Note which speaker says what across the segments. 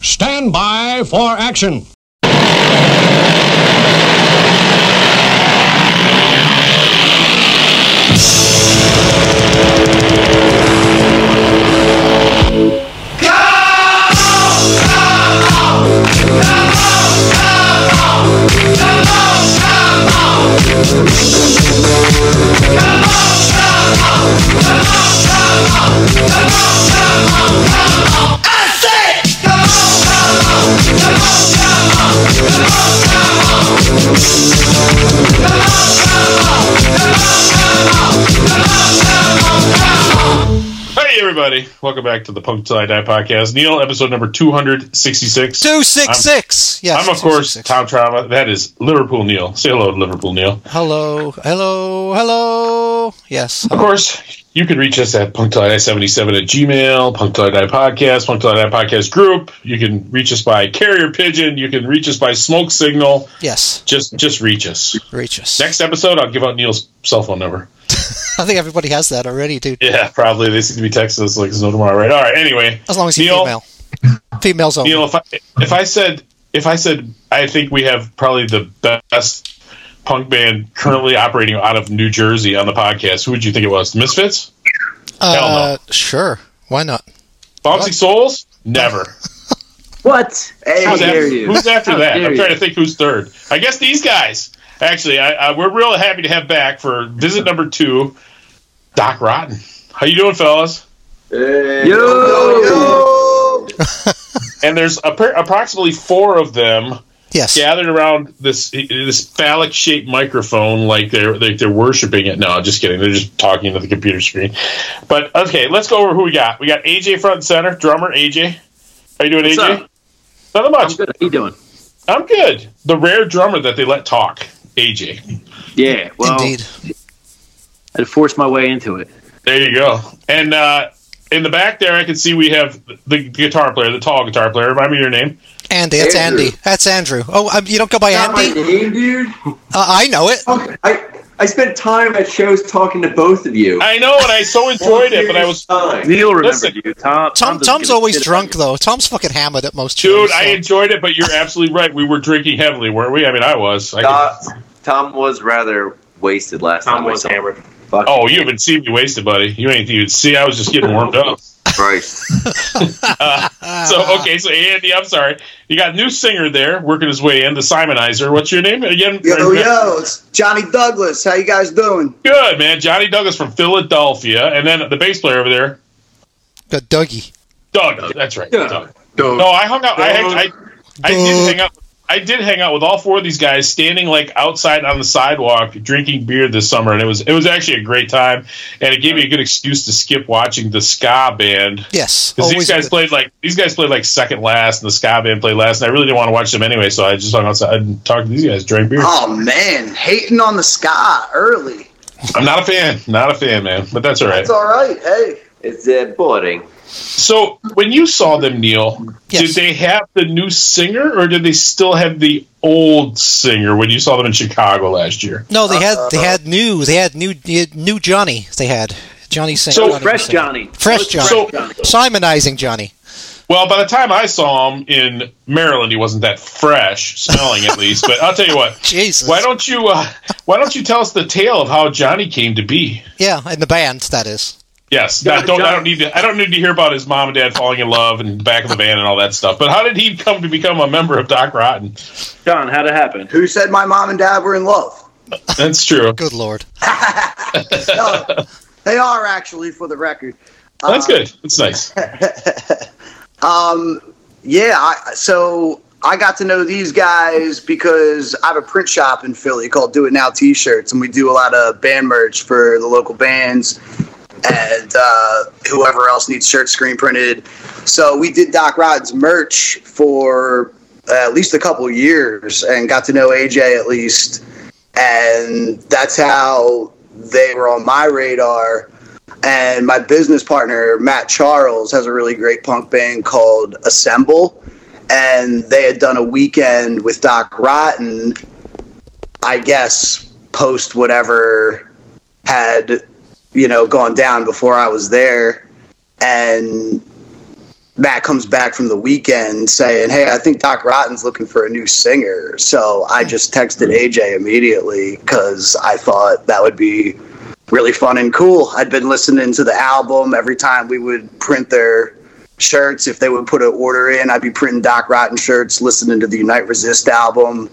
Speaker 1: Stand by for action.
Speaker 2: Hey everybody! Welcome back to the Punk Till I Die podcast. Neil, episode number two hundred sixty-six.
Speaker 3: Two six six. Yes.
Speaker 2: I'm of course
Speaker 3: 266.
Speaker 2: Tom Trauma. That is Liverpool Neil. Say hello to Liverpool Neil.
Speaker 3: Hello, hello, hello. Yes.
Speaker 2: Of course, you can reach us at punktillidie77 at gmail, punktillidie podcast, punktillidie podcast group. You can reach us by carrier pigeon. You can reach us by smoke signal.
Speaker 3: Yes.
Speaker 2: Just, just reach us.
Speaker 3: Reach us.
Speaker 2: Next episode, I'll give out Neil's cell phone number.
Speaker 3: I think everybody has that already, dude.
Speaker 2: Yeah, probably they seem to be texting us like there's no tomorrow. Right? All right. Anyway,
Speaker 3: As long as you're
Speaker 2: Neil-
Speaker 3: female. Females only.
Speaker 2: Neil, if I, if I said if I said I think we have probably the best punk band currently operating out of New Jersey on the podcast, who would you think it was? The Misfits,
Speaker 3: uh, Sure. Why not?
Speaker 2: Bouncy Souls, never.
Speaker 4: What? Hey,
Speaker 2: Who's
Speaker 4: dare
Speaker 2: after,
Speaker 4: you.
Speaker 2: who's after
Speaker 4: How
Speaker 2: that?
Speaker 4: dare
Speaker 2: I'm
Speaker 4: you.
Speaker 2: trying to think who's third. I guess these guys. Actually, I, I, we're real happy to have back for visit number two, Doc Rotten. How you doing, fellas?
Speaker 4: Yo!
Speaker 2: And there's appar- approximately four of them
Speaker 3: Yes.
Speaker 2: gathered around this this phallic shaped microphone like they're like they're worshiping it. No, just kidding. They're just talking to the computer screen. But okay, let's go over who we got. We got AJ front and center, drummer AJ. How you doing,
Speaker 4: What's
Speaker 2: AJ?
Speaker 4: up?
Speaker 2: Nothing
Speaker 4: I'm
Speaker 2: much.
Speaker 4: good. How you doing?
Speaker 2: I'm good. The rare drummer that they let talk, AJ.
Speaker 4: Yeah, well,
Speaker 3: Indeed.
Speaker 4: I had to force my way into it.
Speaker 2: There you go. And uh, in the back there, I can see we have the guitar player, the tall guitar player. Remind me your name.
Speaker 3: Andy. That's
Speaker 5: Andrew.
Speaker 3: Andy. That's Andrew. Oh, um, you don't go by
Speaker 5: not my
Speaker 3: Andy?
Speaker 5: name, dude.
Speaker 3: Uh, I know it.
Speaker 5: Fuck, I I spent time at shows talking to both of you.
Speaker 2: I know, and I so enjoyed it, but I was.
Speaker 5: Time.
Speaker 6: Neil remembered
Speaker 2: Listen,
Speaker 6: you. Tom,
Speaker 3: Tom,
Speaker 6: doesn't
Speaker 3: Tom's
Speaker 6: give a
Speaker 3: always
Speaker 6: shit
Speaker 3: drunk,
Speaker 6: about
Speaker 3: though. Tom's fucking hammered at most
Speaker 2: Dude,
Speaker 3: shows,
Speaker 2: I
Speaker 3: so-
Speaker 2: enjoyed it, but you're absolutely right. We were drinking heavily, weren't we? I mean, I was. I could-
Speaker 7: Uh, Tom was rather wasted last
Speaker 6: Tom
Speaker 7: time.
Speaker 6: was hammered.
Speaker 2: Oh, you haven't seen me wasted, buddy. You ain't even see. I was just getting warmed up.
Speaker 7: Christ.
Speaker 2: Uh, so okay, so Andy, I'm sorry. You got new singer there working his way in, the Simonizer. What's your name again?
Speaker 8: Yo,
Speaker 7: oh,
Speaker 8: yo, it's Johnny Douglas. How you guys doing?
Speaker 2: Good man, Johnny Douglas from Philadelphia, and then the bass player over there,
Speaker 3: Good Dougie.
Speaker 2: Doug. That's right.
Speaker 5: Yeah.
Speaker 2: Doug. No, I hung out. I, I, I did hang out. I did hang out with all four of these guys, standing like outside on the sidewalk, drinking beer this summer, and it was it was actually a great time, and it gave me a good excuse to skip watching the ska band.
Speaker 3: Yes.
Speaker 2: Because these
Speaker 3: always
Speaker 2: guys
Speaker 3: good.
Speaker 2: played like these guys played like second last, and the ska band played last, and I really didn't want to watch them anyway, so I just hung outside and talked to these guys, drank beer.
Speaker 8: Oh man, hating on the sky early.
Speaker 2: I'm not a fan, not a fan, man, but that's all right.
Speaker 8: It's all right. Hey,
Speaker 7: It's uh, boring.
Speaker 2: So when you saw them, Neil,
Speaker 3: Yes.
Speaker 2: did they have the new singer, or did they still have the old singer when you saw them in Chicago last year?
Speaker 3: No, they had they had new they had new new Johnny. They had Johnny Saint.
Speaker 2: So
Speaker 3: Johnny
Speaker 6: Fresh
Speaker 3: Saint.
Speaker 6: Johnny.
Speaker 3: Fresh Johnny.
Speaker 2: So
Speaker 3: Simonizing Johnny.
Speaker 2: Well, by the time I saw him in Maryland, he wasn't that fresh smelling, at least. But I'll tell you what.
Speaker 3: Jesus.
Speaker 2: Why don't you uh, Why don't you tell us the tale of how Johnny came to be?
Speaker 3: Yeah, in the band that is.
Speaker 2: Yes, I don't. I don't need to. I don't need to hear about his mom and dad falling in love and the back of the van and all that stuff. But how did he come to become a member of Doc Rotten?
Speaker 6: John, how'd it happen?
Speaker 8: who said my mom and dad were in love?
Speaker 2: That's true.
Speaker 3: Good lord.
Speaker 8: No, they are actually, for the record.
Speaker 2: That's good. That's nice.
Speaker 8: Yeah. I, so I got to know these guys because I have a print shop in Philly called Do It Now T-shirts, and we do a lot of band merch for the local bands and uh, whoever else needs shirt screen printed. So we did Doc Rodden's merch for at least a couple years and got to know AJ at least. And that's how they were on my radar. And my business partner, Matt Charles, has a really great punk band called Assemble. And they had done a weekend with Doc Rotten, I guess, post whatever had, you know, gone down before I was there. And Matt comes back from the weekend saying, "Hey, I think Doc Rotten's looking for a new singer." So I just texted AJ immediately because I thought that would be really fun and cool. I'd been listening to the album every time we would print their shirts. If they would put an order in, I'd be printing Doc Rotten shirts, listening to the Unite Resist album,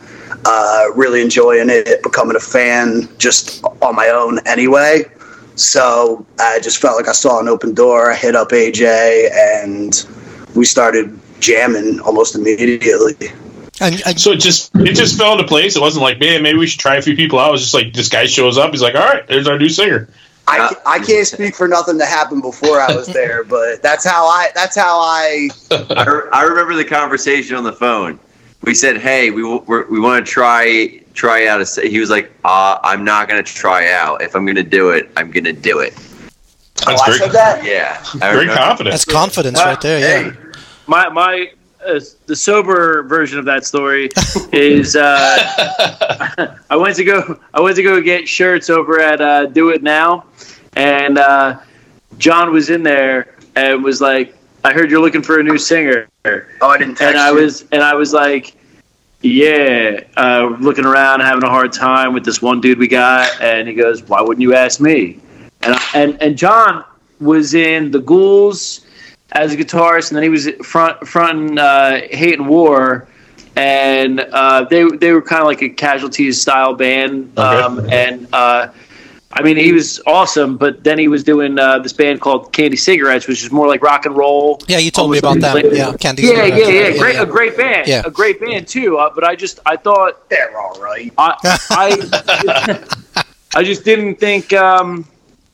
Speaker 8: uh, really enjoying it, becoming a fan just on my own anyway. So I just felt like I saw an open door. I hit up AJ and we started jamming almost immediately.
Speaker 3: And, and
Speaker 2: So it just it just fell into place. It wasn't like, man, maybe we should try a few people out. It was just like this guy shows up. He's like, all right, there's our new singer.
Speaker 8: I, I can't speak for nothing that happened before I was there, but that's how I that's how I
Speaker 7: I, re- I remember the conversation on the phone. We said, "Hey, we w- we're, we want to try try out." A, s-" he was like, uh, "I'm not going to try out. If I'm going to do it, I'm going to do it."
Speaker 2: That's
Speaker 8: oh, I
Speaker 2: very,
Speaker 8: said that.
Speaker 7: Yeah, I
Speaker 2: very
Speaker 7: remember.
Speaker 2: confident.
Speaker 3: that's confidence right there. Yeah.
Speaker 4: Hey, my my uh, the sober version of that story is uh, I went to go I went to go get shirts over at uh, Do It Now, and uh, John was in there and was like, "I heard you're looking for a new singer," and
Speaker 8: Oh, I didn't text
Speaker 4: I
Speaker 8: you.
Speaker 4: was and I was like. Yeah, uh, looking around, having a hard time with this one dude we got, and he goes, "Why wouldn't you ask me?" And I, and and John was in the Ghouls, as a guitarist, and then he was front front in, uh, Hate and War, and uh, they they were kind of like a casualties style band, um, and uh, I mean he was awesome. But then he was doing uh, this band called Candy Cigarettes, which is more like rock and roll.
Speaker 3: Yeah, you told me
Speaker 4: Almost
Speaker 3: about
Speaker 4: like-
Speaker 3: that. Yeah, Candy
Speaker 4: yeah, yeah,
Speaker 3: Cigarettes,
Speaker 4: yeah,
Speaker 3: right,
Speaker 4: Great,
Speaker 3: yeah.
Speaker 4: a great band,
Speaker 3: Yeah.
Speaker 4: a great band too. Uh, but I just I thought
Speaker 8: They're all right.
Speaker 4: I, I, I just didn't think um,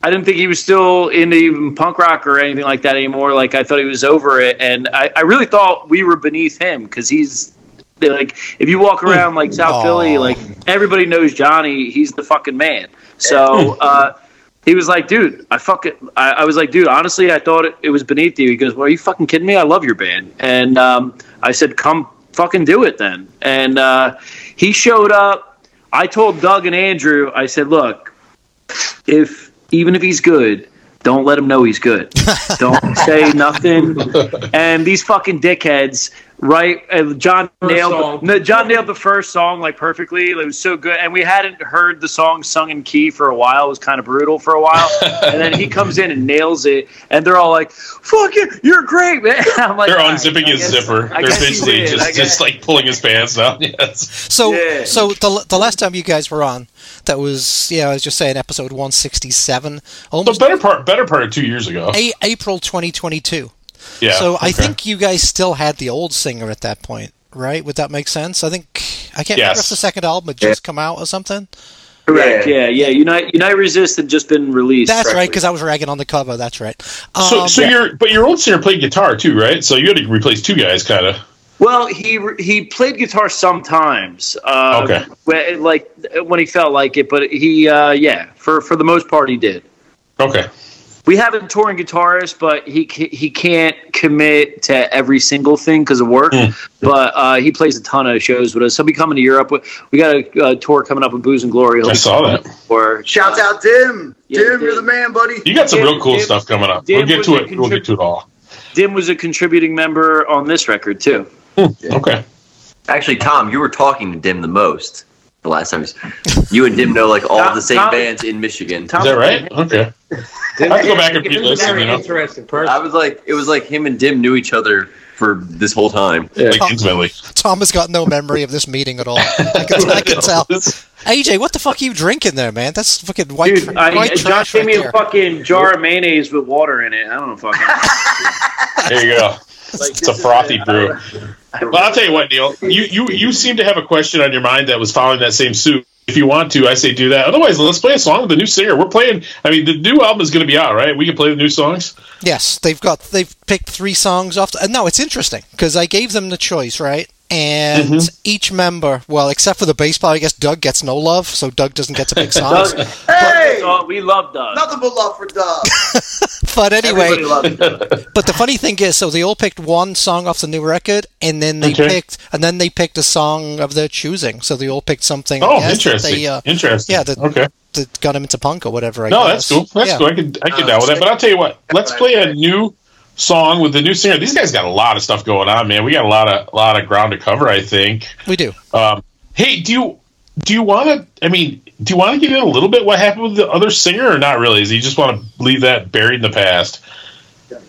Speaker 4: I didn't think he was still into even punk rock or anything like that anymore. Like I thought he was over it, and I, I really thought we were beneath him because he's like if you walk around like South
Speaker 3: Aw.
Speaker 4: Philly, like everybody knows Johnny. He's the fucking man. So. Uh, he was like, dude, I fucking, I, I was like, dude, honestly, I thought it, it was beneath you. He goes, well, are you fucking kidding me? I love your band. And um, I said, come fucking do it then. And uh, he showed up. I told Doug and Andrew, I said, look, if even if he's good, don't let him know he's good. don't say nothing. And these fucking dickheads, right? And John nailed no, John nailed the first song like perfectly. It was so good, and we hadn't heard the song sung in key for a while. It was kind of brutal for a while, and then he comes in and nails it, and they're all like, "Fuck you, you're great, man." I'm like,
Speaker 2: They're
Speaker 4: "All right,
Speaker 2: unzipping
Speaker 4: I
Speaker 2: his
Speaker 4: guess-
Speaker 2: zipper.
Speaker 4: I
Speaker 2: They're
Speaker 4: guess he
Speaker 2: basically
Speaker 4: did. I
Speaker 2: just,
Speaker 4: guess-
Speaker 2: just like pulling his pants down. Yes.
Speaker 3: So,
Speaker 4: Yeah.
Speaker 3: so the the last time you guys were on, that was yeah, I was just saying, episode one sixty seven,
Speaker 2: The
Speaker 3: almost
Speaker 2: better part, better part of two years ago.
Speaker 3: a- April twenty twenty two.
Speaker 2: Yeah.
Speaker 3: so I
Speaker 2: okay.
Speaker 3: think you guys still had the old singer at that point, right? Would that make sense? I think I can't remember
Speaker 2: Yes.
Speaker 3: if the second album had just come out or something.
Speaker 4: correct.
Speaker 7: Yeah.
Speaker 4: Yeah, yeah. Unite, Unite Resist had just been released.
Speaker 3: That's right, because I was ragging on the cover. That's right. Um,
Speaker 2: So, so your but your old singer played guitar too, right? So you had to replace two guys, kind of.
Speaker 4: Well, he he played guitar sometimes. Uh,
Speaker 2: Okay.
Speaker 4: wh- like when he felt like it, but he uh, yeah, for for the most part he did.
Speaker 2: Okay.
Speaker 4: We have a touring guitarist, but he ca- he can't commit to every single thing because of work.
Speaker 2: Hmm.
Speaker 4: But uh, he plays a ton of shows with us. He'll be coming to Europe. We- We got a uh, tour coming up with Booze and Glory.
Speaker 2: I saw that.
Speaker 4: Or
Speaker 8: Shouts out Dim.
Speaker 4: Yeah,
Speaker 8: Dim, you're
Speaker 4: Dim.
Speaker 8: the man, buddy.
Speaker 2: You got some
Speaker 4: Dave-
Speaker 2: real cool
Speaker 4: Dave-
Speaker 2: stuff coming up.
Speaker 4: Dave
Speaker 2: we'll get
Speaker 4: was
Speaker 2: to
Speaker 4: a
Speaker 2: it. we'll get to it all.
Speaker 4: Dim was a contributing member on this record too.
Speaker 2: Okay.
Speaker 7: Actually, Tom, you were talking to Dim the most the last time. You and Dim know like all
Speaker 4: Tom-
Speaker 7: the same
Speaker 4: Tom-
Speaker 7: bands in Michigan.
Speaker 4: Tom-
Speaker 2: Is that right? Okay. I have to go back and re-listen. You know,
Speaker 6: interesting
Speaker 7: I
Speaker 6: person.
Speaker 7: was like, it was like him and Dim knew each other for this whole time.
Speaker 2: like intimately.
Speaker 3: Tom has got no memory of this meeting at all. I can, I can tell. AJ, what the fuck are you drinking there, man? That's fucking white,
Speaker 4: Dude,
Speaker 3: tr-
Speaker 4: I,
Speaker 3: white
Speaker 4: Josh
Speaker 3: trash
Speaker 4: gave
Speaker 3: right
Speaker 4: me
Speaker 3: there.
Speaker 4: a fucking jar of mayonnaise with water in it. I don't know fucking.
Speaker 2: There you go. It's a frothy brew. Well, I'll tell you what, Neil. You, you you seem to have a question on your mind that was following that same suit. If you want to, I say do that. Otherwise, let's play a song with the new singer. We're playing. I mean, the new album is going to be out, right? We can play the new songs.
Speaker 3: Yes, they've got they've picked three songs off. The, uh, no, it's interesting because I gave them the choice, right? And
Speaker 2: Mm-hmm.
Speaker 3: each member, well, except for the bass player, I guess Doug gets no love, so Doug doesn't get to pick songs.
Speaker 4: Doug,
Speaker 8: Hey!
Speaker 4: Doug, we love Doug.
Speaker 8: Nothing but love for Doug.
Speaker 3: but anyway,
Speaker 8: Everybody loves Doug.
Speaker 3: but the funny thing is, so they all picked one song off the new record, and then they
Speaker 2: Okay.
Speaker 3: picked, and then they picked a song of their choosing. So they all picked something. I
Speaker 2: Oh,
Speaker 3: guess, that
Speaker 2: interesting.
Speaker 3: They, uh,
Speaker 2: interesting.
Speaker 3: yeah, the-
Speaker 2: okay.
Speaker 3: that got him into punk or whatever. I
Speaker 2: No,
Speaker 3: guess.
Speaker 2: that's cool. That's
Speaker 3: Yeah.
Speaker 2: cool. I can I can down with that. But I'll tell you what. Let's play a new. song with the new singer. These guys got a lot of stuff going on, man. We got a lot of a lot of ground to cover, I think.
Speaker 3: We do.
Speaker 2: Um, hey, do you do you want to? I mean, do you want to get in a little bit what happened with the other singer, or not really? Is you just want to leave that buried in the past?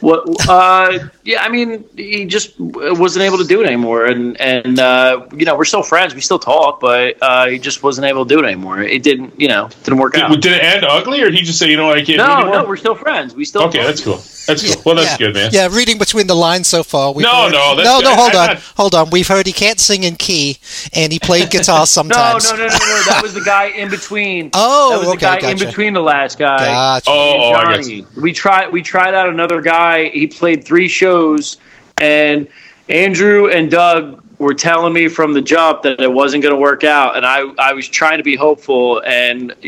Speaker 4: What? Uh, yeah, I mean, he just wasn't able to do it anymore, and and uh, you know we're still friends, we still talk, but uh, he just wasn't able to do it anymore. It didn't, you know, didn't work out.
Speaker 2: Did, did it end ugly, or did he just say, you know, what, I can't? do it
Speaker 4: no,
Speaker 2: anymore?
Speaker 4: no, we're still friends. We still
Speaker 2: okay.
Speaker 4: talk.
Speaker 2: That's cool. That's cool. Well, that's
Speaker 3: yeah.
Speaker 2: good, man.
Speaker 3: Yeah, reading between the lines so far. We've
Speaker 2: No,
Speaker 3: heard-
Speaker 2: no, that's-
Speaker 3: no, no. Hold
Speaker 2: I-
Speaker 3: on,
Speaker 2: I-
Speaker 3: hold on. We've heard he can't sing in key, and he played guitar
Speaker 4: No,
Speaker 3: sometimes.
Speaker 4: no, no, no, no. That was the guy in between.
Speaker 3: Oh,
Speaker 4: that was
Speaker 3: okay,
Speaker 4: the guy
Speaker 3: gotcha.
Speaker 4: in between the last guy.
Speaker 3: Gotcha.
Speaker 2: Oh, oh, I got
Speaker 4: Johnny. We tried. We tried out another guy. He played three shows, and Andrew and Doug were telling me from the jump that it wasn't going to work out, and I I was trying to be hopeful, and uh,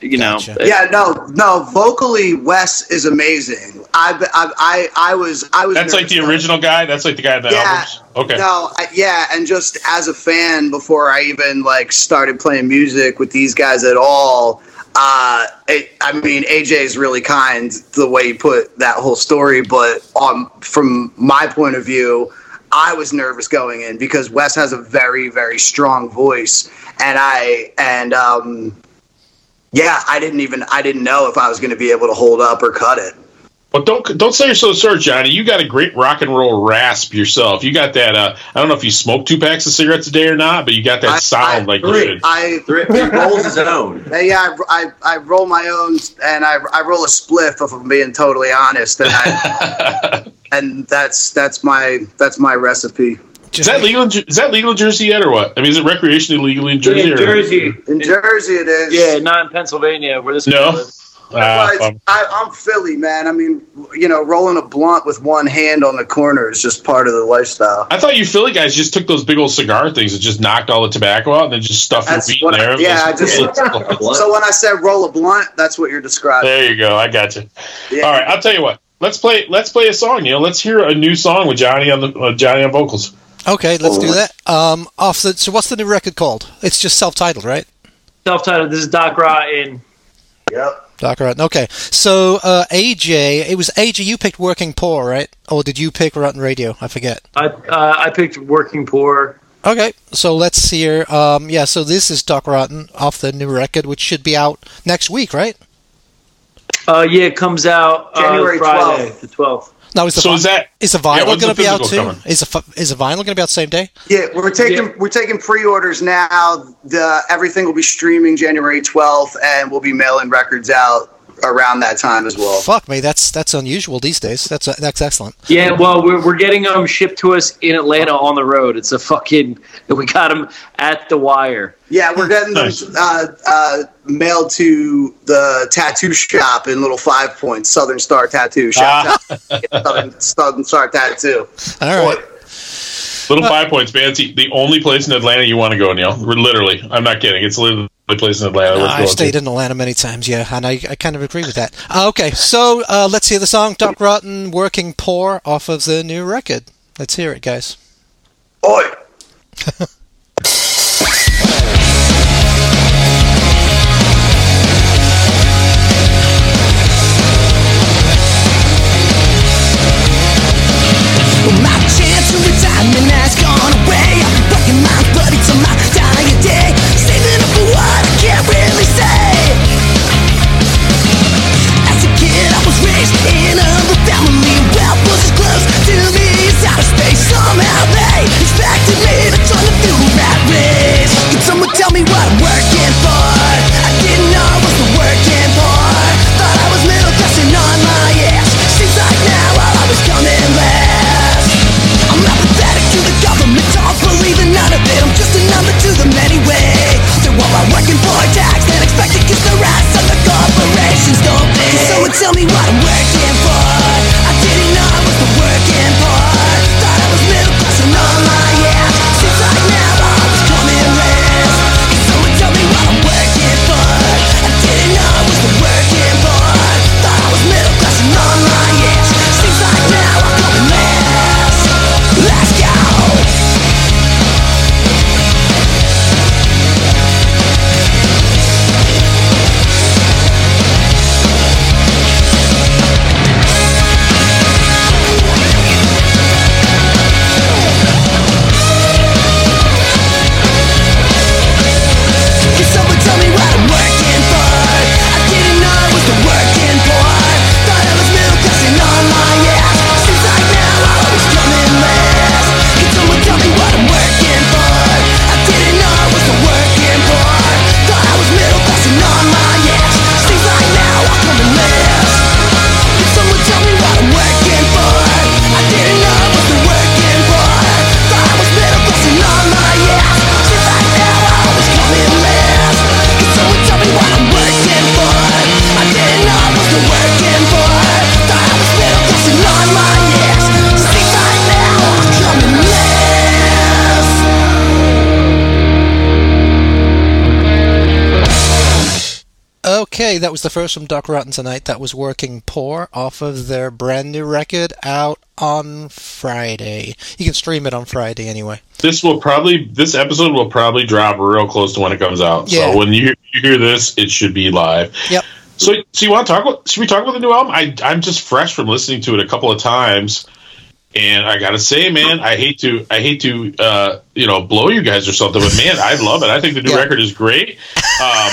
Speaker 4: you know,
Speaker 3: Gotcha.
Speaker 4: it-
Speaker 8: Yeah, no, no. Vocally, Wes is amazing. I, I, I, I was, I was.
Speaker 2: That's like the
Speaker 8: nervous.
Speaker 2: original guy. That's like the guy in the albums. Okay.
Speaker 8: No, I, yeah, and just as a fan, before I even like started playing music with these guys at all, uh, it, I mean, AJ is really kind the way he put that whole story. But um, from my point of view, I was nervous going in because Wes has a very, very strong voice, and I and um, yeah, I didn't even I didn't know if I was going to be able to hold up or cut it.
Speaker 2: Well, don't don't say you're so sore, Johnny. You got a great rock and roll rasp yourself. You got that. Uh, I don't know if you smoke two packs of cigarettes a day or not, but you got that
Speaker 8: I-
Speaker 2: sound
Speaker 8: I,
Speaker 2: like you should.
Speaker 8: I
Speaker 7: Three, he rolls his own.
Speaker 8: Uh, yeah, I, I, I roll my own and I, I roll a spliff if I'm being totally honest, and I, and that's that's my that's my recipe.
Speaker 2: Is
Speaker 3: Just
Speaker 2: that
Speaker 3: like-
Speaker 2: legal? in Jer- Is that legal in Jersey yet, or what? I mean, is it recreationally legal in Jersey?
Speaker 4: in
Speaker 2: or-
Speaker 4: Jersey,
Speaker 8: In Jersey, it is.
Speaker 4: yeah, not in Pennsylvania where this
Speaker 2: No.
Speaker 4: guy lives.
Speaker 2: Ah,
Speaker 8: But
Speaker 2: fuck.
Speaker 8: I, I'm Philly, man. I mean, you know, rolling a blunt with one hand on the corner is just part of the lifestyle.
Speaker 2: I thought you Philly guys just took those big old cigar things and just knocked all the tobacco out and then just stuffed your
Speaker 8: That's
Speaker 2: feet in
Speaker 8: what I-
Speaker 2: there. and
Speaker 8: yeah,
Speaker 2: just-
Speaker 8: I So when I said roll a blunt, that's what you're describing.
Speaker 2: there you go. I got you.
Speaker 8: Yeah.
Speaker 2: All right, I'll tell you what. Let's play. Let's play a song. You know, let's hear a new song with Johnny on the uh, Johnny on vocals.
Speaker 3: okay, let's do that. Um, off the. So, what's the new record called? It's just self-titled, right?
Speaker 4: Self-titled. This is Doc Rotten.
Speaker 8: Yep.
Speaker 3: Doc Rotten. Okay, so uh, AJ, it was AJ. You picked Working Poor, right? Or did you pick Rotten Radio? I forget.
Speaker 4: I uh, I picked Working Poor.
Speaker 3: Okay, so let's hear. Um, yeah, so this is Doc Rotten off the new record, which should be out next week, right?
Speaker 4: Uh, yeah, it comes out uh,
Speaker 8: January
Speaker 4: Friday,
Speaker 8: 12th.
Speaker 4: the twelfth.
Speaker 3: Now is the
Speaker 2: So
Speaker 3: vi-
Speaker 2: is that
Speaker 3: is the vinyl
Speaker 2: yeah, when's the
Speaker 3: going to be out too?
Speaker 2: physical coming?
Speaker 3: Is the fi- is the vinyl going to be out same day?
Speaker 8: Yeah, we're taking
Speaker 4: Yeah.
Speaker 8: we're taking pre-orders now. The everything will be streaming January 12th, and we'll be mailing records out around that time as well.
Speaker 3: Fuck me, that's that's unusual these days. That's uh, that's excellent.
Speaker 4: Yeah, well, we're, we're getting them shipped to us in Atlanta on the road. It's a fucking. We got them at the wire.
Speaker 8: Yeah, we're getting them
Speaker 2: Nice.
Speaker 8: uh, uh, mailed to the tattoo shop in Little Five Points, Southern Star Tattoo. Shout out Southern, Southern Star Tattoo.
Speaker 3: Ah. All right,
Speaker 2: Little Five Points, man. It's the only place in Atlanta you want to go, Neil. We're literally, I'm not kidding. It's literally the only place in Atlanta. worth
Speaker 3: I've
Speaker 2: going
Speaker 3: stayed
Speaker 2: to.
Speaker 3: in Atlanta many times, yeah, and I, I kind of agree with that. Uh, okay, so uh, let's hear the song Doc Rotten working poor off of the new record. Let's hear it, guys.
Speaker 8: Oi.
Speaker 6: My chance to retirement has gone away. I've been working my body till my dying day. Saving up for what I can't really say. As a kid, I was raised in a family. Wealth was as close to me as outer space. Somehow they expected me to join the new rat race. Could someone tell me what I'm working for? I didn't know I was working for. Thought I was middle class and on my ass. Seems like now all I was coming last. I'm apathetic to the government, don't believe in none of it. I'm just a number to them anyway. They're all out working for tax and expected cause the rest of the corporations don't pay. Can someone tell me what I'm working for? I didn't know I was the working for. Thought I was middle class and on my ass. Seems like now all I was coming last. Can someone tell me what I'm working for? I didn't know I was the working for. Thought I was middle class and on my ass. Seems like now I'm coming last. Let's go. I
Speaker 3: Okay, that was the first from Duck Rotten tonight. That was Working Poor off of their brand new record out on Friday. You can stream it on Friday anyway.
Speaker 2: This will probably this episode will probably drop real close to when it comes out.
Speaker 3: Yeah.
Speaker 2: So when you you hear this, it should be live.
Speaker 3: Yep.
Speaker 2: So so you want to talk? About, should we talk about the new album? I I'm just fresh from listening to it a couple of times, and I gotta say, man, I hate to I hate to uh, you know blow you guys or something, but man, I love it. I think the new
Speaker 3: Yeah.
Speaker 2: record is great. Um,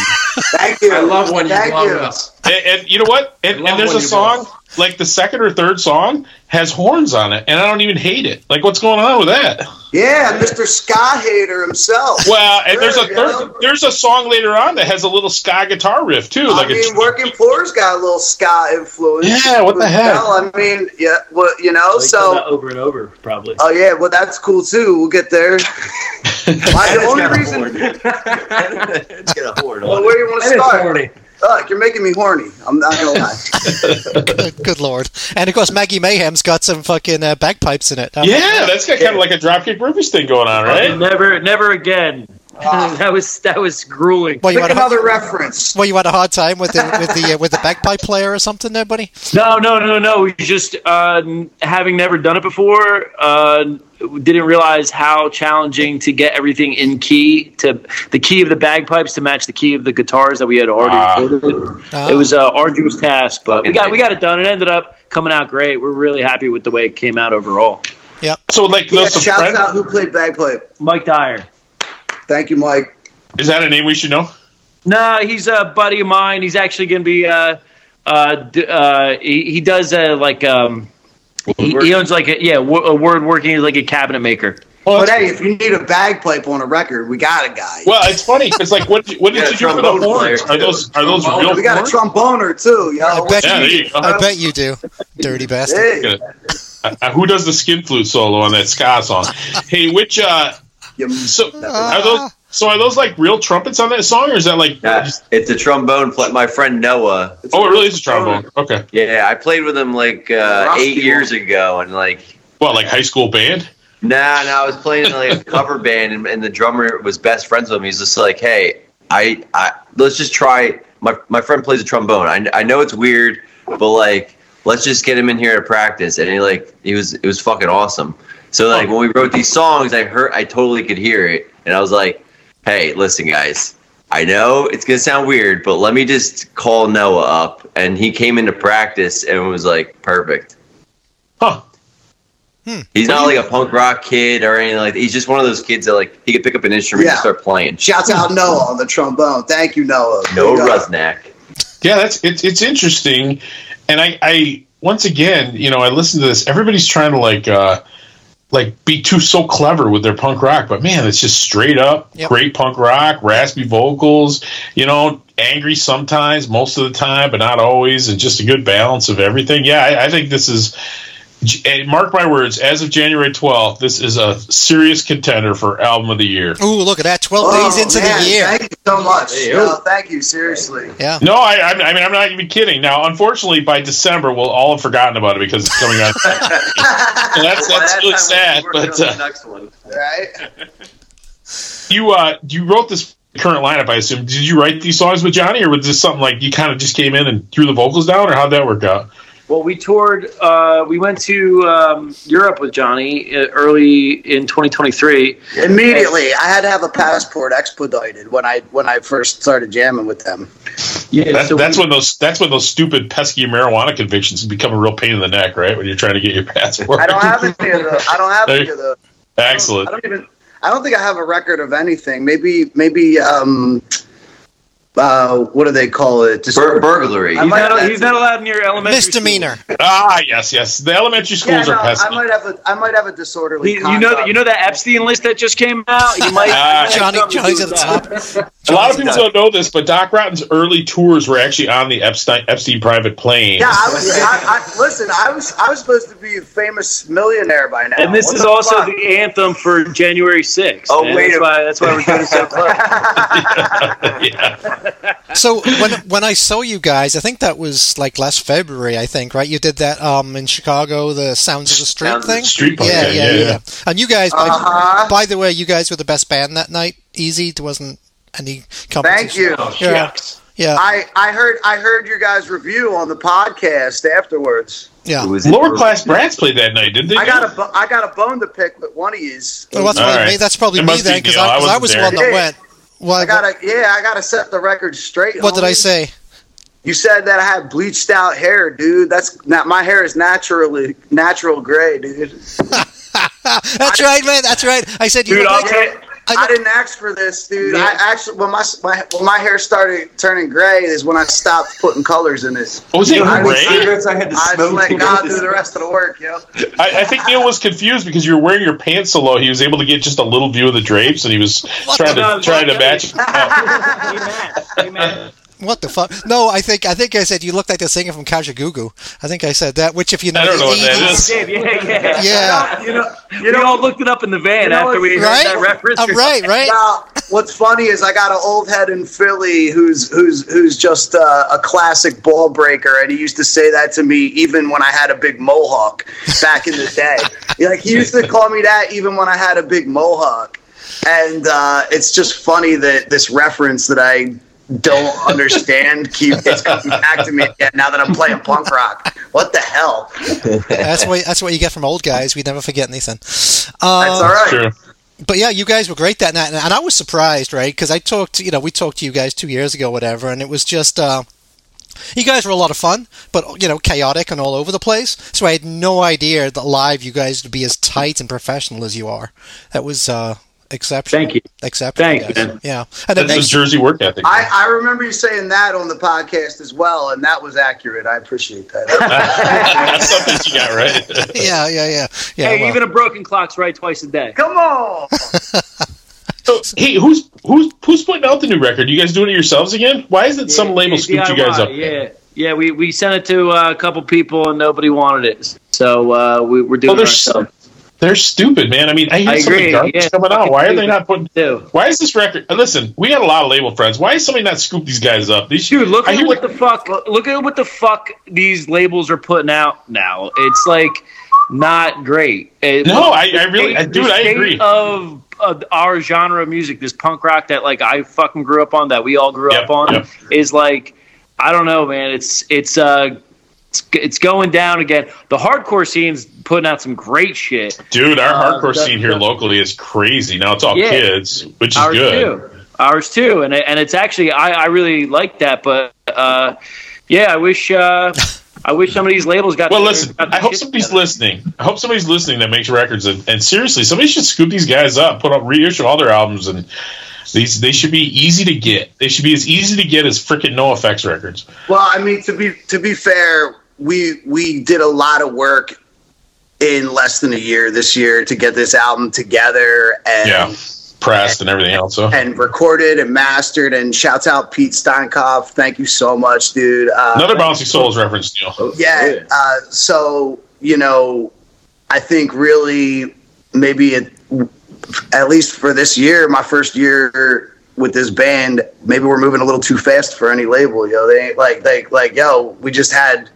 Speaker 8: Thank you.
Speaker 9: I love when you
Speaker 8: Thank
Speaker 9: love
Speaker 8: you.
Speaker 9: us.
Speaker 2: and, and you know what? And,
Speaker 9: Love
Speaker 2: and there's
Speaker 9: when
Speaker 2: a
Speaker 9: you do
Speaker 2: song like the second or third song has horns on it, and I don't even hate it. Like, what's going on with that?
Speaker 8: Yeah, Mr. Scott Hater himself.
Speaker 2: Well, and there's a
Speaker 8: Sure, yeah.
Speaker 2: third, there's a song later on that has a little ska guitar riff too.
Speaker 8: I
Speaker 2: Like, a-
Speaker 8: mean, working poor's got a little ska influence.
Speaker 2: Yeah, what the heck?
Speaker 8: Hell, I mean, yeah, well, you know,
Speaker 4: Like,
Speaker 8: so.
Speaker 4: that over and over, probably.
Speaker 8: Oh yeah, well that's cool too. We'll get there. Why, the only reason.
Speaker 7: Let's get a horn
Speaker 8: Well,
Speaker 7: on.
Speaker 8: where do you want to start? Look, you're making me horny. I'm not gonna lie.
Speaker 3: Good, good lord. And of course, Maggie Mayhem's got some fucking uh, bagpipes in it. Um,
Speaker 2: yeah, that's got kind of like a Dropkick Murphys thing going on, right?
Speaker 4: Never, never again.
Speaker 8: Ah.
Speaker 4: that was that was grueling.
Speaker 3: Well, you
Speaker 8: Pick
Speaker 3: had a hard,
Speaker 8: another reference.
Speaker 3: well, you had a hard time with the with the uh, with the bagpipe player or something, there, buddy.
Speaker 4: No, no, no, no. We just uh, n- having never done it before, uh, didn't realize how challenging to get everything in key to the key of the bagpipes to match the key of the guitars that we had already
Speaker 2: Ah.
Speaker 4: recorded.
Speaker 3: Ah.
Speaker 4: It was an arduous task, but we got we got it done. It ended up coming out great. We're really happy with the way it came out overall.
Speaker 2: So like
Speaker 8: Yeah,
Speaker 2: the
Speaker 8: shouts
Speaker 2: soprano-
Speaker 8: out who played bagpipe.
Speaker 4: Mike Dyer.
Speaker 8: Thank you, Mike.
Speaker 2: is that a name we should know?
Speaker 4: No, he's a buddy of mine. He's actually going to be. Uh, uh, d- uh, he, he does uh, like um, he, he owns like a, yeah wo- a word working is like a cabinet maker.
Speaker 8: But hey, if you need a bagpipe on a record, we got a guy.
Speaker 2: Well, it's funny because like what did you, what did
Speaker 7: Yeah,
Speaker 2: you do for the
Speaker 7: trombone player,
Speaker 2: horns? Are
Speaker 7: too.
Speaker 2: those are those
Speaker 7: Trombone.
Speaker 2: real
Speaker 8: we got a
Speaker 2: horns?
Speaker 8: tromboner too, yo.
Speaker 3: I bet
Speaker 2: yeah, there
Speaker 3: you.
Speaker 2: you go.
Speaker 3: I bet you do, dirty bastard.
Speaker 8: Hey,
Speaker 2: Uh, who does the skin flute solo on that ska song? hey, which uh,
Speaker 8: you-
Speaker 2: so are those so are those like real trumpets on that song, or is that like
Speaker 7: Yeah, it's a trombone. Play- my friend Noah.
Speaker 2: oh, it really is a trombone? Okay,
Speaker 7: Yeah, I played with him like uh,
Speaker 8: Rusty
Speaker 7: eight years ago, and like,
Speaker 2: well, like high school band.
Speaker 7: nah, nah, I was playing in like a cover band, and, and the drummer was best friends with him. He's just like, hey, I, I let's just try. My my friend plays a trombone. I, I know it's weird, but like, let's just get him in here to practice. And he like, he was it was fucking awesome. So like, when we wrote these songs, I heard, I totally could hear it, and I was like, hey, listen, guys. I know it's gonna sound weird, but let me just call Noah up, and he came into practice and was like, "Perfect."
Speaker 2: Huh?
Speaker 7: He's not like a punk rock kid or anything like that. He's just one of those kids that like he could pick up an instrument and
Speaker 8: Yeah.
Speaker 7: start playing.
Speaker 8: Shouts out Noah on the trombone. Thank you, Noah.
Speaker 7: No
Speaker 8: Big up.
Speaker 7: Rusnak.
Speaker 2: Yeah, that's it's it's interesting, and I I once again you know I listen to this. Everybody's trying to like uh like be too so clever with their punk rock, but man, it's just straight up
Speaker 3: Yep.
Speaker 2: great punk rock, raspy vocals, you know, angry sometimes, most of the time, but not always, and just a good balance of everything. Yeah, I, I think this is. And mark my words, as of January 12th, this is a serious contender for album of the year.
Speaker 3: Ooh, look at that! Twelve days into
Speaker 8: Oh, man,
Speaker 3: the year.
Speaker 8: Thank you so much.
Speaker 7: Hey,
Speaker 8: No, thank you, seriously.
Speaker 3: yeah.
Speaker 2: No, I, I, I mean, I'm not even kidding. Now, unfortunately, by December, we'll all have forgotten about it because it's coming out. So that's that's really sad. But uh,
Speaker 7: next one.
Speaker 8: Right?
Speaker 2: you uh, you wrote this current lineup, I assume. Did you write these songs with Johnny, or was this something like you kind of just came in and threw the vocals down, or how'd that work out?
Speaker 4: Well, we toured. Uh, we went to um, Europe with Johnny uh, early in 2023.
Speaker 8: Immediately, I had to have a passport expedited when I when I first started jamming with them.
Speaker 4: Yeah,
Speaker 2: That, that's when those that's when those stupid pesky marijuana convictions become a real pain in the neck, right? When you're trying to get your passport.
Speaker 8: I don't have any of those. I don't have any of those.
Speaker 2: Excellent.
Speaker 8: I don't even. I don't think I have a record of anything. Maybe maybe um, uh, what do they call it? Just
Speaker 7: Bur- burglary.
Speaker 8: I
Speaker 4: he's,
Speaker 8: might have
Speaker 4: not,
Speaker 8: that
Speaker 4: he's
Speaker 8: too.
Speaker 4: not allowed near elementary. school.
Speaker 3: Misdemeanor.
Speaker 2: Ah, yes, yes. The elementary
Speaker 8: yeah,
Speaker 2: schools
Speaker 8: no,
Speaker 2: are pesky.
Speaker 8: I might have a I might have a disorderly.
Speaker 4: He- you know that you know that Epstein list that just came out. You might
Speaker 2: Ah.
Speaker 3: Johnny,
Speaker 4: something to do
Speaker 3: Johnny's at
Speaker 4: with
Speaker 3: the
Speaker 4: that.
Speaker 3: top.
Speaker 2: A lot of people don't know this, but Doc Rotten's early tours were actually on the Epstein, Epstein private plane.
Speaker 8: Yeah, I was. I, I, listen, I was I was supposed to be a famous millionaire by now.
Speaker 4: And this
Speaker 8: What
Speaker 4: is
Speaker 8: the
Speaker 4: also
Speaker 8: fuck?
Speaker 4: the anthem for January 6th.
Speaker 7: Oh,
Speaker 4: man.
Speaker 7: wait
Speaker 4: that's
Speaker 7: a-
Speaker 4: why, that's why we're doing it so close.
Speaker 2: yeah.
Speaker 3: So when when I saw you guys, I think that was like last February, I think, right? You did that um in Chicago, the Sounds of the Street
Speaker 7: Sounds of the
Speaker 3: thing.
Speaker 2: Street punk
Speaker 3: yeah,
Speaker 2: band,
Speaker 3: yeah,
Speaker 2: yeah,
Speaker 3: yeah,
Speaker 2: yeah.
Speaker 3: And you guys, by,
Speaker 8: Uh-huh.
Speaker 3: by the way, you guys were the best band that night. Easy, there wasn't any competition.
Speaker 8: Thank you.
Speaker 3: Yeah. Yeah,
Speaker 8: I, I heard I heard your guys' review on the podcast afterwards.
Speaker 3: yeah.
Speaker 7: It was-
Speaker 2: Lower class brats played that night, didn't they?
Speaker 8: I got a bu- I got a bone to pick with one of yous.
Speaker 3: Well, that's,
Speaker 2: All
Speaker 3: probably
Speaker 2: right.
Speaker 3: me. that's probably
Speaker 2: It
Speaker 3: me
Speaker 2: must be
Speaker 3: then because
Speaker 2: Neil.
Speaker 3: I,
Speaker 2: I
Speaker 3: 'cause I
Speaker 2: wasn't
Speaker 3: was
Speaker 2: there.
Speaker 3: one that
Speaker 8: Yeah.
Speaker 3: went. Well,
Speaker 8: I gotta yeah, I gotta set the record straight.
Speaker 3: what did I
Speaker 8: homie.
Speaker 3: say?
Speaker 8: You said that I had bleached out hair, dude. That's not my hair is naturally natural gray, dude.
Speaker 3: Ah, That's right, man. That's right. I said you
Speaker 4: Dude,
Speaker 3: look
Speaker 4: I'll
Speaker 3: like
Speaker 4: take-
Speaker 3: I
Speaker 8: I
Speaker 3: know-
Speaker 8: didn't ask for this, dude.
Speaker 4: Yeah.
Speaker 8: I actually when my, my when my hair started turning gray is when I stopped putting colors in it.
Speaker 2: Oh, was it
Speaker 5: You know how many
Speaker 2: gray?
Speaker 5: cigarettes I had to
Speaker 8: I just
Speaker 5: smoke? to
Speaker 8: let
Speaker 5: get
Speaker 8: God
Speaker 5: this-
Speaker 8: do the rest of the work, yo.
Speaker 2: I, I think Neil was confused because you were wearing your pants so low. He was able to get just a little view of the drapes, and he was
Speaker 3: What
Speaker 2: trying
Speaker 3: the-
Speaker 2: to trying to match.
Speaker 4: Hey, Matt. Hey, Matt.
Speaker 3: What the fuck? No, I think I think I said you looked like the singer from Kajagoogoo. I think I said that. Which, if you know,
Speaker 2: I don't know what
Speaker 3: the
Speaker 2: that
Speaker 3: Eagles-
Speaker 2: is.
Speaker 4: Dave, yeah, yeah.
Speaker 3: Yeah,
Speaker 8: You know,
Speaker 4: You know, we all looked it up in the van
Speaker 8: You know
Speaker 4: after
Speaker 8: what-
Speaker 4: we heard
Speaker 3: right.
Speaker 4: that reference.
Speaker 3: Uh, right, right.
Speaker 8: Now, what's funny is I got an old head in Philly who's who's who's just uh, a classic ball breaker, and he used to say that to me even when I had a big mohawk back in the day. He, like he used to call me that even when I had a big mohawk, and uh, it's just funny that this reference that I don't understand keep it's coming back to me again now that I'm playing punk rock. What the hell?
Speaker 3: That's what that's what you get from old guys. We never forget anything.
Speaker 8: That's
Speaker 3: Um,
Speaker 8: all right.
Speaker 2: True.
Speaker 3: but yeah, you guys were great that night, and, and I was surprised, right? Because I talked, to, you know, we talked to you guys two years ago, whatever, and it was just. Uh, you guys were a lot of fun, but you know, chaotic and all over the place. So I had no idea that live you guys would be as tight and professional as you are. That was uh, exceptional.
Speaker 4: Thank you.
Speaker 3: Exceptional.
Speaker 4: Thank
Speaker 3: guys.
Speaker 4: you, man.
Speaker 3: Yeah, and it
Speaker 2: That's
Speaker 3: makes
Speaker 2: his Jersey work ethic.
Speaker 8: I, I remember you saying that on the podcast as well, and that was accurate. I appreciate that.
Speaker 2: That's something you got right.
Speaker 3: yeah, yeah, yeah, yeah.
Speaker 4: Hey,
Speaker 3: well,
Speaker 4: even a broken clock's right twice a day.
Speaker 8: Come on.
Speaker 2: So, hey, who's who's who's putting out the new record? You guys doing it yourselves again? Why is it some
Speaker 4: Yeah,
Speaker 2: label
Speaker 4: yeah,
Speaker 2: scooped you guys
Speaker 4: DIY,
Speaker 2: up?
Speaker 4: Yeah, yeah. We, we sent it to uh, a couple people and nobody wanted it, so uh, we, we're doing
Speaker 2: Well,
Speaker 4: it
Speaker 2: they're
Speaker 4: ourselves
Speaker 2: They're stupid, man. I mean, I hear
Speaker 4: I
Speaker 2: something
Speaker 4: agree,
Speaker 2: garbage
Speaker 4: yeah,
Speaker 2: coming out.
Speaker 4: fucking
Speaker 2: Why are they
Speaker 4: stupid.
Speaker 2: not putting?
Speaker 4: too.
Speaker 2: Why is this record? and Listen, we got a lot of label friends. Why is somebody not scoop these guys up? These
Speaker 4: Dude, look
Speaker 2: I
Speaker 4: at
Speaker 2: hear
Speaker 4: what
Speaker 2: the-
Speaker 4: the fuck. Look at what the fuck these labels are putting out now. It's like not great. It-
Speaker 2: No, I, I really, I,
Speaker 4: The
Speaker 2: dude, I
Speaker 4: state
Speaker 2: agree.
Speaker 4: Of, of our genre of music, this punk rock that like I fucking grew up on, that we all grew
Speaker 2: Yep,
Speaker 4: up on,
Speaker 2: yep.
Speaker 4: is like I don't know, man. It's it's uh. It's, it's going down again. The hardcore scene's putting out some great shit.
Speaker 2: Dude, our
Speaker 4: Uh,
Speaker 2: hardcore
Speaker 4: that-
Speaker 2: scene here
Speaker 4: that-
Speaker 2: locally is crazy. Now it's all
Speaker 4: Yeah.
Speaker 2: kids, which is
Speaker 4: Ours
Speaker 2: good.
Speaker 4: too. Ours too. And it- and it's actually I, I really like that. But uh, yeah, I wish uh, I wish some of these labels got.
Speaker 2: Well,
Speaker 4: their-
Speaker 2: listen,
Speaker 4: got their
Speaker 2: I hope
Speaker 4: shit
Speaker 2: somebody's
Speaker 4: together.
Speaker 2: listening. I hope somebody's listening that makes records. And, and seriously, somebody should scoop these guys up, put up, reissue all their albums, and these they should be easy to get. They should be as easy to get as freaking No Effects records.
Speaker 8: Well, I mean, to be to be fair, we we did a lot of work in less than a year this year to get this album together and
Speaker 2: Yeah, pressed and everything else. So.
Speaker 8: and recorded and mastered. And shouts out Pete Steinkoff. Thank you so much, dude. Uh,
Speaker 2: Another Bouncy Souls reference, Neil.
Speaker 8: yeah. Uh, so you know, I think really maybe it, at least for this year, my first year with this band, maybe we're moving a little too fast for any label. Yo, they ain't like they like yo. We just had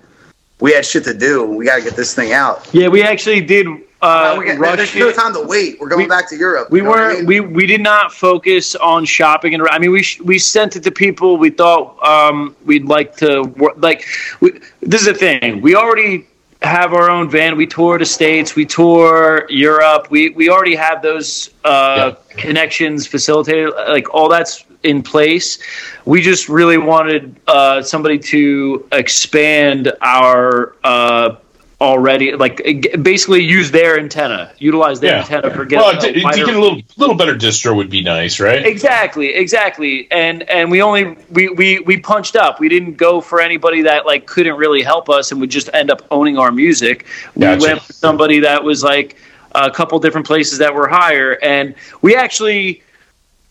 Speaker 8: we had shit to do. We gotta get this thing out.
Speaker 4: Yeah, we actually did. Uh,
Speaker 8: we got,
Speaker 4: rush
Speaker 8: there's
Speaker 4: it.
Speaker 8: no time to wait. We're going
Speaker 4: We-
Speaker 8: back to Europe.
Speaker 4: We
Speaker 8: you know what I
Speaker 4: weren't.
Speaker 8: mean?
Speaker 4: We we did not focus on shopping, and I mean, we sh- we sent it to people we thought um, we'd like to work. Like, we, this is the thing. We already have our own van. We tour the states. We tour Europe. We we already have those uh, connections facilitated. Like all that's in place. We just really wanted uh, somebody to expand our. Uh, Already, like g- basically, use their antenna, utilize their
Speaker 2: Yeah.
Speaker 4: antenna for getting.
Speaker 2: Well,
Speaker 4: a
Speaker 2: to, to
Speaker 4: wider-
Speaker 2: get a little little better distro would be nice, right?
Speaker 4: Exactly, exactly. And and we only we, we we punched up. We didn't go for anybody that like couldn't really help us and would just end up owning our music.
Speaker 2: Gotcha.
Speaker 4: We went for somebody that was like a couple different places that were higher and we actually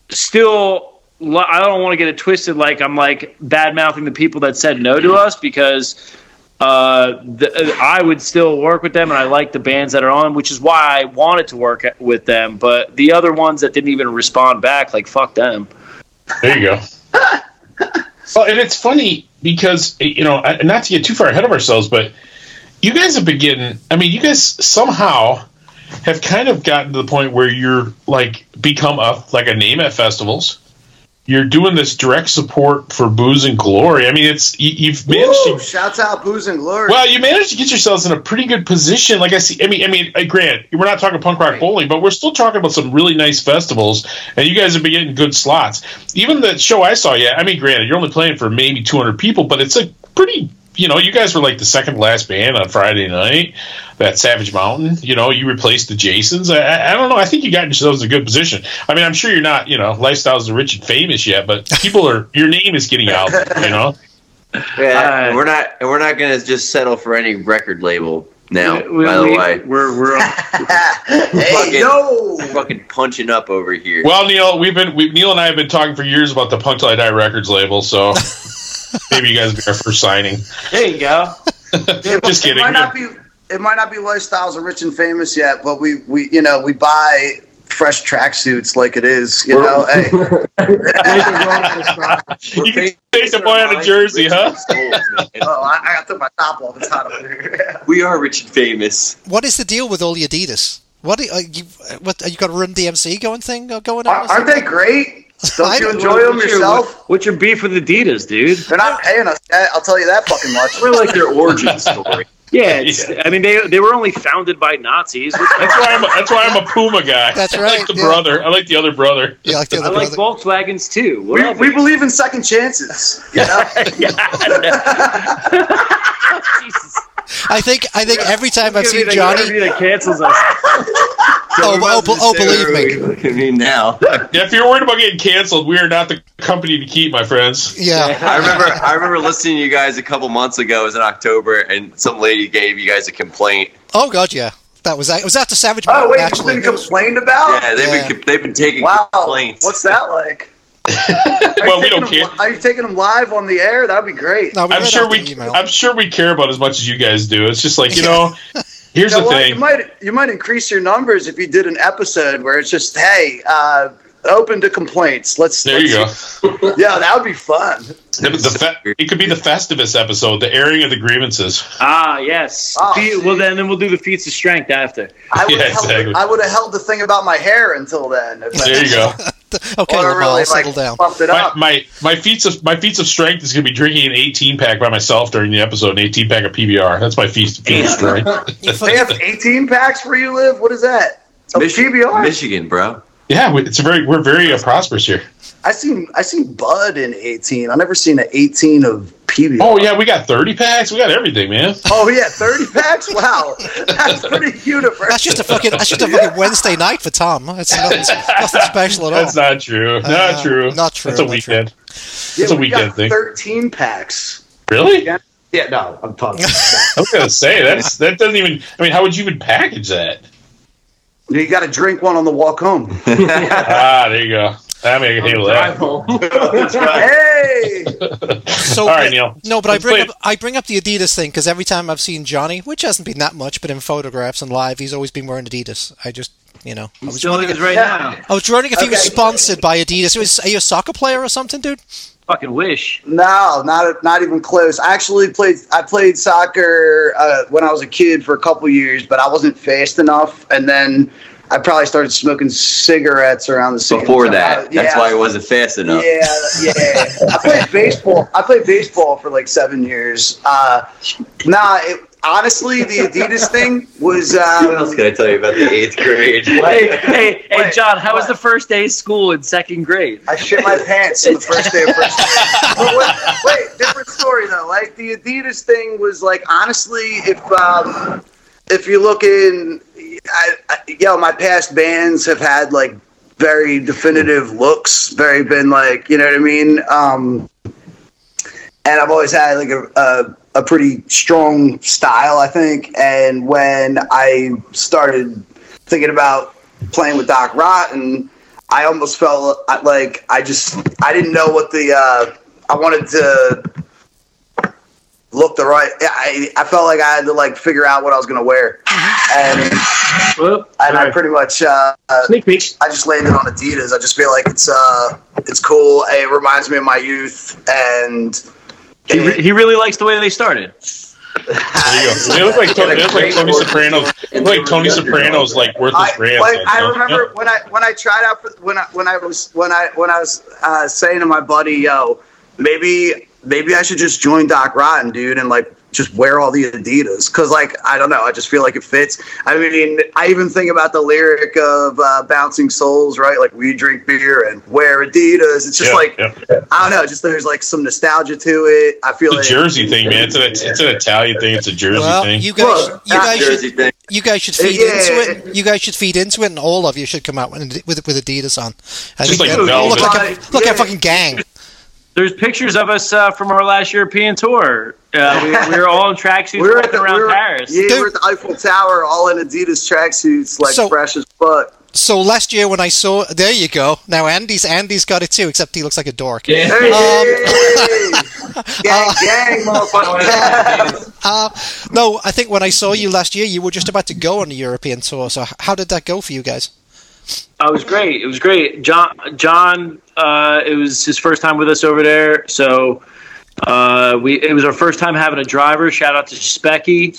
Speaker 4: still li- I don't want to get it twisted like I'm like bad mouthing the people that said no to us because uh, the, I would still work with them, and I like the bands that are on, which is why I wanted to work with them. But the other ones that didn't even respond back, like fuck them.
Speaker 2: There you go. well, and it's funny because eh, you know, I- not to get too far ahead of ourselves, but you guys have been getting. I mean, you guys somehow have kind of gotten to the point where you're like become a like a name at festivals. you're doing this direct support for Booze and Glory. I mean, it's you, you've managed
Speaker 8: Woo!
Speaker 2: to
Speaker 8: Shouts out, booze and glory.
Speaker 2: well, you managed to get yourselves in a pretty good position. Like I see, I mean, I mean, I grant we're not talking punk rock bowling, but we're still talking about some really nice festivals, and you guys have been getting good slots. Even the show I saw, yeah, I mean, granted, you're only playing for maybe 200 people, but it's a pretty, you know, you guys were like the second last band on Friday night. That Savage Mountain, you know, you replaced the Jasons. I- I, I don't know. I think you got yourselves in a good position. I mean, I'm sure you're not, you know, lifestyles are rich and famous yet, but people are. Your name is getting out. there, You know.
Speaker 7: Yeah,
Speaker 4: Uh,
Speaker 7: we're not and we're not gonna just settle for any record label now.
Speaker 4: We- we-
Speaker 7: by the
Speaker 4: we-
Speaker 7: way,
Speaker 4: we're we're on-
Speaker 8: hey,
Speaker 7: fucking-
Speaker 8: yo.
Speaker 7: fucking punching up over here.
Speaker 2: Well, Neil, we've been we, Neil and I have been talking for years about the Punk Till I Die Records label, so maybe you guys will be our first signing.
Speaker 4: there you go.
Speaker 2: Just kidding.
Speaker 8: It might not be. It might not be lifestyles are rich and famous yet, but we we you know we buy fresh tracksuits like it is. You know, hey,
Speaker 2: You can take the boy out of Jersey, huh?
Speaker 8: oh, I, I got to my top off. It's hot up here.
Speaker 7: we are rich and famous.
Speaker 3: What is the deal with all your Adidas? What are you? What are you got a Run DMC going thing uh, going on? or
Speaker 8: Aren't aren't they great?
Speaker 3: I
Speaker 8: Don't
Speaker 3: don't-
Speaker 8: you enjoy them
Speaker 4: What's your-
Speaker 8: yourself?
Speaker 4: What's your beef with Adidas, dude?
Speaker 8: They're not paying us. That, I'll tell you that fucking much.
Speaker 7: We're like their origin story.
Speaker 4: Yeah, it's, I mean they they were only founded by Nazis. Which
Speaker 2: That's why I'm that's why I'm a Puma guy.
Speaker 3: That's
Speaker 2: I
Speaker 3: right,
Speaker 2: like the
Speaker 3: yeah.
Speaker 2: brother. I like the other brother.
Speaker 3: Yeah, like the
Speaker 4: I
Speaker 3: other
Speaker 4: like
Speaker 3: brother.
Speaker 4: Volkswagens too. What
Speaker 8: We,
Speaker 4: up?
Speaker 8: we believe in second chances. You know?
Speaker 4: Yeah, I know. Jesus.
Speaker 3: I think I think every time I've
Speaker 4: It's gonna
Speaker 3: seen
Speaker 4: be the
Speaker 3: Johnny,
Speaker 4: interview that cancels us.
Speaker 3: oh, oh, be- oh, believe me,
Speaker 7: Look at me now.
Speaker 2: If you're worried about getting canceled, we are not the company to keep, my friends.
Speaker 3: yeah,
Speaker 7: I remember I remember listening to you guys a couple months ago. It was in October, and some lady gave you guys a complaint.
Speaker 3: oh god, yeah, that was it was after Savage
Speaker 8: Oh
Speaker 3: Mountain,
Speaker 8: wait, it's
Speaker 3: actually.
Speaker 8: been
Speaker 3: It was-
Speaker 8: complained about.
Speaker 7: Yeah, they've
Speaker 3: Yeah.
Speaker 7: been they've been taking
Speaker 8: Wow,
Speaker 7: complaints.
Speaker 8: what's that like?
Speaker 2: Well, we don't care.
Speaker 8: Taking 'em- Are you taking them live on the air? That'd be great.
Speaker 3: no, we
Speaker 2: I'm
Speaker 3: read
Speaker 2: sure
Speaker 3: out the
Speaker 2: we
Speaker 3: email.
Speaker 2: I'm sure we care about as much as you guys do. It's just like, you know, here's
Speaker 8: Yeah,
Speaker 2: the
Speaker 8: well, You
Speaker 2: thing.
Speaker 8: might you might increase your numbers if you did an episode where it's just hey, uh, open to complaints. Let's
Speaker 2: There you go.
Speaker 8: go. Yeah, that would be fun.
Speaker 2: The, the fe- it could be the Festivus episode, the airing of the grievances.
Speaker 4: Ah, yes.
Speaker 8: Oh,
Speaker 4: Fe-
Speaker 8: see.
Speaker 4: well, then then we'll do the feats of strength after.
Speaker 8: I would
Speaker 2: Yeah,
Speaker 8: have
Speaker 2: exactly.
Speaker 8: held, I would have held the thing about my hair until then. If
Speaker 2: There you go.
Speaker 3: okay,
Speaker 8: Or
Speaker 3: Lamar,
Speaker 8: Oh, really,
Speaker 3: settle
Speaker 8: like,
Speaker 3: down.
Speaker 8: bumped it
Speaker 2: my,
Speaker 8: up.
Speaker 2: my my feats of my feats of strength is going to be drinking an 18 pack by myself during the episode, an 18 pack of PBR. That's my feats feat of strength.
Speaker 3: You
Speaker 8: they have
Speaker 3: fucking-
Speaker 8: 18 packs where you live. What is that? A
Speaker 7: Michigan,
Speaker 8: PBR?
Speaker 7: Michigan, bro.
Speaker 2: yeah, we- it's a very we're very uh, prosperous here.
Speaker 8: I seen I seen Bud in 18. I never seen an 18 of PBR.
Speaker 2: Oh yeah, we got 30 packs. We got everything, man.
Speaker 8: Oh, yeah, 30 packs. Wow, that's pretty universal.
Speaker 3: That's just a fucking. That's just a fucking Wednesday night for Tom. That's nothing, nothing special at all.
Speaker 2: That's not true.
Speaker 3: Uh,
Speaker 2: Not true.
Speaker 3: not true,
Speaker 2: That's a
Speaker 3: not
Speaker 2: weekend.
Speaker 8: yeah,
Speaker 2: It's a
Speaker 8: we got
Speaker 2: weekend thing.
Speaker 8: 13 packs.
Speaker 2: Really?
Speaker 8: Yeah. Yeah, no, I'm talking.
Speaker 2: I was gonna say that's that doesn't even. I mean, how would you even package that?
Speaker 8: you got to drink one on the walk home.
Speaker 2: Ah, there you go. I mean, I can handle that.
Speaker 8: hey,
Speaker 3: So,
Speaker 2: All right, Neil.
Speaker 3: No, but I
Speaker 2: Let's
Speaker 3: bring
Speaker 2: play
Speaker 3: up I bring up the Adidas thing because every time I've seen Johnny, which hasn't been that much, but in photographs and live, he's always been wearing Adidas. I just, you know, I was,
Speaker 4: Still is right now.
Speaker 3: I was wondering if he was
Speaker 8: Okay.
Speaker 3: sponsored by Adidas. Was, are you a soccer player or something, dude?
Speaker 4: Fucking wish.
Speaker 8: no, not not even close. I actually played. I played soccer uh, when I was a kid for a couple years, but I wasn't fast enough, and then I probably started smoking cigarettes around the same
Speaker 7: Before
Speaker 8: time.
Speaker 7: that,
Speaker 8: Yeah.
Speaker 7: that's why it wasn't fast enough.
Speaker 8: Yeah, yeah. I played baseball. I played baseball for like seven years. Uh, nah, it, honestly, the Adidas thing was.
Speaker 7: What else
Speaker 8: Um,
Speaker 7: can I tell you about the eighth grade?
Speaker 4: Hey, hey, hey,
Speaker 8: Wait,
Speaker 4: John, how was
Speaker 8: what?
Speaker 4: the first day of school in second grade?
Speaker 8: I shit my pants on the first day of first grade. But wait, wait, different story though. Like the Adidas thing was like honestly, if um, if you look in, I, I, yo, my past bands have had like very definitive looks, very been like you know what I mean. Um, and I've always had like a, a a pretty strong style, I think. And when I started thinking about playing with Doc Rotten, I almost felt I- like I just I didn't know what the uh, I wanted to look the right. I I felt like I had to like figure out what I was gonna wear, and and
Speaker 4: Whoop.
Speaker 8: I pretty much uh, uh,
Speaker 4: Sneak peeks.
Speaker 8: I just landed on Adidas. I just feel like it's uh it's cool. It reminds me of my youth and.
Speaker 4: He, re- he really likes the way they started.
Speaker 2: They look like Tony, they look like Tony Soprano's, they look like Tony Soprano's like worthless
Speaker 8: I,
Speaker 2: rants.
Speaker 8: when-
Speaker 2: like,
Speaker 8: I
Speaker 2: you know?
Speaker 8: remember when I when I tried out for when I when I was when I when I was uh, saying to my buddy, yo, maybe maybe I should just join Doc Rotten, dude, and like just wear all the Adidas because like I don't know, I just feel like it fits. I mean, I even think about the lyric of uh, "Bouncing Souls," right? Like we drink beer and wear Adidas. It's just
Speaker 2: Yeah,
Speaker 8: like
Speaker 2: yeah.
Speaker 8: I don't know, just there's like some nostalgia to it. I feel
Speaker 2: It's a
Speaker 8: like
Speaker 2: Jersey thing, man. It's an it's an Italian thing. It's a Jersey
Speaker 3: Well,
Speaker 2: thing.
Speaker 3: you guys,
Speaker 8: Well,
Speaker 3: you guys should
Speaker 7: Jersey thing.
Speaker 3: You guys should feed
Speaker 8: Yeah.
Speaker 3: into it. You guys should feed into it, and all of you should come out with with, with Adidas on. I
Speaker 2: Just like
Speaker 3: that-
Speaker 2: velvet.
Speaker 3: look like a, look like
Speaker 8: Yeah.
Speaker 3: a fucking gang.
Speaker 4: There's pictures of us uh, from our last European tour. Uh, we, we were all in tracksuits
Speaker 8: We were at
Speaker 4: walking
Speaker 8: the,
Speaker 4: around
Speaker 8: we were,
Speaker 4: Paris.
Speaker 8: Yeah, we
Speaker 3: Dude.
Speaker 8: were at the Eiffel Tower, all in Adidas tracksuits, like
Speaker 3: So-
Speaker 8: fresh as fuck.
Speaker 3: So last year when I saw, there you go. Now Andy's Andy's got it too, except he looks like a dork.
Speaker 8: Hey, Um, gang, gang, motherfucker.
Speaker 3: Uh, no, I think when I saw you last year, you were just about to go on the European tour. So h- how did that go for you guys?
Speaker 4: Uh, it was great. It was great. John, John, uh, it was his first time with us over there, so uh, we it was our first time having a driver. Shout out to Specky.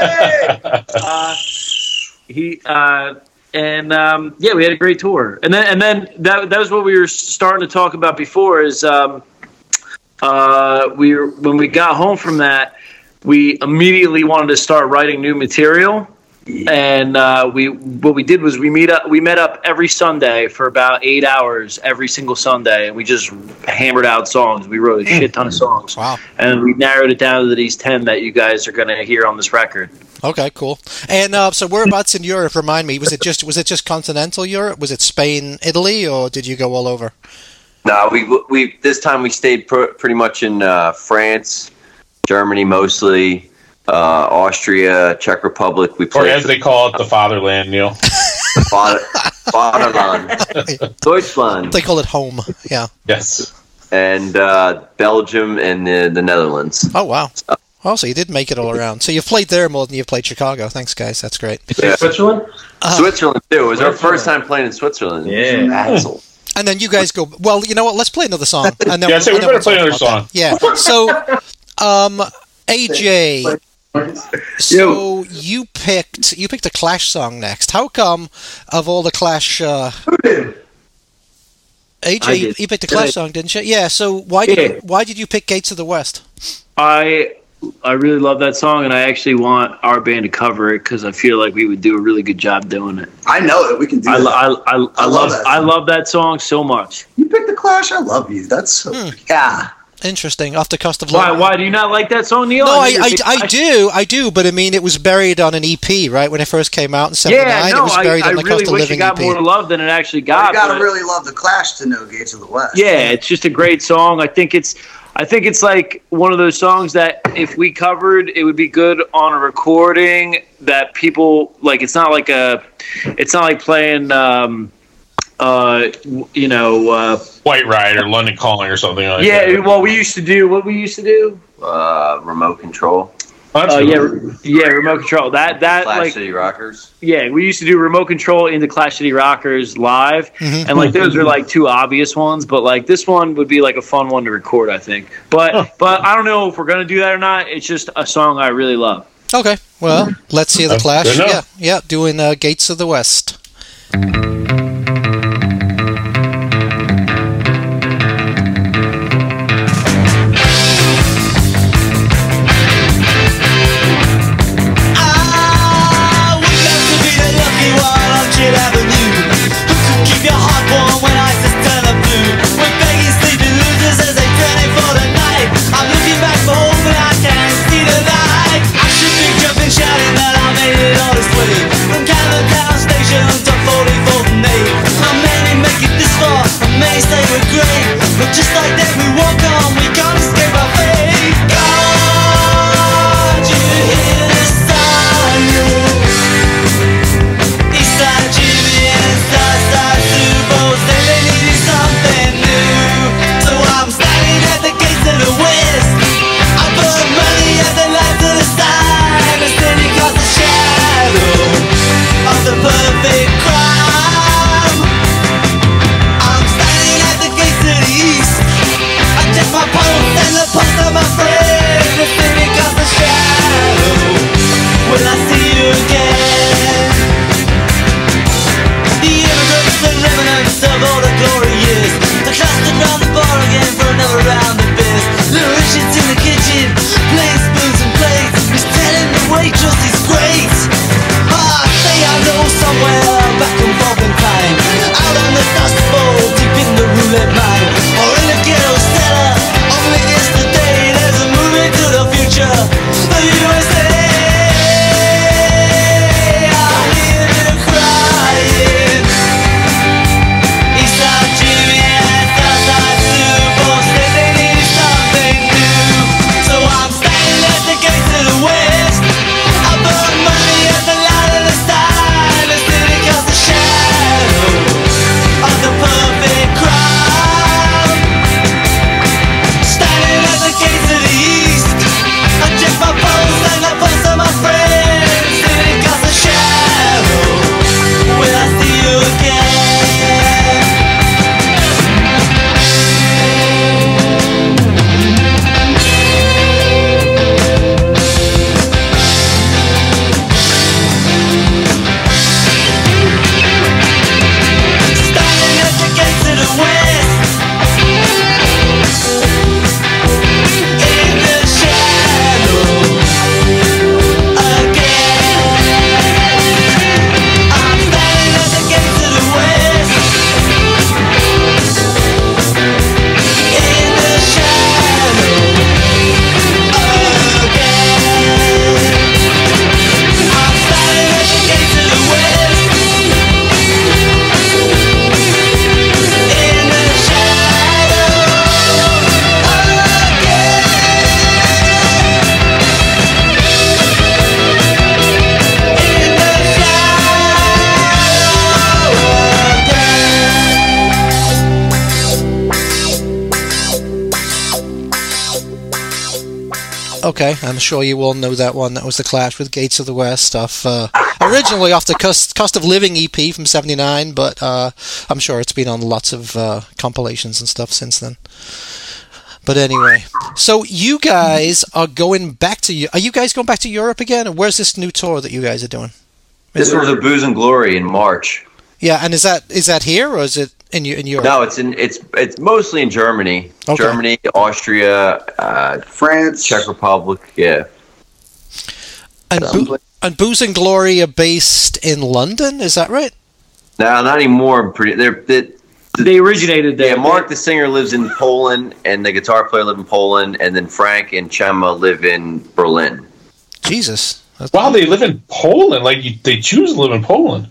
Speaker 4: Uh, he uh, and um, yeah, we had a great tour, and then and then that that was what we were starting to talk about before. Is um, uh, we were, when we got home from that, we immediately wanted to start writing new material, and uh, we what we did was we meet up we met up every Sunday for about eight hours every single Sunday, and we just hammered out songs. We wrote a shit ton of songs,
Speaker 3: Wow.
Speaker 4: and we narrowed it down to these ten that you guys are going to hear on this record.
Speaker 3: Okay, cool. And uh, so whereabouts in Europe? Remind me. Was it just was it just continental Europe? Was it Spain, Italy, or did you go all over?
Speaker 7: No, we we this time we stayed pr- pretty much in uh, France, Germany mostly, uh, Austria, Czech Republic. We
Speaker 2: Or
Speaker 7: played
Speaker 2: as they call it, the fatherland, Neil.
Speaker 7: Bad- Baden, Deutschland,
Speaker 3: They call it home. Yeah.
Speaker 2: Yes.
Speaker 7: and uh, Belgium and the, the Netherlands.
Speaker 3: Oh wow. Oh, so you did make it all around. So you've played there more than you've played Chicago. Thanks, guys. That's great.
Speaker 7: Yeah.
Speaker 9: Switzerland?
Speaker 7: Switzerland too. It was our first time playing in Switzerland.
Speaker 9: Yeah.
Speaker 7: Asshole.
Speaker 3: And then you guys go. Well, you know what? Let's play another song. And then,
Speaker 2: Yeah, so we
Speaker 3: and then
Speaker 2: better
Speaker 3: we'll
Speaker 2: play
Speaker 3: talk
Speaker 2: another
Speaker 3: about that. Yeah. So, um, AJ, so you picked you picked a Clash song next. How come of all the Clash? Uh,
Speaker 4: I
Speaker 3: AJ,
Speaker 4: did.
Speaker 3: you picked a Clash song, didn't you? Yeah. So why did
Speaker 4: Yeah.
Speaker 3: why did you pick Gates of the West?
Speaker 4: I I really love that song, and I actually want our band to cover it because I feel like we would do a really good job doing it.
Speaker 8: I know it. We can do
Speaker 4: I,
Speaker 8: that.
Speaker 4: lo- I, I, I, love
Speaker 8: love that
Speaker 4: I love that song so much.
Speaker 8: you picked the Clash. I love you. That's so, yeah.
Speaker 3: Interesting. After cost of
Speaker 4: Why
Speaker 3: love.
Speaker 4: Why do you not like that song, Neil?
Speaker 3: No, I,
Speaker 4: knew
Speaker 3: I,
Speaker 4: you'd
Speaker 3: I
Speaker 4: pick-
Speaker 3: do, I do, but I mean, it was buried on an EP, right? When it first came out in '79,
Speaker 4: Yeah,
Speaker 3: it
Speaker 4: no,
Speaker 3: was
Speaker 4: I,
Speaker 3: buried
Speaker 4: I
Speaker 3: on the
Speaker 4: really
Speaker 3: Cost of
Speaker 4: wish it
Speaker 3: Living E
Speaker 4: got
Speaker 3: EP.
Speaker 4: more love than it actually
Speaker 8: You
Speaker 4: got.
Speaker 8: gotta
Speaker 4: but-
Speaker 8: really love the Clash to know Gates of the West.
Speaker 4: yeah, it's just a great song. I think it's I think it's like one of those songs that if we covered, it would be good on a recording that people like. It's not like a, it's not like playing, um, uh, you know, uh,
Speaker 2: White Ride or London Calling or something like
Speaker 4: yeah.
Speaker 2: that.
Speaker 4: Well, we used to do what we used to do.
Speaker 7: Uh, remote control.
Speaker 2: That's
Speaker 4: Uh,
Speaker 2: cool.
Speaker 4: yeah, re- yeah, remote control. That that
Speaker 7: Flash
Speaker 4: like
Speaker 7: City Rockers.
Speaker 4: yeah, we used to do remote control into Clash City Rockers live, and like those are like two obvious ones, but like this one would be like a fun one to record, I think. But but I don't know if we're gonna do that or not. It's just a song I really love.
Speaker 3: Okay, well, let's hear the
Speaker 2: That's
Speaker 3: Clash.
Speaker 2: good
Speaker 3: Yeah,
Speaker 2: enough.
Speaker 3: yeah, doing uh, Gates of the West.
Speaker 6: Shouting that I made it all this way From Calabar Station to 44
Speaker 9: Ah,
Speaker 3: Okay, I'm sure you all know that one. That was the Clash with Gates of the West stuff. Uh, originally off the cost, cost of Living EP from '79, but uh, I'm sure it's been on lots of uh, compilations and stuff since then. But anyway, so you guys are going back to Eu- are you guys going back to Europe again? And where's this new tour that you guys are doing?
Speaker 7: This was a booze and glory in March.
Speaker 3: Yeah, and is that is that here or is it in Eu- in Europe?
Speaker 7: No, it's in it's it's mostly in Germany,
Speaker 3: Okay.
Speaker 7: Germany, Austria, uh,
Speaker 8: France.
Speaker 7: Czech Republic. Yeah,
Speaker 3: and, Boo- and Booze and Glory are based in London. Is that right?
Speaker 7: no, not anymore. I'm Pretty, they're, they
Speaker 4: They originated
Speaker 7: yeah.
Speaker 4: there.
Speaker 7: Mark, the singer, lives in Poland, and the guitar player live in Poland, and then Frank and Chema live in Berlin.
Speaker 3: Jesus. That's-
Speaker 2: Wow, they live in Poland. Like you, they choose to live in Poland.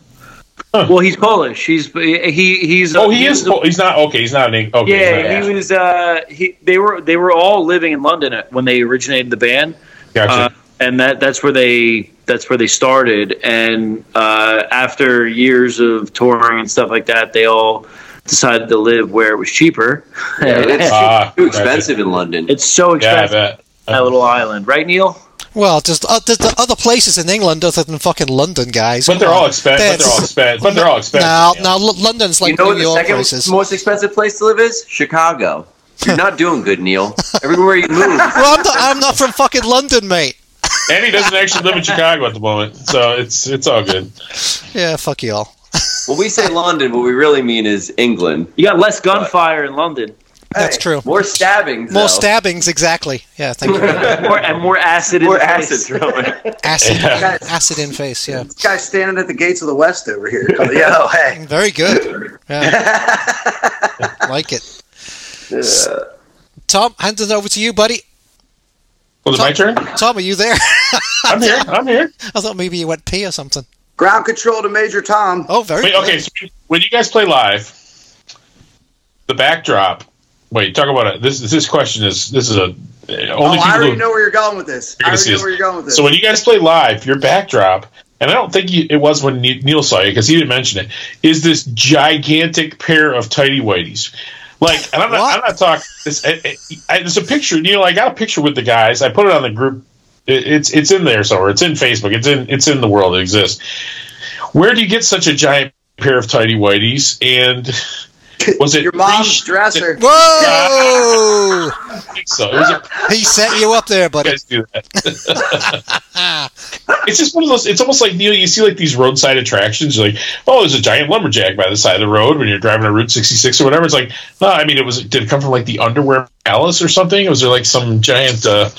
Speaker 4: Well, he's Polish. He's he he's
Speaker 2: Oh, he is.
Speaker 4: was a-
Speaker 2: Po- he's not okay. He's not an. Eng- Okay, he's not
Speaker 4: Yeah, he
Speaker 2: English.
Speaker 4: was. Uh, he they were they were all living in London at- when they originated the band,
Speaker 2: Gotcha.
Speaker 4: uh, and that that's where they that's where they started. And uh, after years of touring and stuff like that, they all decided to live where it was cheaper.
Speaker 7: And it's
Speaker 2: Ah,
Speaker 7: too expensive in London.
Speaker 4: it's so
Speaker 2: yeah, I
Speaker 4: expensive
Speaker 2: bet.
Speaker 4: that little island, right, Neil?
Speaker 3: Well, there's, uh, there's the other places in England other than fucking London, guys.
Speaker 2: But they're all expensive. But
Speaker 3: That's-
Speaker 2: they're all expensive. But they're all expensive.
Speaker 3: Now,
Speaker 2: yeah.
Speaker 3: now L- London's like
Speaker 7: you know what
Speaker 3: New
Speaker 7: the
Speaker 3: York
Speaker 7: second
Speaker 3: prices.
Speaker 7: most expensive place to live is? Chicago. You're not doing good, Neil. Everywhere you move,
Speaker 3: well, I'm not, I'm not from fucking London, mate.
Speaker 2: And he doesn't actually live in Chicago at the moment, so it's it's all good.
Speaker 3: Yeah, fuck y'all.
Speaker 7: when we say London, what we really mean is England.
Speaker 4: You got less gunfire in London,
Speaker 3: That's
Speaker 7: Hey,
Speaker 3: true.
Speaker 7: More stabbings.
Speaker 3: More
Speaker 7: though.
Speaker 3: stabbings, exactly. Yeah, thank you.
Speaker 4: more, and more acid.
Speaker 7: More
Speaker 4: in the face.
Speaker 7: acid throwing.
Speaker 3: Acid,
Speaker 2: Yeah.
Speaker 3: acid in face. Yeah,
Speaker 8: This guy's standing at the gates of the West over here. Yo, Oh, hey.
Speaker 3: very good. Yeah. like it. S- Tom, hand it over to you, buddy.
Speaker 2: Was it my turn?
Speaker 3: Tom, are you there?
Speaker 2: I'm here. I'm here.
Speaker 3: I thought maybe you went pee or something.
Speaker 8: Ground control to Major Tom.
Speaker 3: Oh, very
Speaker 2: Wait,
Speaker 3: good.
Speaker 2: okay. So when you guys play live, the backdrop. Wait, talk about it. This this question is this is a
Speaker 8: Oh,
Speaker 2: only
Speaker 8: I
Speaker 2: people
Speaker 8: already
Speaker 2: who,
Speaker 8: know where you're going with this. I
Speaker 2: gonna
Speaker 8: already
Speaker 2: see
Speaker 8: know
Speaker 2: this.
Speaker 8: where you're going with this.
Speaker 2: So when you guys play live, your backdrop, and I don't think you, it was when Ne- Neil saw you because he didn't mention it, is this gigantic pair of tidy whities. Like, and I'm not,
Speaker 3: What?
Speaker 2: I'm not talking. This, I, I, I- there's a picture. Neil, I got a picture with the guys. I put it on the group. It, it's it's in there somewhere. It's in Facebook. It's in it's in the world. It exists. Where do you get such a giant pair of tidy whities? And was it
Speaker 8: Your mom's
Speaker 2: pre-
Speaker 8: dresser.
Speaker 3: Whoa!
Speaker 2: I think So it was a
Speaker 3: he set you up there, buddy.
Speaker 2: guys do that. it's just one of those. It's almost like Neil. You see like these roadside attractions. You're like, oh, there's a giant lumberjack by the side of the road when you're driving on Route 66 or whatever. It's like, no, I mean, it was. Did it come from like the underwear palace or something? Was there like some giant uh,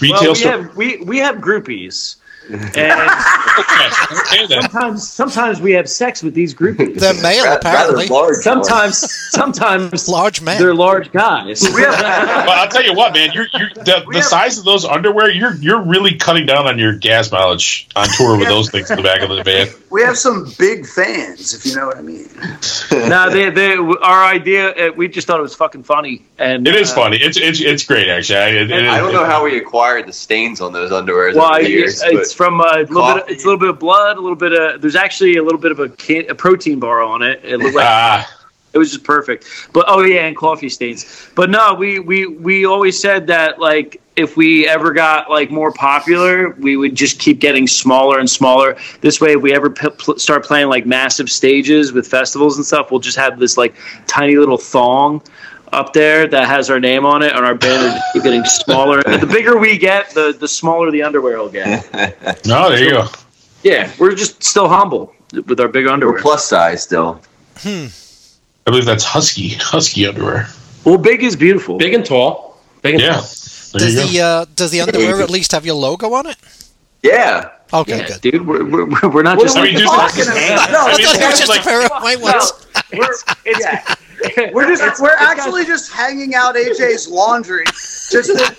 Speaker 2: retail
Speaker 4: Well, we
Speaker 2: store?
Speaker 4: have we we have groupies, and
Speaker 2: Okay, okay then.
Speaker 4: sometimes sometimes we have sex with these groupies.
Speaker 3: They're male,
Speaker 7: Ra- rather
Speaker 3: apparently.
Speaker 7: large.
Speaker 4: Sometimes, sometimes
Speaker 3: Large man.
Speaker 4: they're large guys.
Speaker 2: Well, I'll tell you what, man. You're, you're the, the size of those underwear. You're you're really cutting down on your gas mileage on tour with those things in the back of the van.
Speaker 8: We have some big fans, if you know what I mean.
Speaker 4: no, they, they, our idea, uh, we just thought it was fucking funny, and
Speaker 2: It is
Speaker 4: uh,
Speaker 2: funny. It's it's it's great actually. I, it, it is-
Speaker 7: I don't know how we acquired the stains on those underwears
Speaker 4: Well,
Speaker 7: over
Speaker 4: I-
Speaker 7: the years.
Speaker 4: it's, it's from uh, a little bit. Of,
Speaker 7: Coffee.
Speaker 4: it's a little bit of blood, a little bit of. There's actually a little bit of a, can, a protein bar on it. It looked like
Speaker 2: Ah.
Speaker 4: It was just perfect. But oh yeah, and coffee stains. But no, we we we always said that like if we ever got like more popular, we would just keep getting smaller and smaller. This way, if we ever p- pl- start playing like massive stages with festivals and stuff, we'll just have this like tiny little thong up there that has our name on it, and our band will just keep getting smaller. the bigger we get, the the smaller the underwear will get.
Speaker 2: No, there you go.
Speaker 4: Yeah, we're just still humble with our big
Speaker 7: We're
Speaker 4: underwear.
Speaker 7: plus size still.
Speaker 2: I believe that's husky, husky underwear.
Speaker 4: Well, big is beautiful.
Speaker 9: Big and tall. Big and
Speaker 2: Yeah,
Speaker 9: tall.
Speaker 2: there
Speaker 3: does
Speaker 2: you go.
Speaker 3: the uh, does the underwear at least have your logo on it?
Speaker 7: Yeah.
Speaker 3: Okay,
Speaker 4: Yeah,
Speaker 3: good.
Speaker 4: dude, we're, we're, we're not
Speaker 7: What
Speaker 4: just
Speaker 7: are
Speaker 2: I
Speaker 4: like
Speaker 2: mean, dude,
Speaker 8: talking
Speaker 2: this-
Speaker 8: about? No,
Speaker 2: I
Speaker 3: I
Speaker 2: mean,
Speaker 3: thought it was
Speaker 2: this is
Speaker 3: just a
Speaker 2: like,
Speaker 3: pair of white ones.
Speaker 4: we're, it's,
Speaker 8: We're just
Speaker 4: It's-
Speaker 8: we're
Speaker 4: it's got-
Speaker 8: actually just hanging out AJ's laundry. Just to,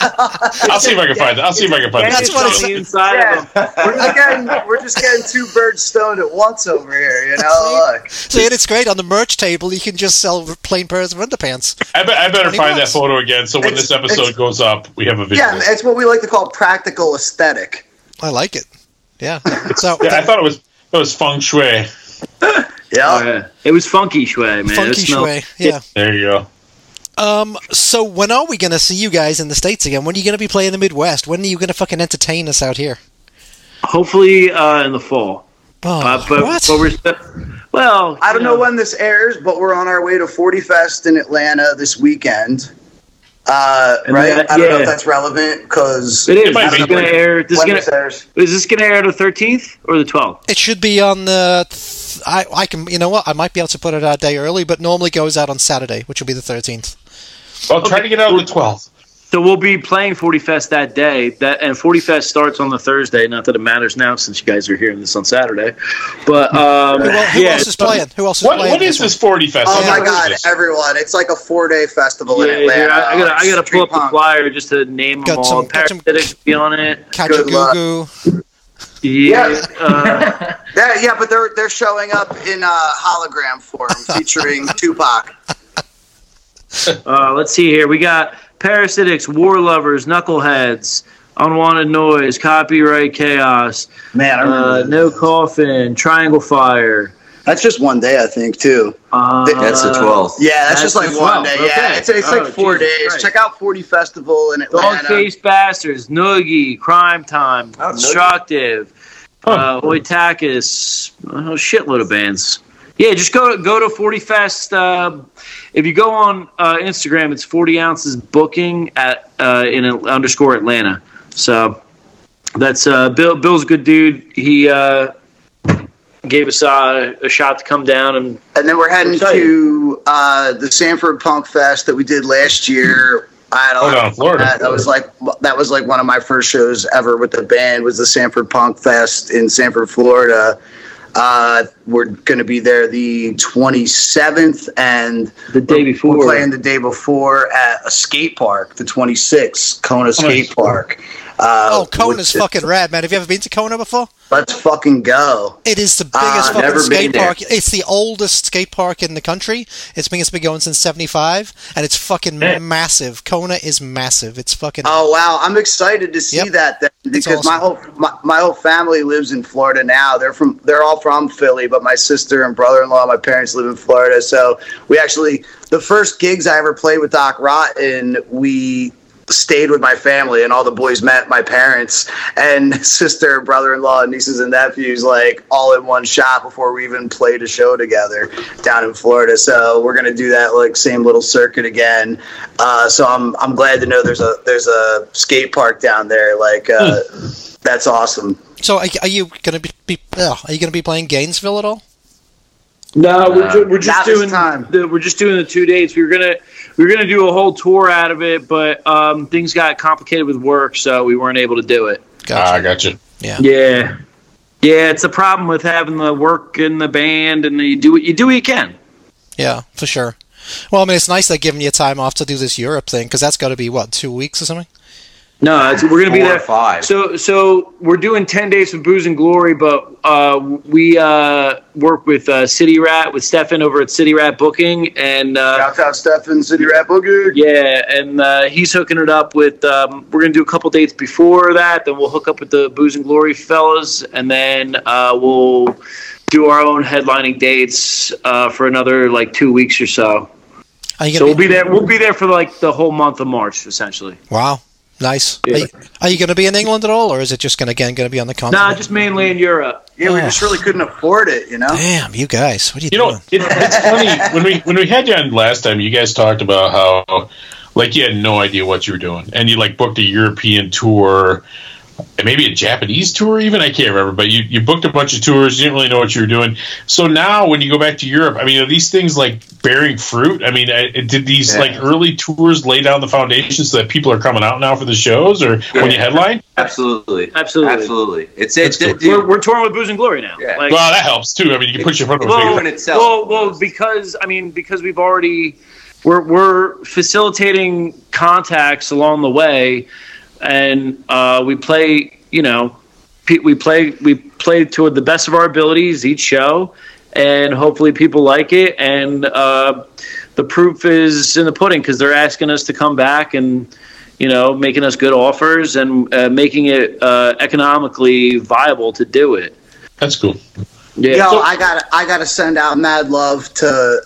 Speaker 8: uh,
Speaker 2: I'll see if I can find that. I'll see if I can find that.
Speaker 3: That's what
Speaker 4: on
Speaker 3: it's-
Speaker 4: the inside of them.
Speaker 8: yeah, we're just getting we're just getting two birds stoned at once over here. You know, Look.
Speaker 3: See, and it's great on the merch table. You can just sell plain pairs of underpants.
Speaker 2: I, bet, I better
Speaker 3: Twenty
Speaker 2: find that
Speaker 3: bucks.
Speaker 2: photo again. So when
Speaker 8: It's-
Speaker 2: this episode
Speaker 8: it's-
Speaker 2: goes up, we have a video.
Speaker 8: yeah, it's what we like to call practical aesthetic.
Speaker 3: I like it. Yeah. So
Speaker 2: Yeah, I thought it was it was feng shui.
Speaker 8: Yeah,
Speaker 4: It was funky shui, man. It
Speaker 3: funky
Speaker 4: smelled-
Speaker 3: shui. Yeah.
Speaker 2: There you go.
Speaker 3: Um, so when are we going to see you guys in the states again? When are you going to be playing the Midwest? When are you going to fucking entertain us out here?
Speaker 4: Hopefully uh, in the fall.
Speaker 3: Oh,
Speaker 4: Uh, but,
Speaker 3: what?
Speaker 4: but we're still, well,
Speaker 8: I don't
Speaker 4: you
Speaker 8: know when this airs, but we're on our way to 40 Fest in Atlanta this weekend. Uh,
Speaker 4: And
Speaker 8: right?
Speaker 4: that-
Speaker 8: I don't know
Speaker 4: yeah.
Speaker 8: if that's relevant because
Speaker 4: It is.
Speaker 2: might
Speaker 4: This
Speaker 2: be.
Speaker 4: is going to air. This is
Speaker 8: when
Speaker 4: going
Speaker 8: this
Speaker 4: to.
Speaker 8: airs.
Speaker 4: Is this going to air the thirteenth or the twelfth?
Speaker 3: It should be on the. Th- I I can you know what I might be able to put it out a day early, but normally goes out on Saturday, which will be the thirteenth.
Speaker 2: Well, try to get out on the twelfth.
Speaker 4: So we'll be playing Forty Fest that day. That and Forty Fest starts on the Thursday. Not that it matters now, since you guys are hearing this on Saturday. But um,
Speaker 3: Who, el- Hmm. who
Speaker 4: yeah,
Speaker 3: else is
Speaker 4: so-
Speaker 3: playing? Who else is
Speaker 2: What,
Speaker 3: playing?
Speaker 2: what is this forty fest?
Speaker 8: Oh
Speaker 3: Yeah.
Speaker 8: my God, everyone. It's like a four day festival
Speaker 4: Yeah,
Speaker 8: in Atlanta.
Speaker 4: yeah, I gotta, I gotta
Speaker 8: Street
Speaker 4: pull up the
Speaker 8: punk.
Speaker 4: flyer just to name them
Speaker 3: Got
Speaker 4: all.
Speaker 3: some- got some-
Speaker 4: Parasitics be on it.
Speaker 3: Catch a
Speaker 8: Good
Speaker 3: goo
Speaker 8: luck.
Speaker 3: goo.
Speaker 4: Yeah,
Speaker 8: Yeah.
Speaker 4: uh,
Speaker 8: Yeah, yeah, but they're they're showing up in uh, hologram form featuring Tupac.
Speaker 4: uh, let's see here. We got Parasitics, War Lovers, Knuckleheads, Unwanted Noise, Copyright Chaos,
Speaker 8: Man, I remember
Speaker 4: uh,
Speaker 8: that.
Speaker 4: No Coffin, Triangle Fire.
Speaker 8: that's just one day, I think, too.
Speaker 4: Uh,
Speaker 7: That's the 12th.
Speaker 8: Yeah,
Speaker 4: That's
Speaker 8: that's, just like
Speaker 4: just
Speaker 8: one
Speaker 4: wild.
Speaker 8: day.
Speaker 4: Okay.
Speaker 8: Yeah, it's, it's
Speaker 4: Oh,
Speaker 8: like four
Speaker 4: Jesus
Speaker 8: days.
Speaker 4: Christ.
Speaker 8: Check out Forty Festival in Atlanta.
Speaker 4: Dogface Bastards, Noogie, Crime Time,
Speaker 7: Oh, Noogie.
Speaker 4: Destructive, uh, Oitakis, oh, shitload of bands. Yeah, just go go to Forty Fest. Uh, if you go on uh, Instagram, it's Forty Ounces Booking at uh, in a, underscore Atlanta. So that's uh, Bill. Bill's a good dude. He uh, gave us uh, a shot to come down and
Speaker 8: And then we're heading
Speaker 4: I'll tell
Speaker 8: to uh, the Sanford Punk Fest that we did last year. I don't
Speaker 2: Oh, down in Florida.
Speaker 8: That, that was like that was like one of my first shows ever with the band was the Sanford Punk Fest in Sanford, Florida. Uh, we're going to be there the 27th, and
Speaker 4: the day before.
Speaker 8: we're playing the day before at a skate park, the 26th, Kona Skate Park. Uh,
Speaker 3: Oh, Kona's
Speaker 8: which-
Speaker 3: fucking rad, man. Have you ever been to Kona before?
Speaker 8: Let's fucking go.
Speaker 3: It is the
Speaker 8: Ah,
Speaker 3: biggest fucking
Speaker 7: never been
Speaker 3: skate
Speaker 7: there.
Speaker 3: park. It's the oldest skate park in the country. It's been it's been going since '75, and it's fucking
Speaker 2: Yeah.
Speaker 3: massive. Kona is massive. It's fucking.
Speaker 8: Oh wow, I'm excited to see
Speaker 3: Yep.
Speaker 8: that then because my
Speaker 3: awesome.
Speaker 8: whole my, my whole family lives in Florida now. They're from they're all from Philly, but my sister and brother-in-law, my parents live in Florida. So we actually the first gigs I ever played with Doc Rotten, we stayed with my family and all the boys met my parents and sister brother-in-law and nieces and nephews like all in one shot before we even played a show together down in florida so we're going to do that like same little circuit again uh, so I'm, I'm glad to know there's a there's a skate park down there like uh, that's awesome
Speaker 3: So are, are you gonna be, be ugh, are you gonna be playing Gainesville at all?
Speaker 4: No, we're, ju- we're
Speaker 8: not
Speaker 4: just
Speaker 8: this
Speaker 4: doing
Speaker 8: time.
Speaker 4: The, we're just doing the two dates. We were gonna we were gonna do a whole tour out of it, but um, things got complicated with work, so we weren't able to do it.
Speaker 2: Ah,
Speaker 3: Gotcha.
Speaker 2: I got you.
Speaker 4: Yeah, yeah, it's a problem with having the work in the band, and you do what you do what you can.
Speaker 3: yeah, for sure. Well, I mean, it's nice they're giving you time off to do this Europe thing because that's got to be what two weeks or something.
Speaker 4: No, it's, we're gonna be
Speaker 7: Four or
Speaker 4: there
Speaker 7: five.
Speaker 4: So so we're doing ten days of booze and glory, but uh, we uh, work with uh, City Rat with Stefan over at City Rat Booking, and uh,
Speaker 8: shout out stefan city rap boogie
Speaker 4: Yeah, and uh, he's hooking it up with. Um, we're gonna do a couple dates before that. Then we'll hook up with the Booze and Glory fellas, and then uh, we'll do our own headlining dates uh, for another like two weeks or so.
Speaker 3: Are you
Speaker 4: So
Speaker 3: gonna
Speaker 4: we'll be there. We'll be there for like the whole month of March, essentially.
Speaker 3: Wow, nice. Are, you, are you gonna be in England at all, or is it just gonna again gonna be on the continent?
Speaker 4: Nah, just mainly in Europe.
Speaker 8: yeah we just really couldn't afford it you know
Speaker 3: Damn, you guys, what are you,
Speaker 2: You know,
Speaker 3: doing?
Speaker 2: it, it's funny when we when we had you on last time. You guys talked about how like you had no idea what you were doing, and you like booked a European tour, and maybe a Japanese tour, even I can't remember. But you you booked a bunch of tours. You didn't really know what you were doing. So now when you go back to Europe, I mean, are these things like bearing fruit? I mean, I, did these
Speaker 7: Yeah.
Speaker 2: like early tours lay down the foundation so that people are coming out now for the shows or when you headline?
Speaker 7: Absolutely.
Speaker 4: Absolutely.
Speaker 7: Absolutely. It's it.
Speaker 2: cool.
Speaker 7: dude, dude,
Speaker 4: We're, we're touring with Booze and Glory now.
Speaker 7: Yeah.
Speaker 4: Like-
Speaker 2: Well, that helps too. I mean, you can put your foot on the
Speaker 7: Well-
Speaker 2: table.
Speaker 7: in itself.
Speaker 4: Oh. Well, well, because I mean, because we've already we're we're facilitating contacts along the way, and uh, we play. You know, pe- we play we play to the best of our abilities each show, and hopefully people like it. And uh, the proof is in the pudding because they're asking us to come back and. You know, making us good offers and uh, making it uh, economically viable to do it.
Speaker 2: That's cool.
Speaker 4: Yeah,
Speaker 8: Yo, I got to I got to send out mad love to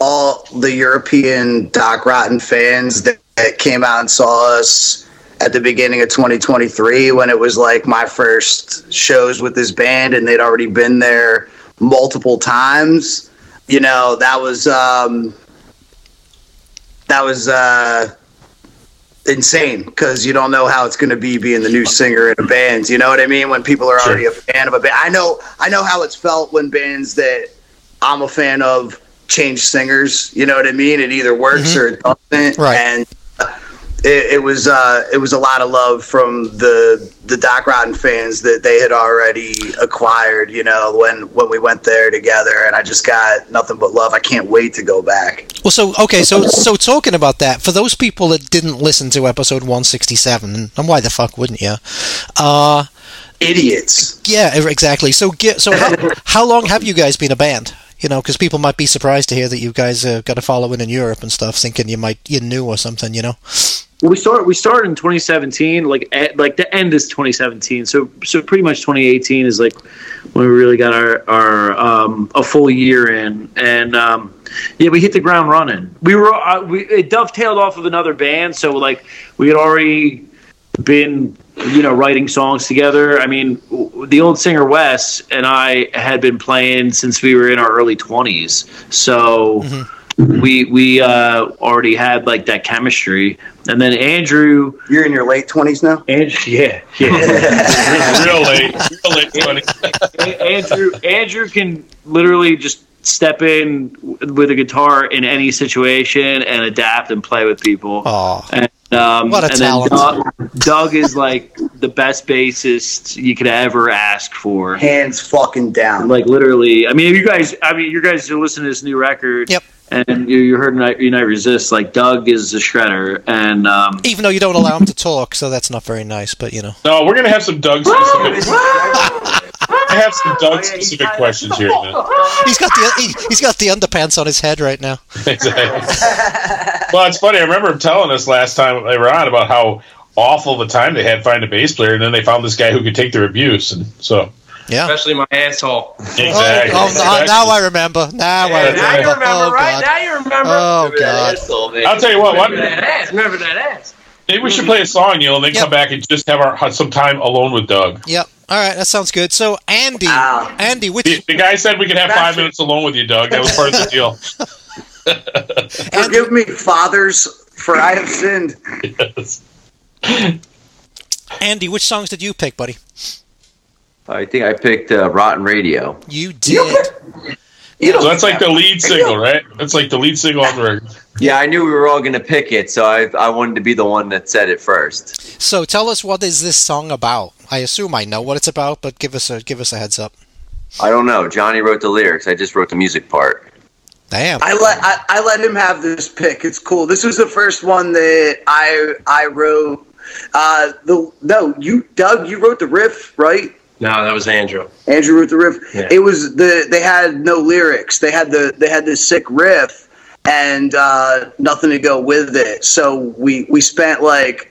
Speaker 8: all the European Doc Rotten fans that, that came out and saw us at the beginning of 2023 when it was like my first shows with this band and they'd already been there multiple times. You know, that was um, that was uh, insane because you don't know how it's going to be being the new singer in a band. You know what I mean? When people are already a fan of a band, I know I know how it's felt when bands that I'm a fan of change singers. You know what I mean? It either works or it doesn't.
Speaker 3: Right.
Speaker 8: And uh, it, it was uh, it was a lot of love from the the Doc Rotten fans that they had already acquired. You know, when when we went there together, and I just got nothing but love. I can't wait to go back.
Speaker 3: Well, so okay, so so talking about that, for those people that didn't listen to episode one sixty seven, and why the fuck wouldn't you? Uh,
Speaker 8: Idiots.
Speaker 3: yeah, e- exactly. So get so how, how long have you guys been a band? You know, because people might be surprised to hear that you guys uh, got a following in Europe and stuff, thinking you might you're new or something. You know,
Speaker 4: Well, we start we started in 2017 like at, like the end is 2017 so so pretty much 2018 is like when we really got our our um, a full year in and um, yeah we hit the ground running we were uh, we it dovetailed off of another band so like we had already been you know writing songs together i mean w- the old singer wes and i had been playing since we were in our early 20s so we we uh, already had like that chemistry, and then Andrew,
Speaker 8: You're in your late twenties now.
Speaker 4: Andrew yeah, yeah.
Speaker 2: real late, real late. Funny.
Speaker 4: A- Andrew Andrew can literally just step in w- with a guitar in any situation and adapt and play with people.
Speaker 3: oh,
Speaker 4: And, um,
Speaker 3: What a
Speaker 4: and
Speaker 3: talent.
Speaker 4: Then Doug, Doug is like the best bassist you could ever ask for.
Speaker 8: Hands fucking down.
Speaker 4: Like literally, I mean, if you guys, I mean, you guys are listening to this new record.
Speaker 3: Yep.
Speaker 4: And you, you heard Unite, Unite Resist. Like Doug is a shredder, and um,
Speaker 3: even though you don't allow him to talk, so that's not very nice. But you know,
Speaker 2: No, we're gonna have some Doug specific. I have some Doug specific questions here. man.
Speaker 3: he's got the he, he's got the underpants on his head right now.
Speaker 2: Exactly. well, it's funny. I remember him telling us last time they were on about how awful the time they had find a bass player, and then they found this guy who could take their abuse, and so
Speaker 3: Yeah.
Speaker 9: especially my asshole.
Speaker 2: exactly.
Speaker 3: Oh, oh, now- now I remember. Now I
Speaker 9: Yeah,
Speaker 3: remember.
Speaker 9: now you remember,
Speaker 3: oh,
Speaker 9: right?
Speaker 3: God.
Speaker 9: Now you remember.
Speaker 3: Oh God!
Speaker 2: will tell you what.
Speaker 9: remember
Speaker 2: Why,
Speaker 9: that ass. Remember that ass.
Speaker 2: maybe we should play a song, you know, and then
Speaker 3: Yep.
Speaker 2: come back and just have our have some time alone with Doug.
Speaker 3: Yep. All right, that sounds good. So Andy,
Speaker 8: Ah.
Speaker 3: Andy,
Speaker 2: The,
Speaker 3: which
Speaker 2: the guy said we could have five
Speaker 8: That's it.
Speaker 2: minutes alone with you, Doug. That was part of the deal.
Speaker 8: Forgive me, fathers, for I have sinned.
Speaker 2: Yes.
Speaker 3: Andy, which songs did you pick, buddy?
Speaker 7: I think I picked uh, Rotten Radio.
Speaker 3: You did.
Speaker 8: You
Speaker 2: So
Speaker 8: don't
Speaker 2: that's like the lead single, right? That's like the lead single on the record.
Speaker 7: Yeah, I knew we were all going to pick it, so I, I wanted to be the one that said it first.
Speaker 3: So tell us what is this song about? I assume I know what it's about, but give us a give us a heads up.
Speaker 7: I don't know. Johnny wrote the lyrics. I just wrote the music part.
Speaker 3: Damn.
Speaker 8: I let I, I let him have this pick. It's cool. This was the first one that I I wrote. Uh, the no, you Doug, you wrote the riff, right?
Speaker 9: No, that was Andrew.
Speaker 8: Andrew wrote the riff.
Speaker 9: Yeah.
Speaker 8: It was the they had no lyrics. They had the they had this sick riff and uh, nothing to go with it. So we we spent like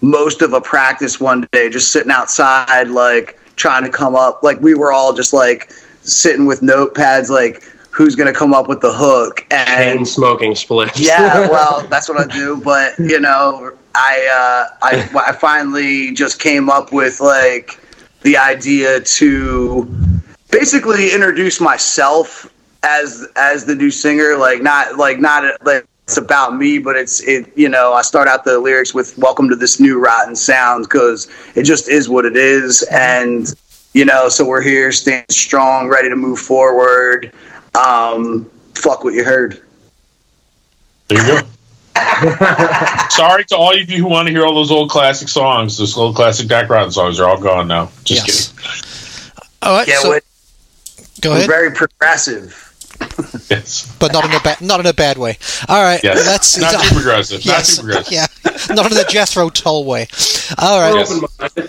Speaker 8: most of a practice one day just sitting outside, like trying to come up. Like we were all just like sitting with notepads, like who's gonna come up with the hook
Speaker 9: And,
Speaker 8: and
Speaker 9: smoking splits.
Speaker 8: yeah, well, that's what I do. But you know, I uh, I, I finally just came up with like the idea to basically introduce myself as as the new singer. Like not like not like it's about me, but it's it. You know, I start out the lyrics with "Welcome to this new rotten sound" because it just is what it is, and you know, so we're here, standing strong, ready to move forward. Um, fuck what you heard.
Speaker 2: There you go. Sorry to all of you who want to hear all those old classic songs. Those old classic Doc Rotten songs are all gone now. Just
Speaker 3: yes. All right.
Speaker 8: Yeah,
Speaker 3: so,
Speaker 8: what-
Speaker 3: go
Speaker 8: We're
Speaker 3: ahead,
Speaker 8: very progressive.
Speaker 2: kidding. Yes.
Speaker 3: but not in a bad not in a bad way. All right.
Speaker 2: Yes.
Speaker 3: Let's.
Speaker 2: Not too progressive. Not
Speaker 3: yes.
Speaker 2: too progressive.
Speaker 3: Yeah. Not in the Jethro Tull way. All right.
Speaker 2: Yes.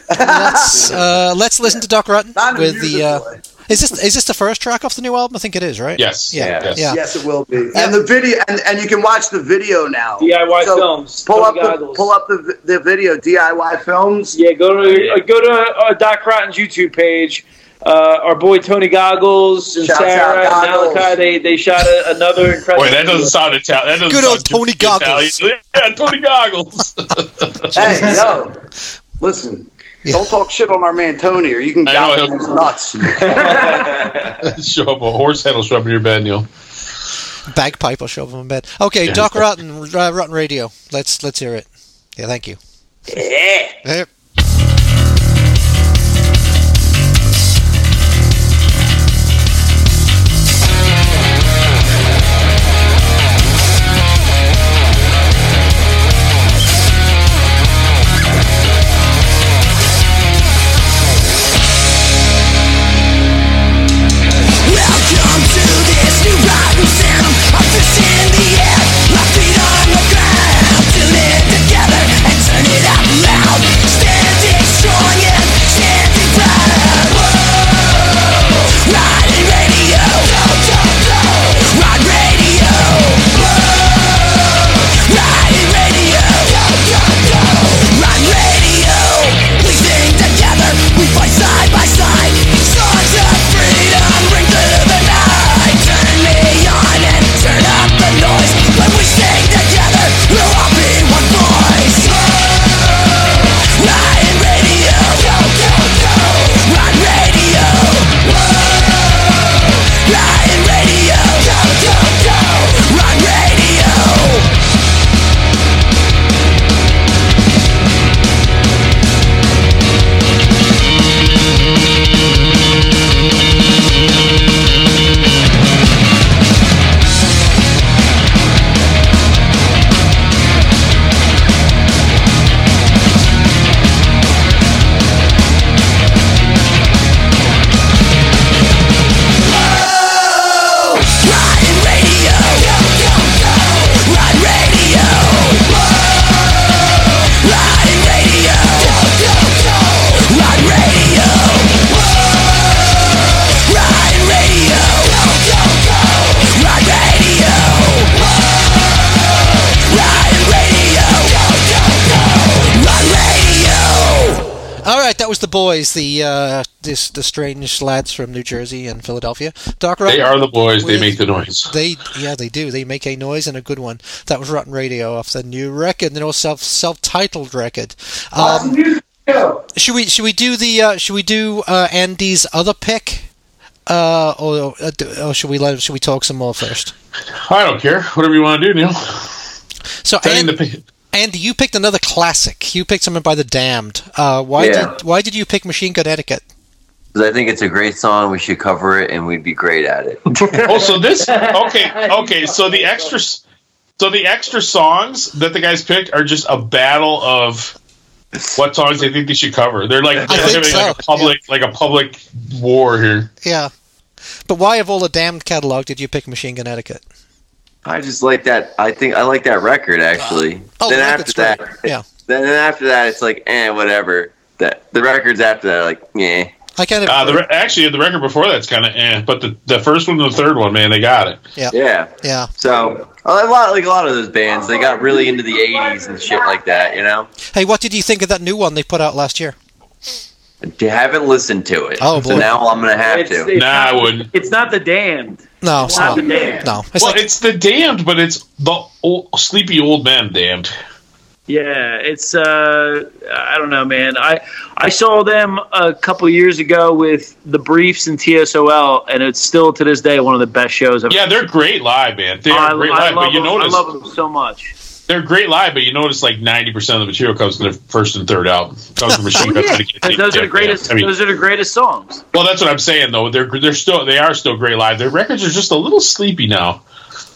Speaker 3: Let's uh, let's listen to Doc Rotten
Speaker 8: Not in a
Speaker 3: with the.
Speaker 8: musical
Speaker 3: Uh,
Speaker 8: way.
Speaker 3: is this is this the first track off the new album? I think it is, right?
Speaker 2: Yes.
Speaker 3: Yeah.
Speaker 2: Yes.
Speaker 3: Yeah.
Speaker 8: Yes, it will be. And the video, and, and you can watch the video now.
Speaker 9: DIY
Speaker 8: So,
Speaker 9: films.
Speaker 8: Pull up,
Speaker 9: Tony
Speaker 8: the,
Speaker 9: Goggles.
Speaker 8: pull up the, the video. DIY films.
Speaker 9: Yeah, go to uh, go to uh, Doc Rotten's YouTube page.
Speaker 4: Uh, our boy Tony Goggles and
Speaker 8: Shouts out
Speaker 4: Sarah and
Speaker 8: Goggles.
Speaker 4: Malachi, they, they shot a, another incredible.
Speaker 2: Boy, that doesn't sound Italian. That doesn't
Speaker 3: Good old
Speaker 2: sound too
Speaker 3: Tony Goggles.
Speaker 2: Italian. Yeah, Tony Goggles.
Speaker 8: Hey, yo, listen. Don't talk shit on our man Tony, or you can
Speaker 2: I know,
Speaker 8: gouge him
Speaker 2: he'll-
Speaker 8: nuts.
Speaker 2: show up a horse head will show up in your bed, Neil.
Speaker 3: Bagpipe, I'll shove him in bed. Okay, Doc Rotten, uh, Rotten Radio. Let's let's hear it. Yeah, thank you. Yeah.
Speaker 6: Welcome to this new rotten sound. Our fists in the air, our feet on the ground. Tune it together and turn it out loud. Standing strong and standing proud. Whoa, rotten radio. Go, go, go, rotten radio. Whoa, rotten radio. Go, go, go, rotten radio. We sing together, we fight side by side. Sons of freedom ring through the night. Turn me on and turn up the noise. When we sing together, we'll all be one voice. Oh, Ryan Radio, go go go, Ryan Radio. Whoa, Ryan Radio, go go go, Ryan Radio. Rotten radio, go go go! Rotten radio, whoa! Rotten radio, go go go! Rotten radio, whoa! Rotten radio, go go go! Rotten radio, whoa! Rotten radio, go go go! Rotten radio.
Speaker 3: All right, that was the boys, the uh, this the strange lads from New Jersey and Philadelphia. Doc Rotten.
Speaker 2: They are the boys. They
Speaker 3: With-
Speaker 2: make the noise.
Speaker 3: They yeah they do they make a noise and a good one. That was Rotten Radio off the new record, the self self titled record. Um, should we should we do the uh, should we do uh, Andy's other pick, uh, or, uh, do- or should we let him, should we talk some more first?
Speaker 2: I don't care. Whatever you want to do, Neil.
Speaker 3: So
Speaker 2: Turn
Speaker 3: and,
Speaker 2: the pa-
Speaker 3: Andy, you picked another classic. You picked something by the Damned. Uh, why
Speaker 7: Yeah.
Speaker 3: did why did you pick Machine Gun Etiquette?
Speaker 7: 'Cause I think it's a great song. We should cover it, and we'd be great at it.
Speaker 2: oh, so this okay, okay. So the extra, so the extra songs that the guys picked are just a battle of what songs they think they should cover. They're like,
Speaker 3: I
Speaker 2: they're
Speaker 3: think
Speaker 2: having like
Speaker 3: so,
Speaker 2: a public, like a public war here.
Speaker 3: Yeah. But why of all the damned catalog did you pick Machine Gun Etiquette?
Speaker 7: I just like that. I think I like that record actually.
Speaker 3: Oh,
Speaker 7: then
Speaker 3: the
Speaker 7: after
Speaker 3: record's
Speaker 7: that,
Speaker 3: great. Yeah.
Speaker 7: Then after that, it's like eh, whatever. That the records after that, are like yeah.
Speaker 3: I kind of
Speaker 2: Uh, the re- actually the record before that's kind of eh, but the, the first one and the third one, man, they got it.
Speaker 7: Yeah.
Speaker 3: yeah.
Speaker 7: So a lot like a lot of those bands, they got really into the '80s and shit like that. You know,
Speaker 3: Hey, what did you think of that new one they put out last year?
Speaker 7: they haven't listened to it.
Speaker 3: Oh, boy.
Speaker 7: So now I'm gonna have
Speaker 4: It's,
Speaker 7: to.
Speaker 4: it's
Speaker 2: Nah,
Speaker 4: not-
Speaker 2: I wouldn't.
Speaker 4: It's not the damned.
Speaker 3: No, it's
Speaker 4: Not
Speaker 3: not.
Speaker 4: the damned.
Speaker 3: No, it's
Speaker 2: well,
Speaker 3: like
Speaker 2: it's the damned, but it's the old, sleepy old man damned.
Speaker 4: Yeah, it's uh, I don't know, man. I I saw them a couple years ago with the Briefs and TSOL, and it's still to this day one of the best shows I've.
Speaker 2: Yeah, they're great live, man. They
Speaker 4: Oh, I,
Speaker 2: are
Speaker 4: I
Speaker 2: great
Speaker 4: love
Speaker 2: live, but you
Speaker 4: them.
Speaker 2: notice
Speaker 4: I love them so much.
Speaker 2: they're great live, but you notice like ninety percent of the material comes from the first and third album. Comes from Machine Gun Kelly.
Speaker 4: Because Oh, those are the greatest.
Speaker 2: I mean,
Speaker 4: those are the greatest songs.
Speaker 2: well, that's what I'm saying though. They're they're still they are still great live. Their records are just a little sleepy now.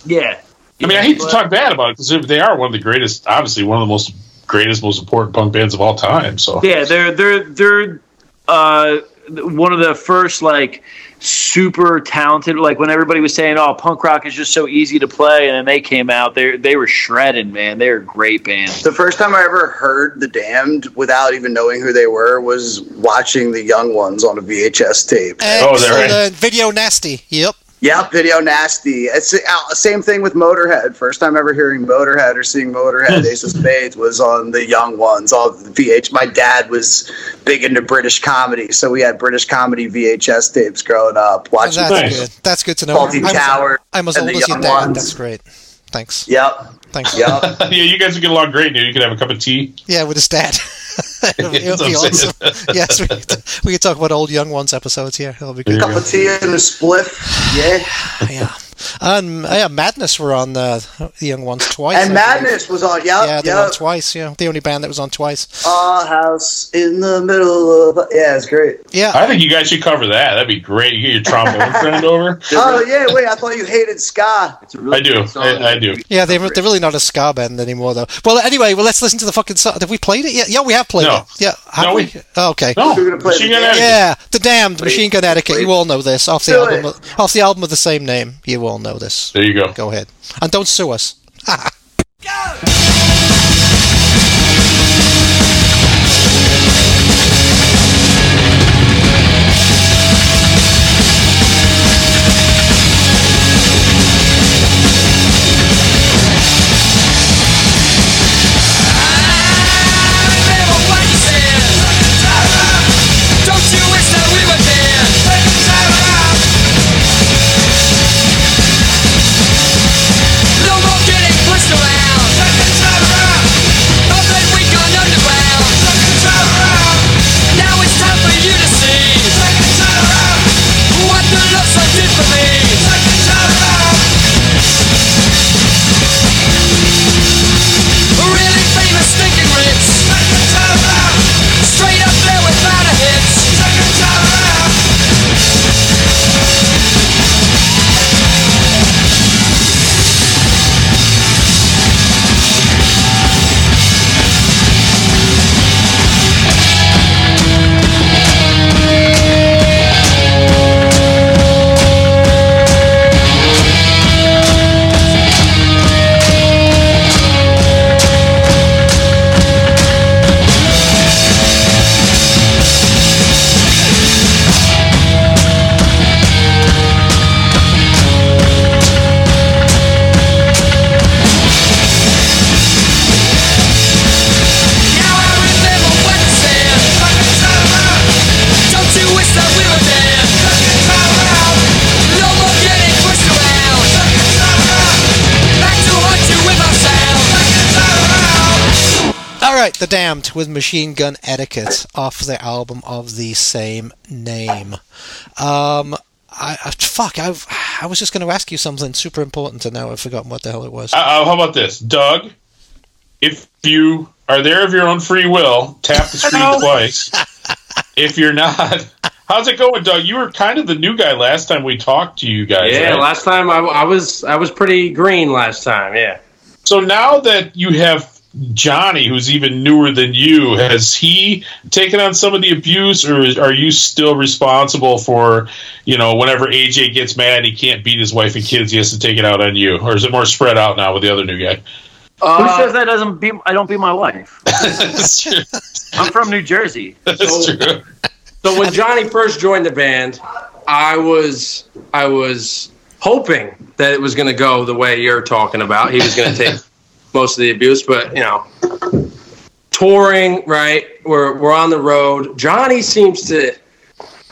Speaker 4: Yeah.
Speaker 2: I mean, I hate to talk bad about it because they are one of the greatest, obviously one of the most greatest, most important punk bands of all time. So
Speaker 4: Yeah, they're they're they're uh, one of the first like super talented. Like when everybody was saying, "Oh, punk rock is just so easy to play," and then they came out. They they were shredding, man. They're a great band.
Speaker 8: The first time I ever heard The Damned without even knowing who they were was watching The Young Ones on a VHS tape.
Speaker 2: Oh, they're
Speaker 3: excellent video nasty. Yep.
Speaker 8: Yeah, video nasty. It's uh, same thing with Motorhead. First time ever hearing Motorhead or seeing
Speaker 3: Hmm.
Speaker 8: Motorhead, Ace of Spades was on the Young Ones. All the VH. My dad was big into British comedy, so we had British comedy VHS tapes growing up.
Speaker 3: Oh,
Speaker 8: Watching
Speaker 3: that's
Speaker 2: Nice.
Speaker 3: good. That's good to know.
Speaker 8: Faulty
Speaker 3: I'm-
Speaker 8: Tower
Speaker 3: I'm as
Speaker 8: and
Speaker 3: old
Speaker 8: the
Speaker 3: as your
Speaker 8: Young
Speaker 3: dad.
Speaker 8: Ones.
Speaker 3: That's great. Thanks.
Speaker 8: Yep.
Speaker 3: Thanks. Yeah,
Speaker 8: Yep.
Speaker 2: yeah, you guys would get along great, dude. You could have a cup of tea.
Speaker 3: with his dad. It'll be- it'll be
Speaker 2: That's
Speaker 3: awesome.
Speaker 2: what
Speaker 3: yes, we could, we could talk about old young ones episodes here. That'll be good.
Speaker 8: Cup of tea and a spliff. Yeah.
Speaker 3: yeah. And uh, yeah, Madness were on the the young ones twice. I
Speaker 8: And
Speaker 3: believe.
Speaker 8: Madness oh, was on. Yep.
Speaker 3: Yeah, they were on
Speaker 8: yep.
Speaker 3: twice. Yeah, the only band that was on twice.
Speaker 8: Our house in the middle of. Yeah, it's great.
Speaker 3: Yeah,
Speaker 2: I think you guys should cover that. That'd be great. You get your trombone friend over.
Speaker 8: Oh yeah, wait. I thought you hated ska.
Speaker 7: It's a really
Speaker 2: I do.
Speaker 7: good song.
Speaker 2: I- I do.
Speaker 3: yeah, they were- they're really not a ska band anymore though. Well, anyway, well, let's listen to the fucking song. Have we played it? Yeah, yeah, we have played
Speaker 2: No.
Speaker 3: it. Yeah, have
Speaker 2: No,
Speaker 3: we?
Speaker 2: we-
Speaker 3: Oh, okay.
Speaker 2: No,
Speaker 8: We're gonna play
Speaker 2: Machine
Speaker 8: the
Speaker 2: Gun
Speaker 8: game.
Speaker 2: Etiquette.
Speaker 3: Yeah, the damned Machine Gun Etiquette. You all know this off the
Speaker 8: Do
Speaker 3: album, off the album of the same name. You all know this.
Speaker 2: There you go.
Speaker 3: Go ahead and don't sue us.
Speaker 6: Really famous stinking rips. Straight up there without a hitch. Now I remember what you said. Don't you wish that we were dead? No more getting pushed around. Back to haunt you with our sound.
Speaker 3: All right, The Damned with Machine Gun Etiquette off the album of the same name. Um, I, I fuck, I I was just going to ask you something super important, and now I've forgotten what the hell it was.
Speaker 2: Uh, uh, how about this, Doug? If you are there of your own free will, tap the screen twice. If you're not, how's it going, Doug? You were kind of the new guy last time we talked to you guys.
Speaker 9: Yeah,
Speaker 2: right?
Speaker 9: last time I, I was I was pretty green last time. Yeah.
Speaker 2: So now that you have Johnny, who's even newer than you, has he taken on some of the abuse, or is, are you still responsible for, you know, whenever AJ gets mad, he can't beat his wife and kids, he has to take it out on you, or is it more spread out now with the other new guy?
Speaker 4: Who says that doesn't be? I don't be my wife.
Speaker 2: that's true.
Speaker 4: I'm from New Jersey.
Speaker 2: That's true.
Speaker 9: So when Johnny first joined the band, I was I was hoping that it was going to go the way you're talking about. He was going to take most of the abuse, but you know, touring right, we're we're on the road. Johnny seems to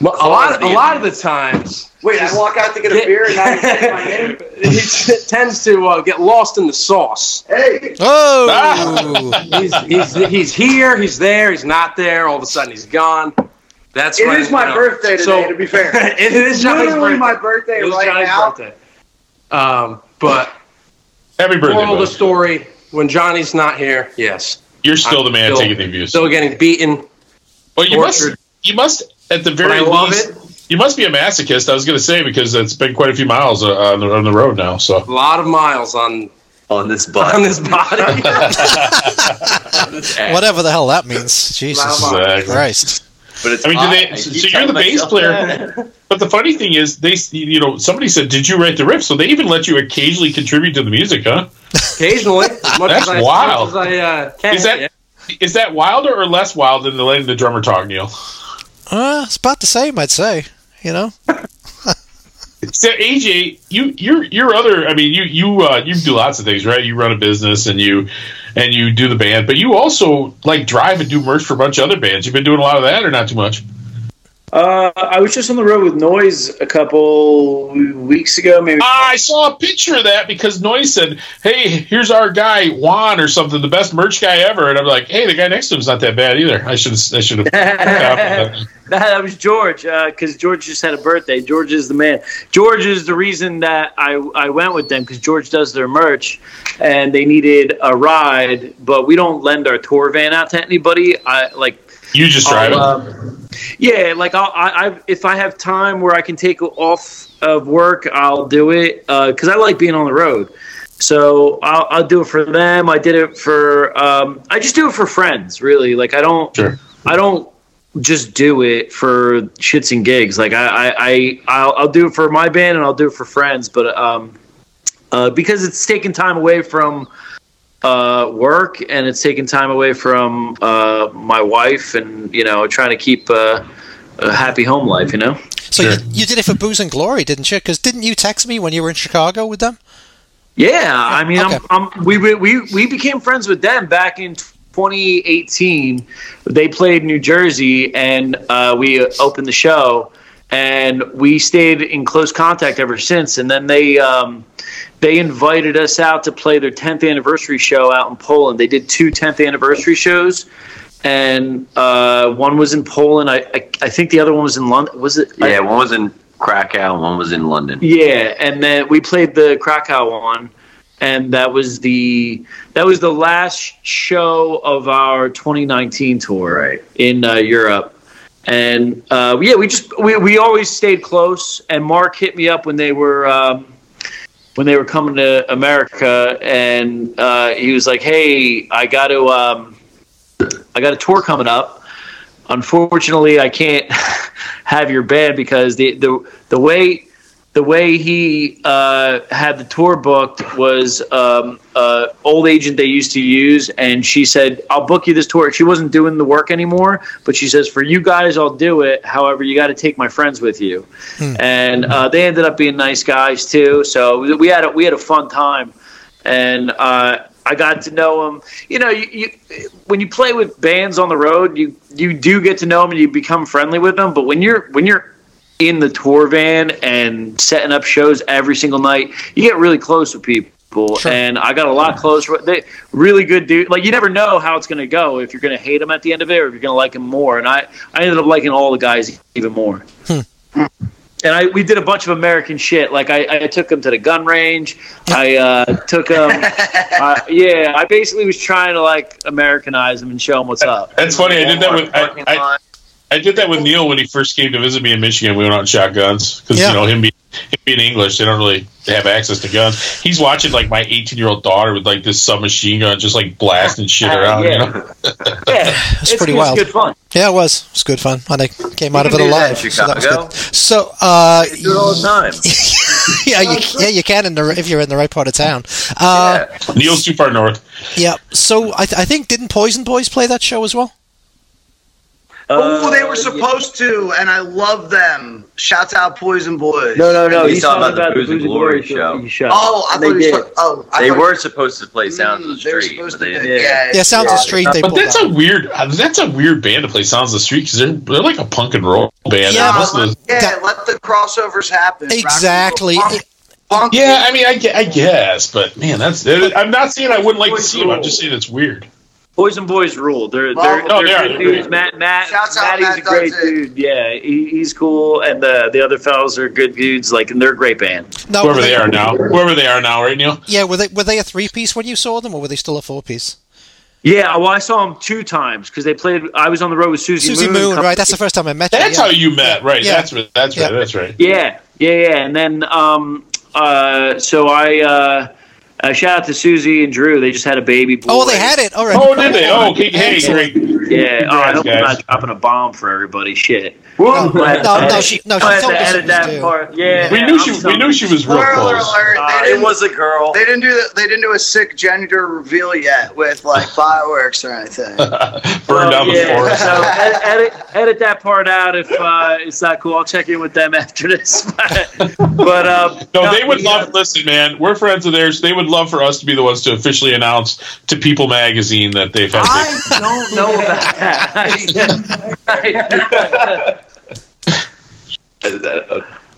Speaker 9: a lot a lot of the times
Speaker 5: Wait, I walk out to get a beer and I say my name.
Speaker 9: he t- tends to uh, get lost in the sauce.
Speaker 5: Hey,
Speaker 7: Ah!
Speaker 3: Oh,
Speaker 9: He's, he's he's here, he's there, he's not there. All of a sudden, he's gone. That's
Speaker 5: it
Speaker 9: when,
Speaker 5: is my
Speaker 9: you know,
Speaker 5: birthday today.
Speaker 9: so-
Speaker 5: to be fair,
Speaker 9: it is Johnny's
Speaker 5: literally
Speaker 9: birthday.
Speaker 5: my birthday
Speaker 9: It was
Speaker 5: right
Speaker 9: Johnny's
Speaker 5: now.
Speaker 9: birthday. Um, but
Speaker 2: Happy birthday,
Speaker 9: moral of the
Speaker 2: buddy.
Speaker 9: story: when Johnny's not here, yes,
Speaker 2: You're still the man
Speaker 9: still-
Speaker 2: taking the abuse.
Speaker 9: still getting beaten.
Speaker 2: well, you must,
Speaker 9: tortured.
Speaker 2: you must, at the
Speaker 9: But
Speaker 2: very
Speaker 9: I love
Speaker 2: least,
Speaker 9: it.
Speaker 2: you must be a masochist. I was going to say because it's been quite a few miles uh, on, the, on the road now. So
Speaker 9: A lot of miles on
Speaker 7: on this
Speaker 9: on
Speaker 7: butt.
Speaker 9: this body.
Speaker 3: whatever the hell that means. Jesus
Speaker 9: Wow.
Speaker 2: Exactly.
Speaker 3: Christ.
Speaker 7: But it's
Speaker 2: I mean, do they-
Speaker 7: hot.
Speaker 2: so-
Speaker 7: keep
Speaker 2: so you're
Speaker 7: telling
Speaker 2: the bass
Speaker 7: myself
Speaker 2: player.
Speaker 7: that.
Speaker 2: But the funny thing is, they you know somebody said, "Did you write the riff?" So they even let you occasionally contribute to the music, huh?
Speaker 9: Occasionally, as much as
Speaker 2: That's
Speaker 9: I,
Speaker 2: wild.
Speaker 9: As much as I, uh, can,
Speaker 2: Is that
Speaker 9: yeah.
Speaker 2: is that wilder or less wild than the letting the drummer talk, Neil?
Speaker 3: Uh, it's about the same, I'd say. You know,
Speaker 2: So AJ, you your your other I mean you you uh, you do lots of things, right? You run a business and you and you do the band, but you also like drive and do merch for a bunch of other bands. You've been doing a lot of that or not too much?
Speaker 4: Uh, I was just on the road with Noise a couple weeks ago, maybe.
Speaker 2: I saw a picture of that because Noise said, "Hey, here's our guy Juan or something, the best merch guy ever." And I'm like, "Hey, the guy next to him's not that bad either. I should I should have."
Speaker 4: that was George because George just had a birthday. George is the man. George is the reason that I, I went with them because George does their merch, and they needed a ride, but we don't lend our tour van out to anybody. I like
Speaker 2: you just drive
Speaker 4: I'll,
Speaker 2: it.
Speaker 4: um, yeah, like I'll, I, I, if I have time where I can take off of work, I'll do it because I like being on the road. So I'll, I'll do it for them. I did it for. Um, I just do it for friends, really. Like I don't.
Speaker 2: Sure.
Speaker 4: I don't just do it for shits and gigs. Like I, I, I I'll, I'll do it for my band and I'll do it for friends, but um, uh, because it's taking time away from uh, work and it's taking time away from uh, my wife and you know trying to keep uh, a happy home life. You know.
Speaker 3: So you,
Speaker 2: Sure.
Speaker 3: you did it for Booze and Glory, didn't you? Because didn't you text me when you were in Chicago with them?
Speaker 4: Yeah, I mean,
Speaker 3: Okay.
Speaker 4: I'm, I'm, we, we- we we became friends with them back in 2018. They played New Jersey, and uh, we opened the show, and we stayed in close contact ever since. And then they um, they invited us out to play their 10th anniversary show out in Poland. They did two 10th anniversary shows. And uh, one was in Poland. I, I I think the other one was in London. Was it? I-
Speaker 7: Yeah, one was in Krakow, and one was in London.
Speaker 4: yeah, and then we played the Krakow one, and that was the that was the last show of our 2019 tour right. in uh, Europe. And uh, yeah, we just we, we always stayed close. And Mark hit me up when they were um, when they were coming to America, and uh, he was like, "Hey, I got to um, I got a tour coming up." Unfortunately, I can't have your band because the, the the way the way he uh, had the tour booked was um, uh, old agent they used to use, and she said, "I'll book you this tour." She wasn't doing the work anymore, but she says, "For you guys, I'll do it. However, you got to take my friends with you." And uh, they ended up being nice guys too. So we had a, we had a fun time, and uh, I got to know him. You know, you, you when you play with bands on the road, you you do get to know them and you become friendly with them. But when you're when you're in the tour van and setting up shows every single night, you get really close with people.
Speaker 3: Sure.
Speaker 4: And I got a lot closer. They really good dude. Like you never know how it's going to go if you're going to hate them at the end of it or if you're going to like them more. And I I ended up liking all the guys even more.
Speaker 3: Hmm.
Speaker 4: And I we did a bunch of American shit. Like I, I took them to the gun range. I uh, took them. uh, yeah, I basically was trying to like Americanize them and show them what's up.
Speaker 2: That's funny. I did that with I,
Speaker 7: Parking
Speaker 2: I,
Speaker 7: lot.
Speaker 2: I did that with Neil when he first came to visit me in Michigan. We went out and shot guns because
Speaker 3: Yeah.
Speaker 2: you know him, be, him being English, they don't really have access to guns. He's watching like my 18 year old daughter with like this submachine gun, just like blasting shit around.
Speaker 4: yeah.
Speaker 2: You know?
Speaker 4: Yeah,
Speaker 3: It's
Speaker 4: it's,
Speaker 3: pretty
Speaker 4: it's
Speaker 3: wild.
Speaker 4: good fun.
Speaker 3: Yeah, it was. It was good fun. And I came out of
Speaker 7: can
Speaker 3: it
Speaker 7: do that
Speaker 3: alive.
Speaker 7: in
Speaker 3: So, that was
Speaker 7: Chicago.
Speaker 3: good. so uh,
Speaker 7: Do it all the time.
Speaker 3: yeah,
Speaker 4: Oh,
Speaker 3: you, yeah, you can in the, if you're in the right part of town. Uh,
Speaker 7: Yeah.
Speaker 2: Neil's too far north.
Speaker 3: yeah. So I, th- I think didn't Poison Boys play that show as well?
Speaker 4: Uh,
Speaker 8: oh,
Speaker 7: Uh,
Speaker 8: they were
Speaker 4: yeah.
Speaker 8: supposed to, and I love them. Shouts out Poison Boys.
Speaker 4: No, no, no.
Speaker 7: He's talking about the Booze and Glory show.
Speaker 8: Oh, I
Speaker 4: They
Speaker 8: thought he
Speaker 4: did.
Speaker 8: was. Oh, I
Speaker 7: They
Speaker 8: thought-
Speaker 7: were supposed to play
Speaker 8: Mm,
Speaker 7: Sounds of the
Speaker 8: they were
Speaker 7: Street,
Speaker 8: supposed
Speaker 7: but
Speaker 8: to
Speaker 7: they
Speaker 8: do-
Speaker 7: didn't.
Speaker 8: Yeah,
Speaker 3: Yeah, Sounds of
Speaker 8: yeah.
Speaker 3: the
Speaker 4: Uh,
Speaker 3: Street. They
Speaker 2: But
Speaker 3: pulled
Speaker 2: that's
Speaker 3: out.
Speaker 2: a weird. uh, That's a weird band to play Sounds of the Street because they're they're like a punk and roll band.
Speaker 3: Yeah.
Speaker 2: Most of the-
Speaker 8: Yeah,
Speaker 3: That-
Speaker 8: let the crossovers happen. Oh, Rock and roll
Speaker 3: Exactly.
Speaker 8: punk- punk.
Speaker 2: yeah, I mean, I, gue- I guess, but man, that's. I'm not saying I wouldn't like to see them. I'm just saying it's weird.
Speaker 4: Boys and Boys rule. They're they're,
Speaker 8: Oh,
Speaker 4: they're
Speaker 2: they are.
Speaker 4: good
Speaker 2: They're
Speaker 4: dudes.
Speaker 2: great.
Speaker 4: Matt Matt
Speaker 8: Shouts out
Speaker 4: Matty's
Speaker 8: Matt
Speaker 4: a great
Speaker 8: Dante.
Speaker 4: dude. Yeah, he, he's cool, and the the other fellas are good dudes. Like, and they're a great band.
Speaker 3: No,
Speaker 2: Whoever
Speaker 3: were
Speaker 2: they are now, whoever they are now, right, Neil?
Speaker 3: Yeah, were they were they a three piece when you saw them, or were they still a four piece?
Speaker 4: Yeah, well, I saw him two times because they played. I was on the road with Susie,
Speaker 3: Susie
Speaker 4: Moon.
Speaker 3: Moon,
Speaker 4: a couple-
Speaker 3: right? That's the first time I met you.
Speaker 2: That's
Speaker 3: yeah.
Speaker 2: how you met, right?
Speaker 3: Yeah.
Speaker 2: That's right. That's
Speaker 3: Yeah.
Speaker 2: right. That's right.
Speaker 4: Yeah, yeah, yeah. And then um, uh, so I uh, Uh, shout out to Susie and Drew. They just had a baby boy.
Speaker 3: Oh, they had it. All right.
Speaker 2: Oh, did they? Oh, okay. Hey,
Speaker 3: Excellent.
Speaker 2: great.
Speaker 4: Yeah. Oh, I
Speaker 2: Congrats,
Speaker 4: hope
Speaker 2: guys.
Speaker 4: I'm not dropping a bomb for everybody. Shit.
Speaker 3: No, no, no, she, no,
Speaker 4: I
Speaker 3: she
Speaker 4: had
Speaker 3: told
Speaker 4: to
Speaker 3: us it
Speaker 4: edit
Speaker 3: was
Speaker 4: that
Speaker 3: due.
Speaker 4: part. Yeah.
Speaker 2: We knew
Speaker 4: I'm
Speaker 2: she. We
Speaker 4: sorry.
Speaker 2: knew she was real
Speaker 8: Spoiler
Speaker 2: close.
Speaker 8: alert!
Speaker 7: Uh,
Speaker 8: They
Speaker 7: it
Speaker 8: didn't,
Speaker 7: was a girl.
Speaker 8: they didn't do the, They didn't do a sick gender reveal yet with like fireworks or anything.
Speaker 2: Burned down the
Speaker 4: yeah,
Speaker 2: forest.
Speaker 4: So ed- edit, edit that part out if uh, it's not cool. I'll check in with them after this. but um,
Speaker 2: No, they would
Speaker 4: yeah.
Speaker 2: love. Listen, man, we're friends of theirs. They would love for us to be the ones to officially announce to People Magazine that they've had.
Speaker 8: I don't know about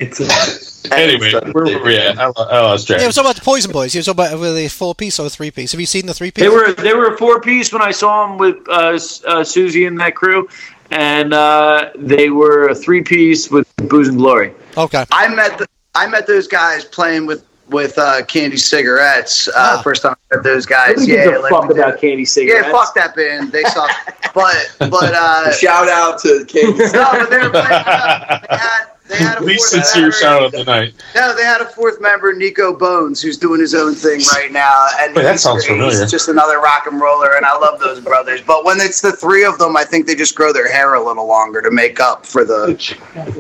Speaker 5: It's a,
Speaker 2: anyway, where were we at? I, lo- I lost track.
Speaker 3: Yeah, it was all about the Poison Boys. It was all about were they four piece or three piece. Have you seen the three piece?
Speaker 4: They were they were a four piece when I saw them with uh, S- uh, Susie and that crew, and uh, they were a three piece with Booze and Glory.
Speaker 3: okay.
Speaker 8: I met the, I met those guys playing with with uh, candy cigarettes. Uh,
Speaker 3: Ah.
Speaker 8: First time I met those guys.
Speaker 4: Who
Speaker 8: Yeah,
Speaker 4: gives a
Speaker 8: like
Speaker 4: fuck
Speaker 8: we did.
Speaker 4: about candy cigarettes?
Speaker 8: yeah, fuck that band. They suck. but but uh,
Speaker 7: Shout out to King.
Speaker 8: no, but they were playing. uh, They had, they had a
Speaker 2: Least
Speaker 8: fourth
Speaker 2: sincere
Speaker 8: member.
Speaker 2: shout out of the night.
Speaker 8: No, they had a fourth member, Nico Bones, who's doing his own thing right now. And
Speaker 2: Wait, that
Speaker 8: he's-
Speaker 2: sounds familiar.
Speaker 8: He's just another rock and roller, and I love those brothers. But when it's the three of them, I think they just grow their hair a little longer to make up for the for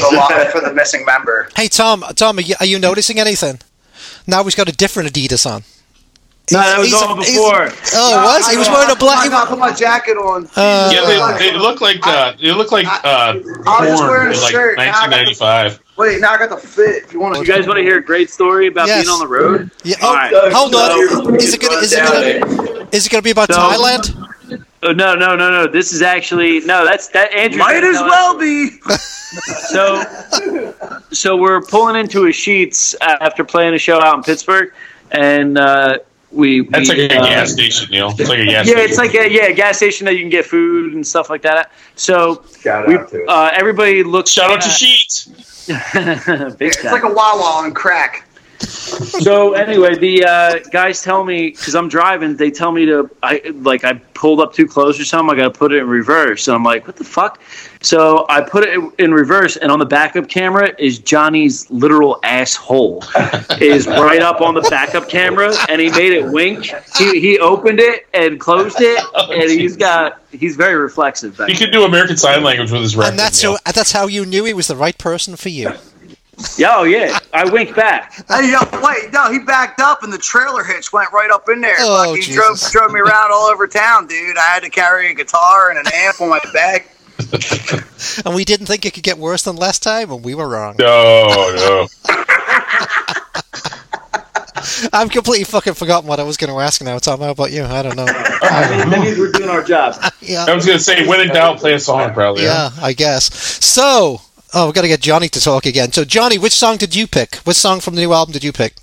Speaker 8: the long, for the missing member.
Speaker 3: Hey Tom, Tom, are you, are you noticing anything? Now he's got a different Adidas on.
Speaker 4: No, that was
Speaker 3: He's-
Speaker 4: on
Speaker 3: he's-
Speaker 4: before.
Speaker 3: Oh, it was? He was wearing a black.
Speaker 8: I put my jacket on.
Speaker 3: Uh,
Speaker 2: Yeah, they, they look like uh, they look like uh,
Speaker 8: I was
Speaker 2: porn
Speaker 8: wearing a
Speaker 2: in like
Speaker 8: shirt, and I got the-
Speaker 2: 1995.
Speaker 8: Wait, now I got the fit. If you want to,
Speaker 4: You guys want to hear a great story about
Speaker 3: Yes.
Speaker 4: being on the road?
Speaker 3: yeah, oh,
Speaker 4: All right.
Speaker 3: hold on. Is it gonna? Is it gonna? Is it gonna be about
Speaker 4: So-
Speaker 3: Thailand?
Speaker 4: Oh, no, no, no, no. This is actually no. That's that. Andrew
Speaker 8: might as well be.
Speaker 4: so so we're pulling into a sheets uh, after playing a show out in Pittsburgh, and uh, we
Speaker 2: That's like
Speaker 4: we,
Speaker 2: a
Speaker 4: uh,
Speaker 2: gas station, Neil. It's like a gas
Speaker 4: Yeah,
Speaker 2: station.
Speaker 4: it's like a yeah a gas station that you can get food and stuff like that. So
Speaker 5: shout
Speaker 4: we,
Speaker 5: out to it.
Speaker 4: uh, everybody looks
Speaker 2: shout out to Sheets.
Speaker 4: Sheets.
Speaker 8: It's like a Wawa on crack.
Speaker 4: so anyway, the uh, guys tell me because I'm driving, they tell me to I like I pulled up too close or something. I got to put it in reverse, and I'm like, what the fuck? So I put it in- in reverse, and on the backup camera is Johnny's literal asshole is right up on the backup camera, and he made it wink. He he opened it and closed it, and he's got he's very reflexive. Back
Speaker 2: He
Speaker 4: there.
Speaker 2: could do American Sign Language with his record.
Speaker 3: And that's
Speaker 2: Neil.
Speaker 3: who, that's how you knew he was the right person for you.
Speaker 4: Yeah, oh yeah, I winked back.
Speaker 8: Hey, yo, wait, no, he backed up and the trailer hitch went right up in there.
Speaker 3: Oh,
Speaker 8: Fucking drove
Speaker 3: Jesus.
Speaker 8: drove me around all over town, dude. I had to carry a guitar and an amp on my back.
Speaker 3: And we didn't think it could get worse than last time, and we were wrong.
Speaker 2: No, no.
Speaker 3: I've completely fucking forgotten what I was going to ask now, Tom. How about you? I don't know.
Speaker 4: That means we're doing our job.
Speaker 2: I
Speaker 3: Yeah,
Speaker 2: was gonna say, when in doubt, play a song. Probably.
Speaker 3: yeah, I guess. So, oh, we've got to get Johnny to talk again. So, Johnny, which song did you pick? Which song from the new album did you pick?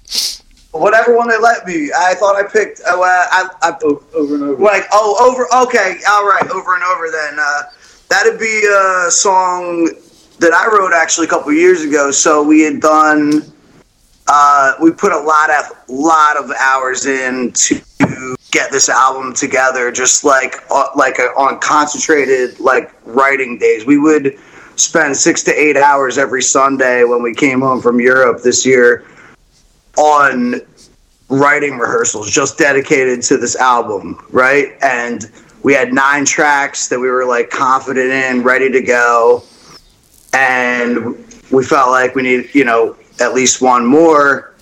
Speaker 8: Whatever one they let me. I thought I picked. Oh, uh, I, I,
Speaker 4: Over and over.
Speaker 8: like oh over okay all right over and over then uh, that'd be a song that i wrote actually a couple years ago so we had done uh, we put a lot of lot of hours in to get this album together just like uh, like uh, on concentrated like writing days we would spend six to eight hours every sunday when we came home from europe this year on writing rehearsals just dedicated to this album, right? And we had nine tracks that we were like confident in, ready to go. And we felt like we need, you know, at least one more.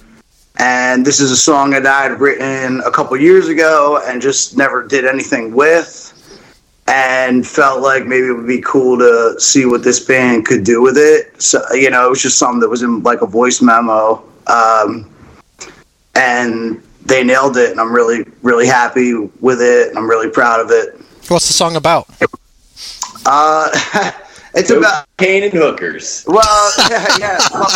Speaker 8: And this is a song that I had written a couple years ago and just never did anything with. And felt like maybe it would be cool to see what this band could do with it. So, you know, it was just something that was in like a voice memo. Um, and they nailed it and i'm really really happy with it and i'm really proud of it
Speaker 3: What's the song about?
Speaker 8: uh it's about
Speaker 7: Kane and hookers.
Speaker 8: well yeah, yeah well,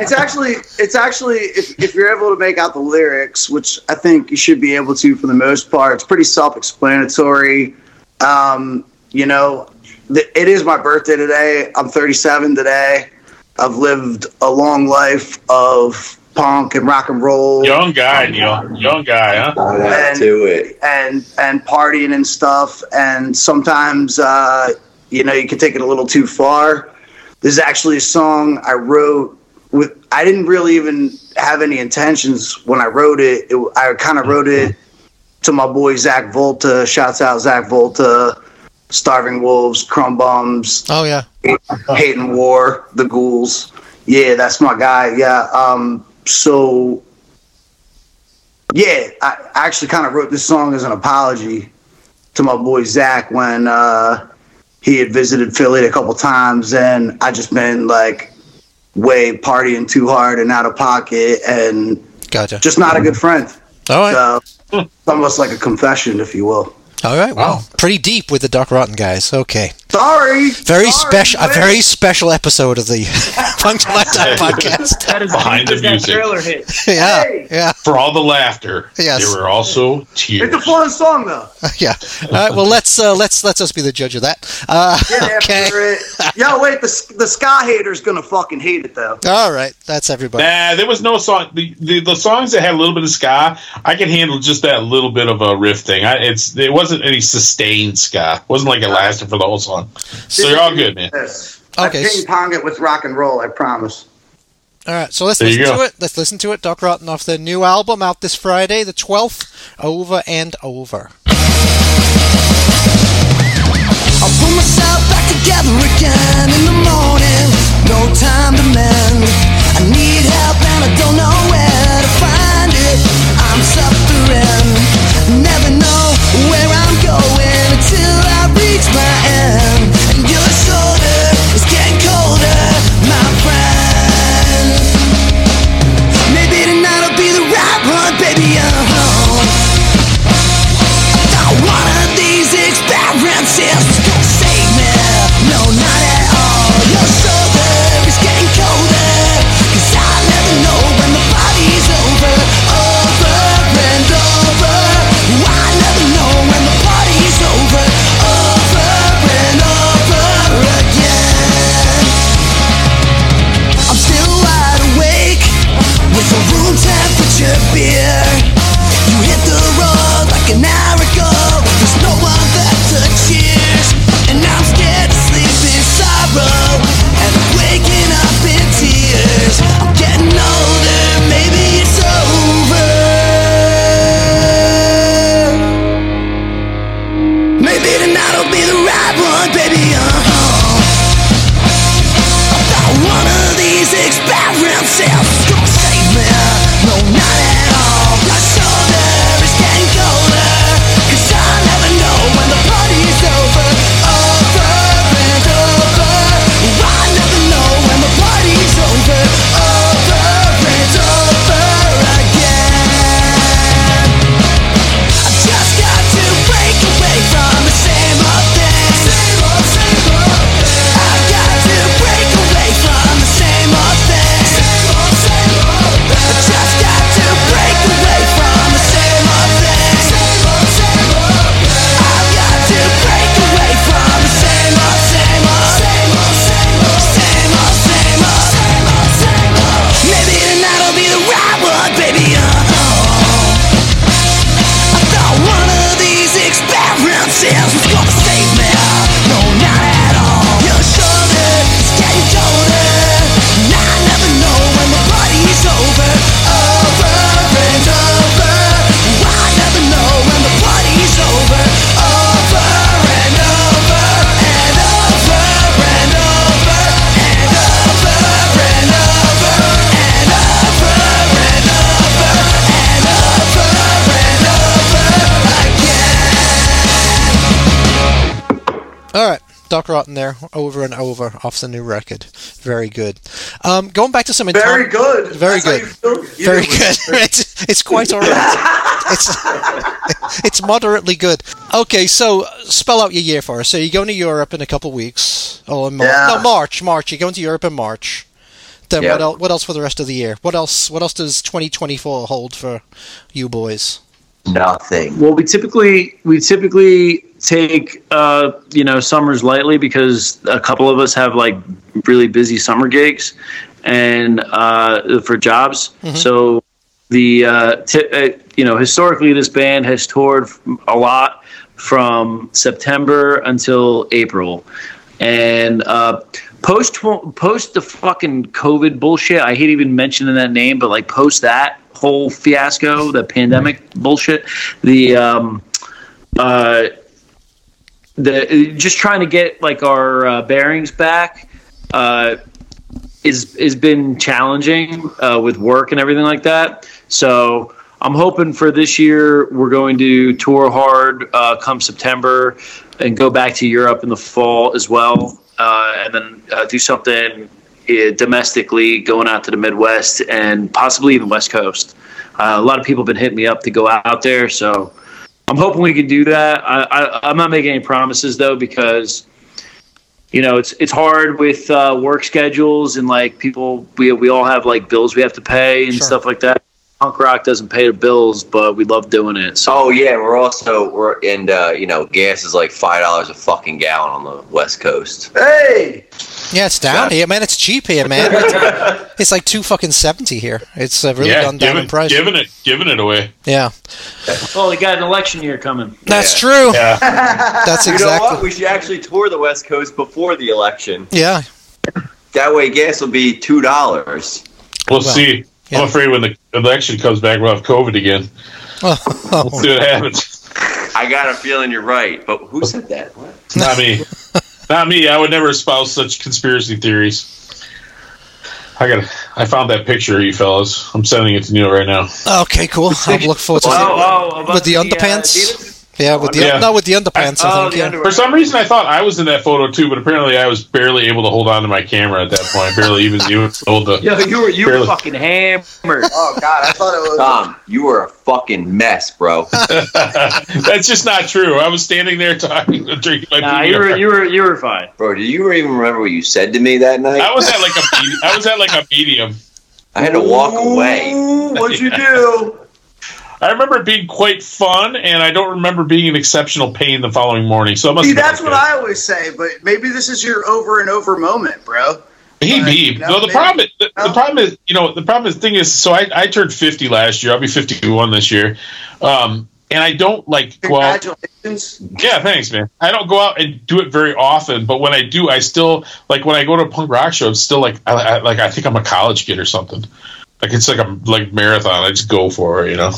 Speaker 8: it's actually it's actually if, if you're able to make out the lyrics which i think you should be able to for the most part it's pretty self-explanatory um you know th- it is my birthday today i'm 37 today i've lived a long life of punk and rock and roll
Speaker 2: Young guy, Neil. Young guy, huh?
Speaker 7: Shout out
Speaker 8: And-
Speaker 7: to it.
Speaker 8: and and partying and stuff. And sometimes, uh, you know, you can take it a little too far. This is actually a song I wrote with I didn't really even have any intentions when I wrote it. it I kind of wrote it to my boy Zach Volta. Shouts out Zach Volta, Starving Wolves, Crumb Bums,
Speaker 3: Oh yeah.
Speaker 8: Hate and War, The Ghouls. Yeah, that's my guy. Yeah. Um. So. Yeah, I I actually kind of wrote this song as an apology to my boy Zach when uh, he had visited Philly a couple times, and I just been like way partying too hard and out of pocket, and
Speaker 3: Gotcha.
Speaker 8: just not a good friend.
Speaker 3: All right.
Speaker 8: So it's almost like a confession, if you will.
Speaker 3: All right. Well, pretty deep with the Dark Rotten guys. Okay.
Speaker 8: Sorry.
Speaker 3: Very
Speaker 8: Sorry,
Speaker 3: special. A
Speaker 8: Liz.
Speaker 3: very special episode of the Function Lifetime podcast.
Speaker 10: That is
Speaker 2: Behind the
Speaker 10: that
Speaker 2: music.
Speaker 10: trailer hit.
Speaker 3: yeah.
Speaker 8: Hey.
Speaker 3: Yeah.
Speaker 2: For all the laughter,
Speaker 3: Yes.
Speaker 2: there were also tears.
Speaker 8: It's a fun song though.
Speaker 3: Yeah. All right. Well, let's uh, let's let's us be the judge of that. Uh,
Speaker 8: Yeah,
Speaker 3: okay.
Speaker 8: after it. Yo, wait, the the Sky hater's gonna fucking hate it though.
Speaker 3: All right. That's everybody.
Speaker 2: Nah, there was no song. The, the the songs that had a little bit of ska, I could handle just that little bit of a riff thing. I, it's it wasn't any sustained ska. It wasn't like it lasted for the whole song. So you're all good, man.
Speaker 8: Yes.
Speaker 3: Okay,
Speaker 8: I
Speaker 3: s-
Speaker 8: ping pong it with rock and roll. I promise.
Speaker 3: All right, so let's
Speaker 2: There you
Speaker 3: listen to
Speaker 2: go.
Speaker 3: it. Let's listen to it. Doc Rotten off their new album out this Friday, the 12th, Over and Over.
Speaker 6: I'll pull myself back together again in the morning. No time to mend. I need help and I don't know where to find it. I'm suffering. Never know where I'm going until I reach my end. And your shoulder is getting colder, my friend. Maybe tonight'll be the right one, baby. uh-huh. I'm home. Not one of these experiences is gonna save me. No, not at all. Your shoulder is getting colder. 'Cause I never know when the party's over. Over and over. I never know when the party's over. Over and over again. I'm still wide awake with a room temperature beer. You hit the road like an hour ago. There's no one there to cheers, and I'm scared to sleep in sorrow and I'm waking up in tears. I'm getting older, maybe it's over. Maybe tonight'll be the right one, baby. Uh-huh. Not one of these experiences is gonna save me. No, not at all. Your shoulder is getting colder. 'Cause I never know when the party's over. Over and over. I never know when the party's over. Over and over again. I just got to break away from the same old thing. Same old, same old thing. I got to break away from the same old thing. Same old, same old thing. I just got to break away from the same old thing. Same old, same old thing. I got to break away from the same old, same old, same old, same old, same old, same old, same old, same old. Maybe tonight'll be the right one, baby. Uh-oh. I thought one of these experiences was gonna save me. No, not at all. Your shoulder is getting colder. And I never know when the party's over. Over and over. I never know when the party's over. Over and over and over and over and over and over and over and over and over and
Speaker 3: All right, Doc Rotten there, Over and Over off the new record. Very good. Um, going back to some
Speaker 8: Very
Speaker 3: intoler-
Speaker 8: good.
Speaker 3: Very
Speaker 8: That's how
Speaker 3: good.
Speaker 8: you feel? You
Speaker 3: Very
Speaker 8: did it.
Speaker 3: good. it's, it's quite all right. It's it's moderately good. Okay, so uh, spell out your year for us. So you're going to Europe in a couple weeks. Oh, in Mar-
Speaker 8: Yeah.
Speaker 3: no, March, March. You're going to Europe in March. Then
Speaker 7: Yeah.
Speaker 3: what else? What else for the rest of the year? What else? What else does 2024 hold for you boys?
Speaker 7: Nothing.
Speaker 4: Well, we typically we typically take uh, you know summers lightly because a couple of us have like really busy summer gigs and uh, for jobs. So the uh, ti uh, you know historically this band has toured f- a lot from September until April, and uh, Post post the fucking COVID bullshit. I hate even mentioning that name, but like post that whole fiasco, the pandemic bullshit. The um, uh, the just trying to get like our uh, bearings back. Uh, is has been challenging uh, with work and everything like that. So I'm hoping for this year we're going to tour hard uh, come September and go back to Europe in the fall as well, uh, and then uh, do something uh, domestically going out to the Midwest and possibly even West Coast. Uh, a lot of people have been hitting me up to go out there, so I'm hoping we can do that. I, I, I'm not making any promises though because you know it's it's hard with uh, work schedules and like people we we all have like bills we have to pay and
Speaker 3: Sure.
Speaker 4: stuff like that. Punk rock doesn't pay the bills, but we love doing it. So
Speaker 7: Oh yeah, we're also we're and uh, you know gas is like five dollars a fucking gallon on the West Coast.
Speaker 5: Hey,
Speaker 3: Yeah, it's down here, man. It's cheap here, man. It's, it's like two fucking seventy here. It's uh, really
Speaker 2: yeah,
Speaker 3: gone down in
Speaker 2: giving,
Speaker 3: price.
Speaker 2: giving it, giving it away.
Speaker 3: Yeah,
Speaker 4: well, Oh, they got an election year coming.
Speaker 3: that's
Speaker 7: Yeah.
Speaker 3: true.
Speaker 2: Yeah,
Speaker 3: That's
Speaker 7: You know what?
Speaker 3: exactly.
Speaker 7: We should actually tour the West Coast before the election.
Speaker 3: Yeah,
Speaker 7: That way, gas will be two dollars.
Speaker 2: we'll see.
Speaker 3: yeah.
Speaker 2: I'm afraid when the election comes back, we'll have COVID again.
Speaker 3: Oh.
Speaker 2: We'll see what happens.
Speaker 7: I got a feeling you're right, but who said that? What?
Speaker 2: Not me. Not me. I would never espouse such conspiracy theories. I got. I found that picture, you fellas. I'm sending it to Neil right now.
Speaker 3: Okay, cool. I'll look forward to it.
Speaker 4: oh, about
Speaker 3: With the underpants? Yeah, with the
Speaker 2: Yeah.
Speaker 3: no, with the underpants. I,
Speaker 4: Oh,
Speaker 3: think.
Speaker 4: the
Speaker 3: yeah.
Speaker 2: For
Speaker 4: underwear.
Speaker 2: some reason, I thought I was in that photo too, but apparently I was barely able to hold on to my camera at that point. Barely even even hold the.
Speaker 4: Yo, you were you were
Speaker 2: Barely.
Speaker 4: fucking hammered.
Speaker 5: oh God, I thought it was.
Speaker 2: Ah,
Speaker 7: Tom, you were a fucking mess, bro.
Speaker 2: That's just not true. I was standing there talking, drinking my
Speaker 4: Nah,
Speaker 2: beer.
Speaker 4: you were you were you were fine.
Speaker 7: bro, do you even remember what you said to me that night?
Speaker 2: I was at like a. Medium, I was at like a medium.
Speaker 7: I had to walk away.
Speaker 5: Ooh, what'd you do?
Speaker 2: I remember it being quite fun, and I don't remember being an exceptional pain the following morning. So it must
Speaker 5: See,
Speaker 2: have been
Speaker 5: that's what
Speaker 2: okay.
Speaker 5: I always say, but maybe this is your over and over moment, bro.
Speaker 2: Maybe.
Speaker 5: No,
Speaker 2: No, the
Speaker 5: maybe.
Speaker 2: problem. The,
Speaker 5: No.
Speaker 4: Oh.
Speaker 2: the problem is, you know, the problem is, thing is, so I, I turned fifty last year. I'll be fifty-one this year, um, and I don't like. Well,
Speaker 5: Congratulations.
Speaker 2: yeah, thanks, man. I don't go out and do it very often, but when I do, I still like when I go to a punk rock show. It's still like, I, I, like I think I'm a college kid or something. Like it's like a like marathon. I just go for it, you know.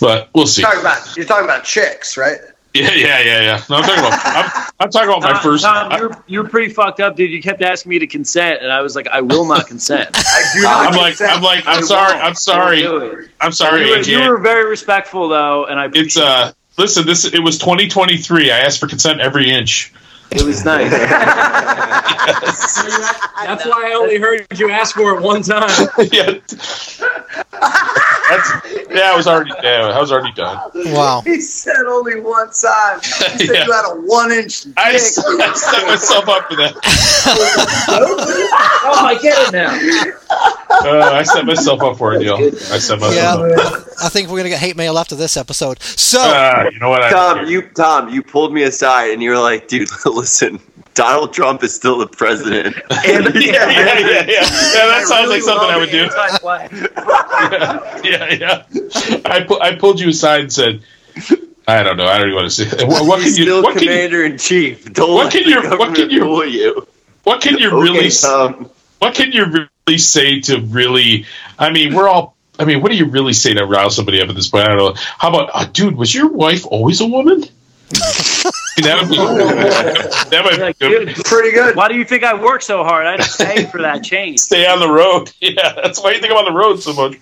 Speaker 2: But we'll see.
Speaker 5: Talking about, you're talking about chicks, right?
Speaker 2: Yeah, yeah, yeah, yeah. No, I'm talking about. I'm, I'm talking about my
Speaker 4: Tom,
Speaker 2: first.
Speaker 4: Tom,
Speaker 2: I,
Speaker 4: you were you were pretty fucked up, dude. You kept asking me to consent, and I was like, I will not consent.
Speaker 5: I do
Speaker 7: I'm
Speaker 5: not
Speaker 2: am like,
Speaker 5: consent.
Speaker 2: I'm like,
Speaker 4: I
Speaker 2: I'm sorry,
Speaker 4: won't.
Speaker 2: I'm sorry,
Speaker 4: Don't do it.
Speaker 2: I'm sorry,
Speaker 4: You were,
Speaker 2: AJ.
Speaker 4: you were very respectful though, and I appreciate
Speaker 2: It's uh, listen, this it was 2023. I asked for consent every inch.
Speaker 4: it. It was nice.
Speaker 9: That's why I only heard you ask for it one time.
Speaker 2: yeah, that's, yeah, I was already, yeah, I was already done.
Speaker 3: Wow.
Speaker 5: He said only one time. He said
Speaker 2: Yeah.
Speaker 5: you had a one inch dick.
Speaker 2: I, s- I set myself up for that.
Speaker 4: oh, I get it now.
Speaker 2: Uh, I set myself up for a deal. I set myself up.
Speaker 3: Yeah, I think we're gonna get hate mail after this episode. So
Speaker 2: Uh, you know what? I don't
Speaker 7: Tom,
Speaker 2: care.
Speaker 7: you Tom, you pulled me aside and you were like, dude, listen, Donald Trump is still the president.
Speaker 4: And,
Speaker 2: Yeah, yeah, yeah, yeah. Yeah, that sounds like something I would do.
Speaker 4: do.
Speaker 2: Yeah, yeah. I, pu- I pulled you aside and said, I don't know. I don't even want to see. What, what can
Speaker 7: He's
Speaker 2: you?
Speaker 7: still
Speaker 2: What can you?
Speaker 7: commander in chief. Don't
Speaker 2: what
Speaker 7: let
Speaker 2: can
Speaker 7: the
Speaker 2: your- what
Speaker 7: government
Speaker 2: can your-
Speaker 7: rule you.
Speaker 2: What can you
Speaker 7: Okay,
Speaker 2: really? s-
Speaker 7: Tom.
Speaker 2: what can you really say to really i mean we're all i mean what do you really say to rouse somebody up at this point i don't know how about uh, dude was your wife always a woman that would be
Speaker 7: Oh.
Speaker 2: that might
Speaker 4: Like,
Speaker 2: be good.
Speaker 4: dude,
Speaker 5: Pretty good.
Speaker 4: why do you think I work so hard? I didn't pay for that change.
Speaker 2: stay on the road yeah that's why you think i'm on the road so much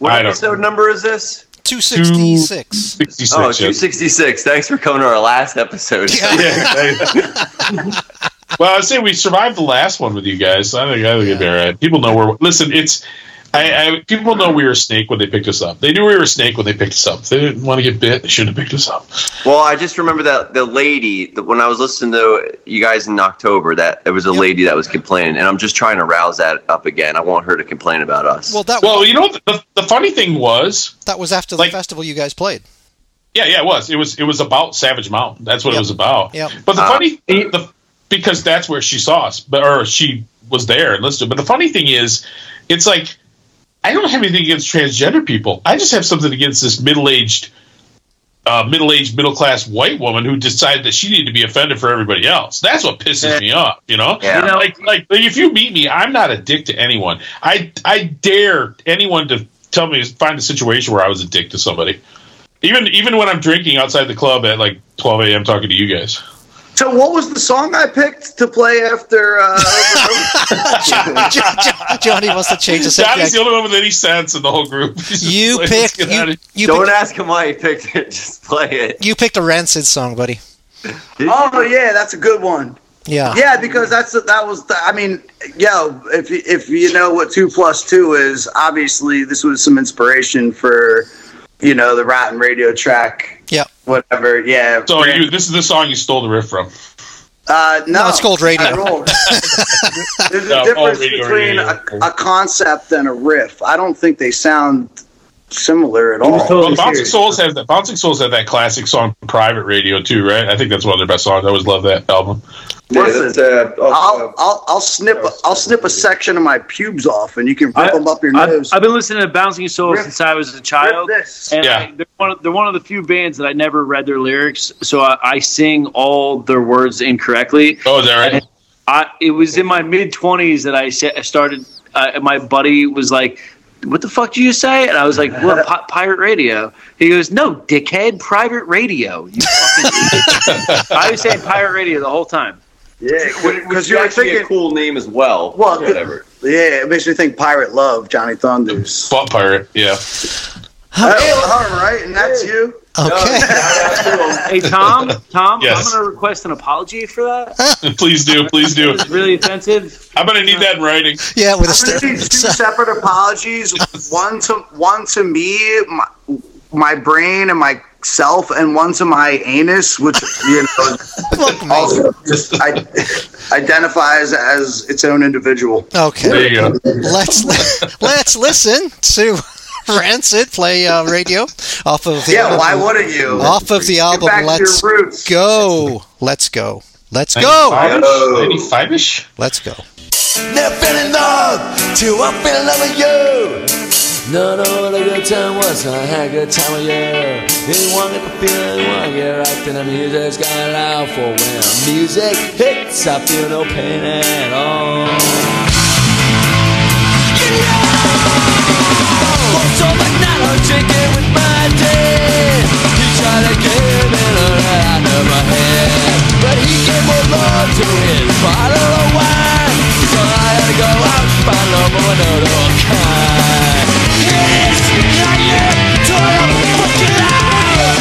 Speaker 7: What
Speaker 2: I don't-
Speaker 7: episode number is this?
Speaker 3: two sixty six.
Speaker 2: 66
Speaker 7: Oh,
Speaker 2: yeah.
Speaker 7: 266. Thanks for coming to our last episode.
Speaker 2: Yeah. well, I say we survived the last one with you guys. So I think I think it'd be all right. People know we're listen. It's I, I people know we were a snake when they picked us up. They knew we were a snake when they picked us up. They didn't want to get bit. They shouldn't have picked us up.
Speaker 7: Well, I just remember that the lady that when I was listening to you guys in October, that there was a lady that was complaining, and I'm just trying to rouse that up again. I want her to complain about us.
Speaker 3: Well, that
Speaker 2: Well, you know the, the funny thing was,
Speaker 3: that was after the
Speaker 2: like-
Speaker 3: festival you guys played.
Speaker 2: yeah, yeah, it was. It was it was about Savage Mountain. That's what
Speaker 3: Yep.
Speaker 2: it was about.
Speaker 3: Yep.
Speaker 2: But the
Speaker 7: Ah.
Speaker 2: funny the, the- because that's where she saw us, but or she was there and listened. But the funny thing is, it's like I don't have anything against transgender people. I just have something against this middle aged uh, middle-aged, middle-class white woman who decided that she needed to be offended for everybody else. That's what pisses me off. You know,
Speaker 7: Yeah.
Speaker 2: You know, like, like like if you meet me, I'm not a dick to anyone. I I dare anyone to tell me find a situation where I was a dick to somebody. Even even when I'm drinking outside the club at like 12 a.m. talking to you guys.
Speaker 8: So, what was the song I picked to play after? Uh,
Speaker 3: Jo- Jo- Johnny wants to change the
Speaker 2: Johnny's
Speaker 3: subject.
Speaker 2: the only one with any sense in the whole group. He's just
Speaker 3: You
Speaker 2: like, let's
Speaker 3: picked
Speaker 2: get out
Speaker 3: you,
Speaker 2: of
Speaker 3: you
Speaker 7: Don't
Speaker 3: picked,
Speaker 7: ask him why he picked it. Just play it.
Speaker 3: you picked a rancid song, buddy.
Speaker 8: oh yeah, that's a good one.
Speaker 3: Yeah.
Speaker 8: Yeah, because that's that was. The, I mean, yo, if you- if you know what two plus two is, obviously this was some inspiration for, you know, the Rotten Radio track,
Speaker 3: Yeah.
Speaker 8: whatever. Yeah.
Speaker 2: So
Speaker 8: Brand-
Speaker 2: you, this is the song you stole the riff from.
Speaker 8: Uh, no,
Speaker 3: No, it's called radio.
Speaker 8: not at all. There's
Speaker 2: No,
Speaker 8: a
Speaker 2: oh,
Speaker 8: difference
Speaker 2: radio,
Speaker 8: between
Speaker 2: radio.
Speaker 8: A, a concept and a riff. I don't think they sound similar at all.
Speaker 2: Well, Bouncing Souls has that. Bouncing Souls had that classic song "Private Radio" too, right? I think that's one of their best songs. I always love that album.
Speaker 7: Yeah, that's, uh,
Speaker 8: I'll,
Speaker 7: also-
Speaker 8: I'll I'll snip I'll snip a section of my pubes off, and you can rip
Speaker 4: I-
Speaker 8: them up your
Speaker 4: I've,
Speaker 8: nose.
Speaker 4: I've been listening to Bouncing Souls
Speaker 8: Rip-
Speaker 4: since I was a
Speaker 8: Rip
Speaker 4: child.
Speaker 8: this.
Speaker 4: And
Speaker 2: Yeah.
Speaker 4: I, they're, one of, they're one of the few bands that I never read their lyrics, so I, I sing all their words incorrectly.
Speaker 2: Oh, is that right?
Speaker 4: I, it was in my mid twenties that I sa- I started. Uh, and my buddy was like, "What the fuck do you say?" And I was like, "Well, pi- pirate radio." He goes, "No, dickhead, private radio." You fucking I was saying pirate radio the whole time.
Speaker 7: yeah,
Speaker 8: because
Speaker 7: because
Speaker 8: you
Speaker 7: you're
Speaker 8: were
Speaker 7: actually
Speaker 8: thinking-
Speaker 7: a cool name as well.
Speaker 8: Well,
Speaker 7: whatever.
Speaker 8: Yeah, it makes me think Pirate Love, Johnny Thunders.
Speaker 2: Butt Pirate. Yeah.
Speaker 8: Oh, all right, and that's you.
Speaker 3: Okay.
Speaker 4: Hey Tom, Tom,
Speaker 2: Yes.
Speaker 4: I'm gonna request an apology for that.
Speaker 2: please do. Please do.
Speaker 4: It's really offensive.
Speaker 2: I'm gonna need that in writing.
Speaker 3: Yeah, with a
Speaker 8: I'm
Speaker 3: st-
Speaker 8: gonna do two separate apologies. One to one to me, my, my brain and myself, and one to my anus, which you know also just I, identifies as its own individual.
Speaker 3: Okay.
Speaker 2: There you go.
Speaker 3: Let's let's listen to Rancid play uh, radio off of the
Speaker 8: Yeah, why
Speaker 3: album-
Speaker 8: wouldn't you?
Speaker 3: off of the
Speaker 8: Get
Speaker 3: album.
Speaker 8: back
Speaker 3: Let's
Speaker 8: to your roots.
Speaker 3: go. Let's go. Let's go.
Speaker 2: 95-ish? 95-ish?
Speaker 3: Let's go.
Speaker 10: Never fell in love till I fell in love with you. Not all a good time was I had a good time with you. Didn't want to feel one year after the music's gone loud. For when the music hits, I feel no pain at all. You know, once on my night, I'm drinking with my dad. He tried to give me the right out of my head, but he gave more love to his bottle of wine. So I had to go out and find love of another kind. Yes, I am tore up fucking loud.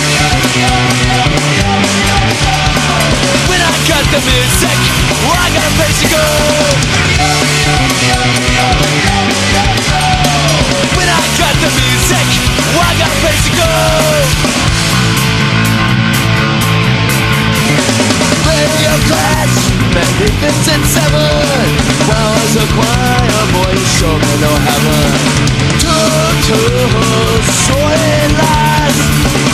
Speaker 10: When I cut the music, well, I got a place to go. When I cut the music, well, I got a place to go. Radio class, magnificent seven. Flowers of choir, boy, you show me no heaven. Two, two, so it lasts.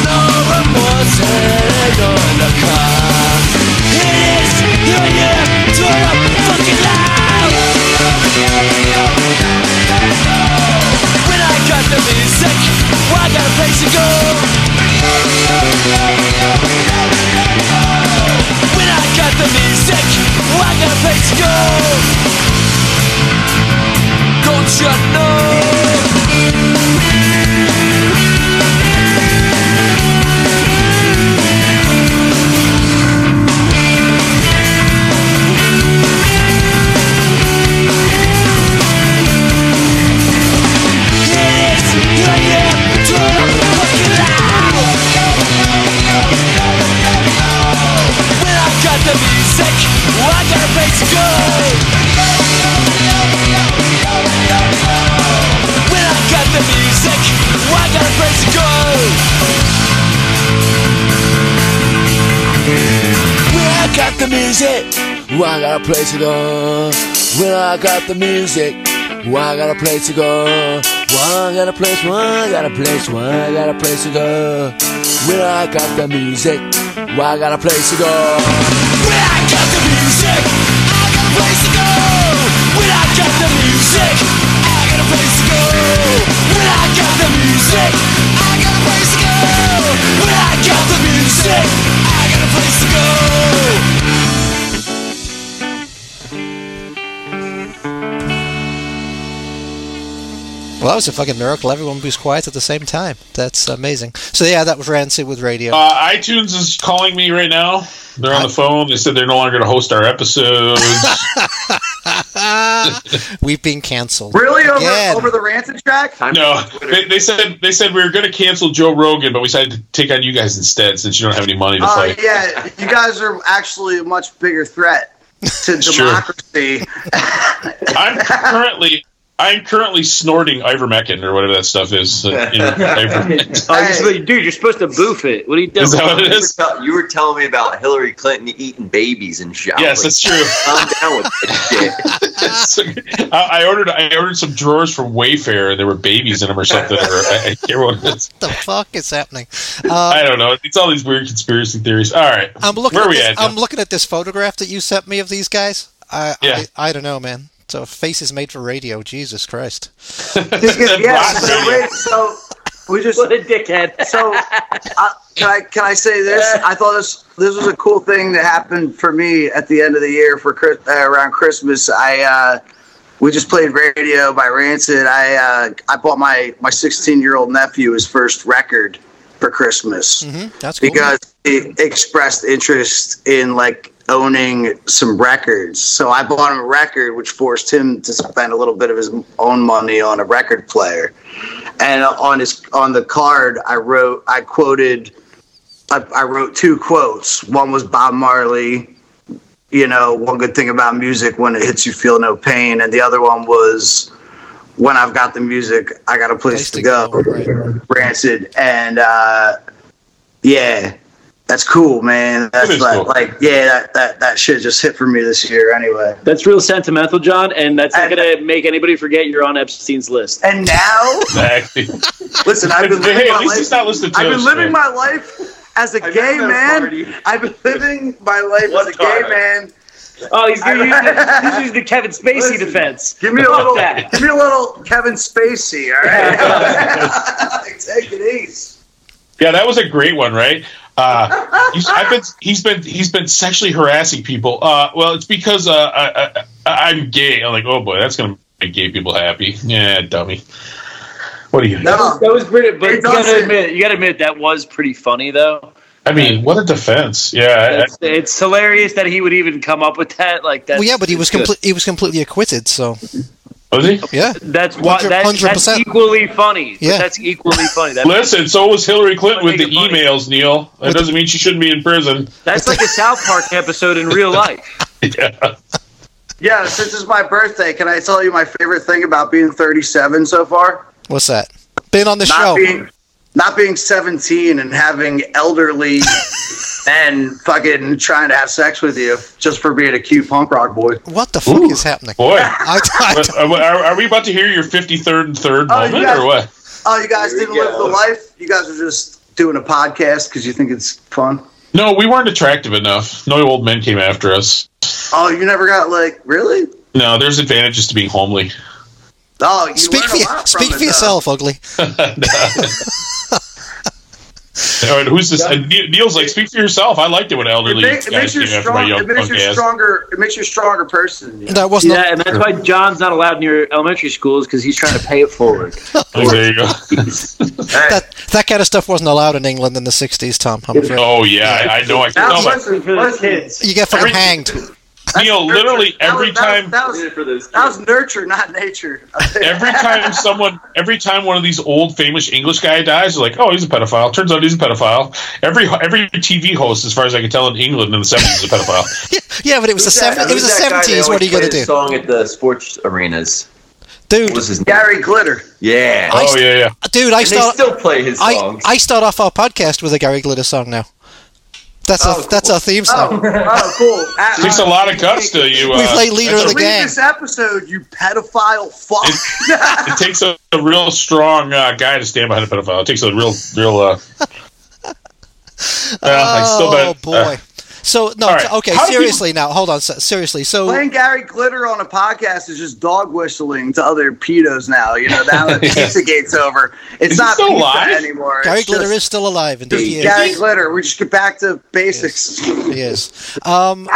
Speaker 10: No remorse, headache, or undercut. It is your year to a fucking life. When I got the music, well, I got a place to go. When I got the music, well, I got a place to go. Don't you know? The music, well, I got a place to go. When I got the music, well, I got a place to go. Well, I got a place, well, I got a place, well, I got a place to go. When I got the music, well, I got a place to go. When I got the music, I got a place to go. When I got the music, I got a place to go. When I got the music, I got a place to go. When I got the
Speaker 3: Well, that was a fucking miracle. Everyone was quiet at the same time. That's amazing. So yeah, that was Rancid with radio.
Speaker 2: Uh, iTunes is calling me right now. They're on the phone. They said they're no longer going to host our episodes.
Speaker 3: We've been canceled.
Speaker 5: Really? Over,
Speaker 3: Again.
Speaker 5: over the rancid track?
Speaker 2: no, they, they said they said we were going to cancel Joe Rogan, but we decided to take on you guys instead since you don't have any money to
Speaker 8: Oh
Speaker 2: fight.
Speaker 8: yeah, you guys are actually a much bigger threat to
Speaker 2: Sure.
Speaker 8: democracy.
Speaker 2: I'm currently I'm currently snorting ivermectin or whatever that stuff is. uh, you know,
Speaker 4: Oh,
Speaker 2: iver-
Speaker 4: you're supposed- dude, you're supposed to boof it. What are you doing?
Speaker 2: Is that what it
Speaker 7: You were,
Speaker 2: is?
Speaker 7: tell- you were telling me about Hillary Clinton eating babies and shit. I
Speaker 2: Yes,
Speaker 7: was
Speaker 2: that's true.
Speaker 7: like, calm down with that shit.
Speaker 2: So, I I ordered I ordered some drawers from Wayfair and there were babies in them or something. Or I, I can't remember what it is.
Speaker 3: What the fuck is happening? Uh,
Speaker 2: I don't know. It's all these weird conspiracy theories. All right,
Speaker 3: I'm looking.
Speaker 2: Where
Speaker 3: at
Speaker 2: are we
Speaker 3: this,
Speaker 2: at now?
Speaker 3: I'm looking at this photograph that you sent me of these guys. I
Speaker 2: Yeah.
Speaker 3: I, I don't know, man. So faces made for radio. Jesus Christ.
Speaker 8: Just get- yeah,
Speaker 2: Rock
Speaker 8: so,
Speaker 2: radio.
Speaker 8: wait, so we just
Speaker 4: What a dickhead.
Speaker 8: so I, can I can I say this? I thought this this was a cool thing that happened for me at the end of the year for Chris- uh, around Christmas. I uh, we just played radio by Rancid. I uh, I bought my my 16 year old nephew his first record for Christmas
Speaker 3: hmm That's cool.
Speaker 8: because he expressed interest in like owning some records. So I bought him a record, which forced him to spend a little bit of his own money on a record player. And on his on the card, I wrote, I quoted, I, I wrote two quotes. One was Bob Marley. You know, one good thing about music when it hits you feel no pain, and the other one was when I've got the music, I got a place, to, go.
Speaker 3: right.
Speaker 8: Rancid, and uh, yeah, that's cool, man.
Speaker 2: It
Speaker 8: That's
Speaker 2: is
Speaker 8: like,
Speaker 2: cool.
Speaker 8: like, yeah, that, that that shit just hit for me this year, anyway.
Speaker 4: That's real sentimental, John, and that's not
Speaker 8: And-
Speaker 4: going to make anybody forget you're on Epstein's list.
Speaker 8: And now,
Speaker 2: Exactly.
Speaker 8: listen, I've been living
Speaker 2: hey,
Speaker 8: my
Speaker 2: at least he's
Speaker 8: life.
Speaker 2: not listening to
Speaker 8: I've
Speaker 2: us.
Speaker 8: been living
Speaker 2: man.
Speaker 8: my life as a
Speaker 5: I've
Speaker 8: gay
Speaker 5: been at a
Speaker 8: man.
Speaker 5: party.
Speaker 8: I've been living my life
Speaker 2: What
Speaker 8: as a
Speaker 2: time?
Speaker 8: gay man.
Speaker 4: Oh, he's going to use the, he's using the Kevin Spacey
Speaker 8: Listen.
Speaker 4: defense.
Speaker 8: Give me a
Speaker 4: Fuck
Speaker 8: little,
Speaker 4: that.
Speaker 8: give me a little Kevin Spacey, all right? Take it easy.
Speaker 2: Yeah, that was a great one, right? Uh, he's, I've been, he's been he's been sexually harassing people. Uh, well, it's because uh, I, I, I'm gay. I'm like, oh boy, that's gonna make gay people happy. Yeah, dummy. What do you?
Speaker 8: No,
Speaker 4: That was pretty, but
Speaker 8: It
Speaker 4: you got to
Speaker 8: doesn't-
Speaker 4: admit, you got to admit that was pretty funny though.
Speaker 2: I mean, what a defense. Yeah,
Speaker 4: It's, it's hilarious that he would even come up with that. Like that.
Speaker 3: Well, yeah, but he was complete. He was completely acquitted. So
Speaker 2: I- was he?
Speaker 3: yeah,
Speaker 4: That's why
Speaker 3: 100%.
Speaker 4: that's, that's equally funny.
Speaker 3: Yeah.
Speaker 4: that's equally funny. That,
Speaker 2: Listen, so was Hillary Clinton with the
Speaker 4: Make it funny.
Speaker 2: emails, Neil. That doesn't mean she shouldn't be in prison.
Speaker 4: that's like a South Park episode in real life.
Speaker 2: Yeah.
Speaker 8: yeah. Since it's my birthday, can I tell you my favorite thing about being 37 so far?
Speaker 3: what's that? Been on the
Speaker 8: not
Speaker 3: show.
Speaker 8: being not being 17 and having elderly men fucking trying to have sex with you just for being a cute punk rock boy.
Speaker 3: what the fuck is happening?
Speaker 2: Boy, uh,
Speaker 3: I, I,
Speaker 2: What- are, are we about to hear your 53rd and third
Speaker 8: Oh,
Speaker 2: moment
Speaker 8: yeah.
Speaker 2: or what?
Speaker 8: Oh, you guys
Speaker 5: There
Speaker 8: didn't
Speaker 5: you
Speaker 8: live the
Speaker 5: go.
Speaker 8: life. You guys are just doing a podcast because you think it's fun.
Speaker 2: No, we weren't attractive enough. No old men came after us.
Speaker 8: Oh, you never got like really?
Speaker 2: No, there's advantages to being homely.
Speaker 8: Oh, you
Speaker 3: speak
Speaker 8: learn
Speaker 3: for,
Speaker 8: a
Speaker 3: you-
Speaker 8: lot from
Speaker 3: speak
Speaker 8: it,
Speaker 3: for
Speaker 8: though.
Speaker 3: yourself, ugly.
Speaker 2: All right, who's this? Uh, Ne- Neil's like, speak for yourself. I liked it when
Speaker 8: It,
Speaker 2: elderly
Speaker 8: ma- it
Speaker 2: guys
Speaker 8: makes you
Speaker 2: came after my
Speaker 8: strong.
Speaker 2: young
Speaker 8: It makes
Speaker 2: punk
Speaker 8: you
Speaker 2: ass.
Speaker 8: stronger. It makes you a stronger person.
Speaker 3: That wasn't.
Speaker 4: Yeah, and that's why John's not allowed near elementary schools because he's trying to pay it forward.
Speaker 2: Oh, there you go.
Speaker 3: That that kind of stuff wasn't allowed in England in the '60s, Tom. I'm afraid.
Speaker 2: Oh yeah, I, I know. I can
Speaker 8: Now
Speaker 2: tell. But
Speaker 8: listen,
Speaker 4: for the
Speaker 8: listen.
Speaker 4: kids.
Speaker 3: You get fucking
Speaker 2: Every-
Speaker 3: hanged.
Speaker 2: Neil,
Speaker 8: Nurture.
Speaker 2: literally
Speaker 8: That
Speaker 2: every
Speaker 8: was- that was-
Speaker 2: time,
Speaker 8: that was
Speaker 5: Did it for those
Speaker 8: that
Speaker 5: kids.
Speaker 8: was nurture, not nature.
Speaker 2: every time someone, every time one of these old famous English guy dies, they're like, oh, he's a pedophile. Turns out he's a pedophile. Every every TV host, as far as I can tell, in England in the seventies, is a pedophile.
Speaker 3: Yeah, but it was the seven, It was the
Speaker 7: Who's that guy they
Speaker 3: '70s. What are
Speaker 7: always
Speaker 3: you gonna
Speaker 7: play
Speaker 3: do,
Speaker 7: the Song at the sports arenas. What
Speaker 3: dude?
Speaker 7: was his name?
Speaker 8: Gary Glitter.
Speaker 7: Yeah.
Speaker 3: I-
Speaker 2: Oh yeah, yeah.
Speaker 3: Dude, I
Speaker 7: and they
Speaker 3: start.
Speaker 7: still play his
Speaker 3: I,
Speaker 7: songs.
Speaker 3: I start off our podcast with a Gary Glitter song now. That's our, that's our theme
Speaker 8: Oh,
Speaker 3: song.
Speaker 8: oh, cool. At-
Speaker 2: Takes a lot of guts to you. Uh,
Speaker 3: We play leader
Speaker 2: that's
Speaker 3: of
Speaker 2: a
Speaker 3: the
Speaker 2: re-
Speaker 3: gang.
Speaker 8: Read this episode, you pedophile fuck.
Speaker 2: It takes a, a real strong uh, guy to stand behind a pedophile. It takes a real, real. Uh, well, I still
Speaker 3: oh
Speaker 2: bet-
Speaker 3: boy.
Speaker 2: uh,
Speaker 3: so no,
Speaker 2: all right.
Speaker 3: okay.
Speaker 2: How do
Speaker 3: seriously, now hold on. se- Seriously, so
Speaker 8: Playing Gary Glitter on a podcast is just dog whistling to other pedos now. You know, now that Pizzagate's over, it's
Speaker 2: Is he
Speaker 8: not
Speaker 2: still
Speaker 8: pizza
Speaker 2: alive?
Speaker 8: anymore.
Speaker 3: Gary
Speaker 8: it's
Speaker 3: Glitter
Speaker 8: just
Speaker 3: is still alive, and he is.
Speaker 8: Gary Glitter. We just get back to basics.
Speaker 3: He is. Um,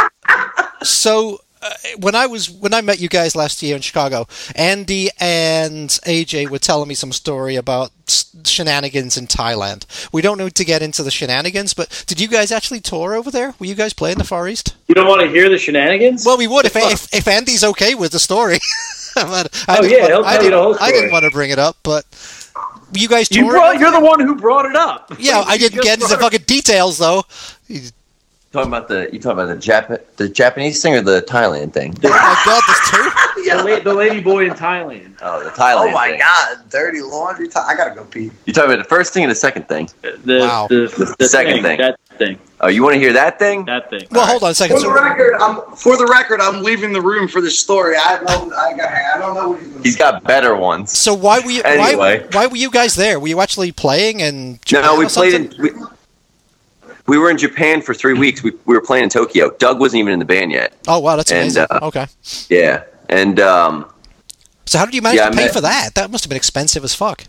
Speaker 3: so uh, when I was when I met you guys last year in Chicago, Andy and AJ were telling me some story about s- shenanigans in Thailand. We don't need to get into the shenanigans, but did you guys actually tour over there? Were you guys playing the Far East?
Speaker 4: You don't want to hear the shenanigans?
Speaker 3: Well, we would if if, if Andy's okay with the story. But I
Speaker 4: Oh,
Speaker 3: didn't
Speaker 4: yeah,
Speaker 3: want-
Speaker 4: he'll
Speaker 3: I
Speaker 4: tell you
Speaker 3: didn't-
Speaker 4: the whole
Speaker 3: I didn't
Speaker 4: story.
Speaker 3: want to bring it up, but you guys
Speaker 4: you
Speaker 3: toured
Speaker 4: brought,
Speaker 3: over
Speaker 4: you're the one who brought it up.
Speaker 3: Yeah, I didn't
Speaker 4: just
Speaker 3: get into the
Speaker 4: brought
Speaker 3: fucking details though.
Speaker 7: Talking about the you talking about the Jap the Japanese thing or the Thailand thing?
Speaker 3: Oh my god, there's two.
Speaker 4: The, la- the lady boy in Thailand.
Speaker 7: Oh, the Thailand.
Speaker 8: Oh my
Speaker 7: thing.
Speaker 8: god, dirty laundry time. I gotta go pee.
Speaker 7: You talking about the first thing and the second thing?
Speaker 4: The,
Speaker 3: Wow.
Speaker 4: the, the
Speaker 7: Second thing.
Speaker 4: That thing.
Speaker 7: Oh, you want to hear that thing?
Speaker 4: That thing.
Speaker 3: Well, hold on a second.
Speaker 8: For the
Speaker 3: So,
Speaker 8: record, I'm for the record, I'm leaving the room for this story. I don't, I, got- I don't know what he's.
Speaker 7: He's got better ones.
Speaker 3: so why were you? Why,
Speaker 7: Anyway.
Speaker 3: why were you guys there? Were you actually playing? And
Speaker 7: No, we played in. We, we were in Japan for three weeks. We, we were playing in Tokyo. Doug wasn't even in the band yet.
Speaker 3: Oh wow, that's
Speaker 7: and,
Speaker 3: amazing.
Speaker 7: uh,
Speaker 3: okay,
Speaker 7: Yeah, and um,
Speaker 3: so how did you manage
Speaker 7: yeah,
Speaker 3: to
Speaker 7: I
Speaker 3: pay
Speaker 7: met-
Speaker 3: for that? That must have been expensive as fuck.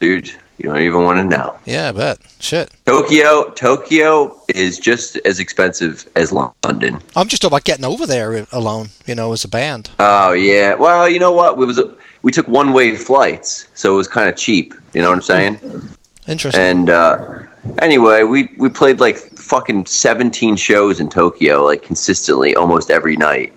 Speaker 7: dude, you don't even want to know.
Speaker 3: Yeah, I bet. Shit,
Speaker 7: Tokyo, Tokyo is just as expensive as London.
Speaker 3: I'm just talking about getting over there uh, alone. You know, as a band.
Speaker 7: Oh yeah. Well, you know what? We was we took one way flights, so it was kind of cheap. You know what I'm saying?
Speaker 3: Interesting.
Speaker 7: And uh, anyway, we we played like fucking 17 shows in Tokyo, like consistently, almost every night.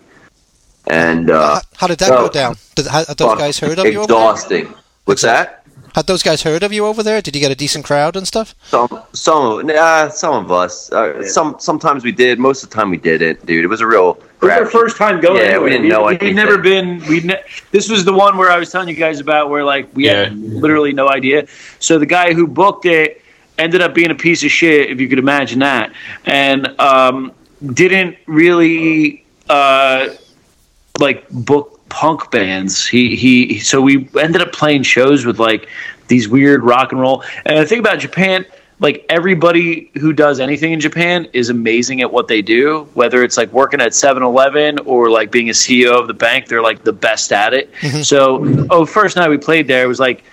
Speaker 7: And uh,
Speaker 3: how, how did that
Speaker 7: so-
Speaker 3: go down? Did, had, had those
Speaker 7: fuck,
Speaker 3: guys heard of you? Over there?
Speaker 7: Exhausting. What's that?
Speaker 3: Had those guys heard of you over there? Did you get a decent crowd and stuff?
Speaker 7: Some, some, of- nah, some of us. Uh, Some, sometimes we did. Most of the time, we didn't, dude. It was a real.
Speaker 4: It was
Speaker 7: crap
Speaker 4: our first time going.
Speaker 7: Yeah, we
Speaker 4: anywhere.
Speaker 7: didn't know
Speaker 4: We'd- We'd
Speaker 7: anything.
Speaker 4: never been. We ne- this was the one where I was telling you guys about where like we had literally no idea. So the guy who booked it ended up being a piece of shit, if you could imagine that, and um, didn't really uh, like book punk bands. He he. So we ended up playing shows with like these weird rock and roll. And the thing about Japan, like everybody who does anything in Japan is amazing at what they do. Whether it's like working at 7-Eleven or like being a CEO of the bank, they're like the best at it. So, oh, first night we played there it was like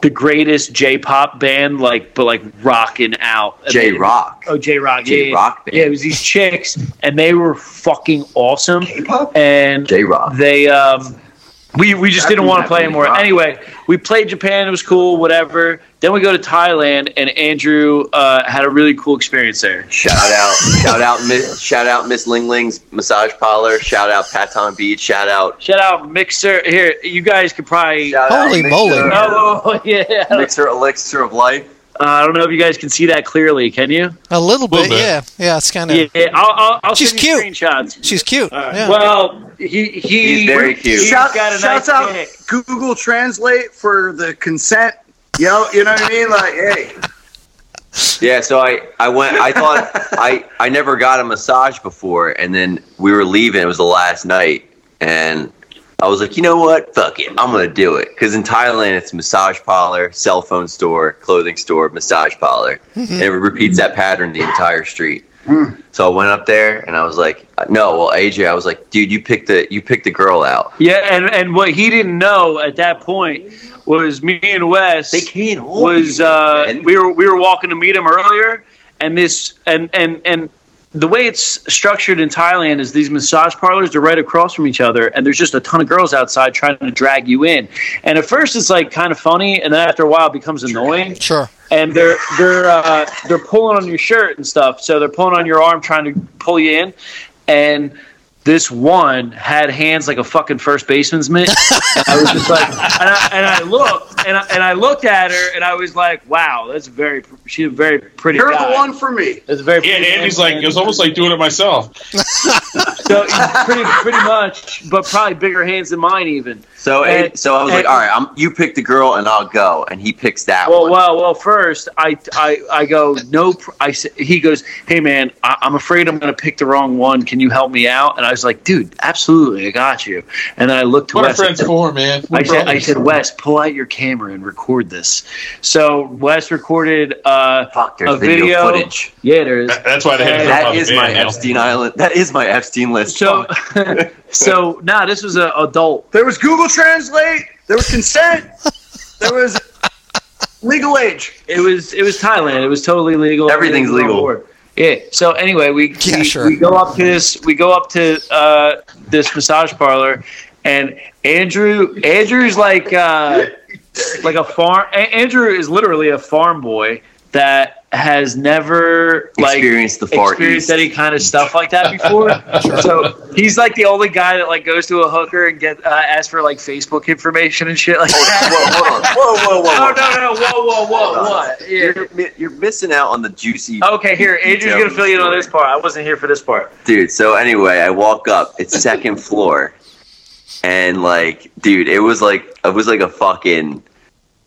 Speaker 4: the greatest J-pop band, like but like rocking out. I mean,
Speaker 7: J Rock.
Speaker 4: Oh, J Rock.
Speaker 7: J
Speaker 4: yeah,
Speaker 7: Rock
Speaker 4: Yeah,
Speaker 7: band.
Speaker 4: Yeah, it was these chicks, and they were fucking awesome.
Speaker 8: K-pop?
Speaker 4: And
Speaker 7: J Rock.
Speaker 4: they, um, we we just didn't want to play anymore. Anyway, we played Japan. It was cool, whatever. Then we go to Thailand, and Andrew uh, had a really cool experience there.
Speaker 7: Shout out, shout out, Miss, shout out, Miss Ling Ling's massage parlor. Shout out, Patton Beach. Shout out,
Speaker 4: Shout out Mixer. Here, you guys could probably.
Speaker 7: shout out,
Speaker 3: Holy
Speaker 7: Mixer-
Speaker 3: moly.
Speaker 4: Oh yeah.
Speaker 7: Mixer elixir of life.
Speaker 4: Uh, I don't know if you guys can see that clearly. Can you?
Speaker 3: A little bit,
Speaker 2: Little bit.
Speaker 3: yeah, yeah. It's kind of
Speaker 4: Yeah, I'll, I'll, I'll
Speaker 3: She's
Speaker 4: send you
Speaker 3: cute.
Speaker 4: screenshots.
Speaker 3: she's cute.
Speaker 2: Uh,
Speaker 3: yeah.
Speaker 4: Well, he, he
Speaker 7: He's very cute.
Speaker 4: he's
Speaker 8: Shout,
Speaker 4: got a
Speaker 8: shouts
Speaker 4: nice
Speaker 8: out
Speaker 4: dick.
Speaker 8: Google Translate for the consent. Yo, you know what I mean? Like, hey,
Speaker 7: Yeah, so I, I went. I thought I, I never got a massage before, and then we were leaving. It was the last night, and I was like, you know what? Fuck it, I'm gonna do it. Because in Thailand, it's massage parlor, cell phone store, clothing store, massage parlor, and it repeats that pattern the entire street. So I went up there, and I was like, no, well, AJ, I was like, dude, you picked the you picked the girl out.
Speaker 4: Yeah, and, and what he didn't know at that point was me and Wes
Speaker 7: They can't hold
Speaker 4: was
Speaker 7: you,
Speaker 4: uh,
Speaker 7: man.
Speaker 4: we were we were walking to meet him earlier, and this and and and the way it's structured in Thailand is these massage parlors are right across from each other, and there's just a ton of girls outside trying to drag you in. And at first, it's like kind of funny, and then after a while, it becomes annoying
Speaker 3: sure.
Speaker 4: and they're they're uh, they're pulling on your shirt and stuff. So they're pulling on your arm, trying to pull you in. And this one had hands like a fucking first baseman's mitt. And I was just like, and I, and I looked and I, and I looked at her and I was like, wow, that's very pr- she's a very pretty.
Speaker 8: you're
Speaker 4: guy.
Speaker 8: the one for me.
Speaker 4: That's a very
Speaker 2: Yeah,
Speaker 4: pretty
Speaker 2: Andy's
Speaker 4: man.
Speaker 2: like it was almost like doing it myself.
Speaker 4: so pretty pretty much, but probably bigger hands than mine even.
Speaker 7: So
Speaker 4: And-
Speaker 7: it, so I was
Speaker 4: and-
Speaker 7: like, all right, I'm, you pick the girl, and I'll go. And he picks that
Speaker 4: Well,
Speaker 7: one.
Speaker 4: well, well. First, I, I, I go no. pr- I s- he goes, hey man, I, I'm afraid I'm gonna pick the wrong one. Can you help me out? And I was like, dude, absolutely, I got you. And then I looked to
Speaker 2: What are
Speaker 4: Wes.
Speaker 2: friends for, man? We're
Speaker 4: I said, I
Speaker 2: brothers.
Speaker 4: said, Wes, pull out your camera and record this. So Wes recorded uh,
Speaker 7: Fuck, there's
Speaker 4: a
Speaker 7: video,
Speaker 4: video.
Speaker 7: footage.
Speaker 4: Yeah, there is.
Speaker 2: That- That's why they had to
Speaker 4: That
Speaker 2: drop
Speaker 7: That
Speaker 2: out
Speaker 7: is
Speaker 2: the
Speaker 7: my
Speaker 2: band, you know?
Speaker 7: Epstein Island. That is my Epstein list.
Speaker 4: So, so nah, this was an adult
Speaker 8: There was Google Translate. There was consent. there was legal age.
Speaker 4: It was it was Thailand. It was totally legal.
Speaker 7: Everything's
Speaker 4: Everything was on
Speaker 7: legal.
Speaker 4: board. Yeah. So anyway, we
Speaker 3: Yeah,
Speaker 4: we,
Speaker 3: sure.
Speaker 4: we go up to this we go up to uh, this massage parlor, and Andrew Andrew's like uh, like a farm. A- Andrew is literally a farm boy that has never like
Speaker 7: Experience the far east.
Speaker 4: experienced any kind of stuff like that before. So he's like the only guy that like goes to a hooker and get uh, asks for like Facebook information and shit like that.
Speaker 7: Whoa, hold on.
Speaker 5: Whoa, whoa, whoa, whoa.
Speaker 4: oh no no whoa whoa
Speaker 8: Uh,
Speaker 4: whoa what? Yeah.
Speaker 7: You're, mi- you're missing out on the juicy.
Speaker 4: Okay, here Andrew's
Speaker 7: detail
Speaker 4: gonna
Speaker 7: of the
Speaker 4: fill you in on
Speaker 7: story.
Speaker 4: this part. I wasn't here for this part.
Speaker 7: dude. So anyway, I walk up. It's second floor, and like, dude, it was like it was like a fucking,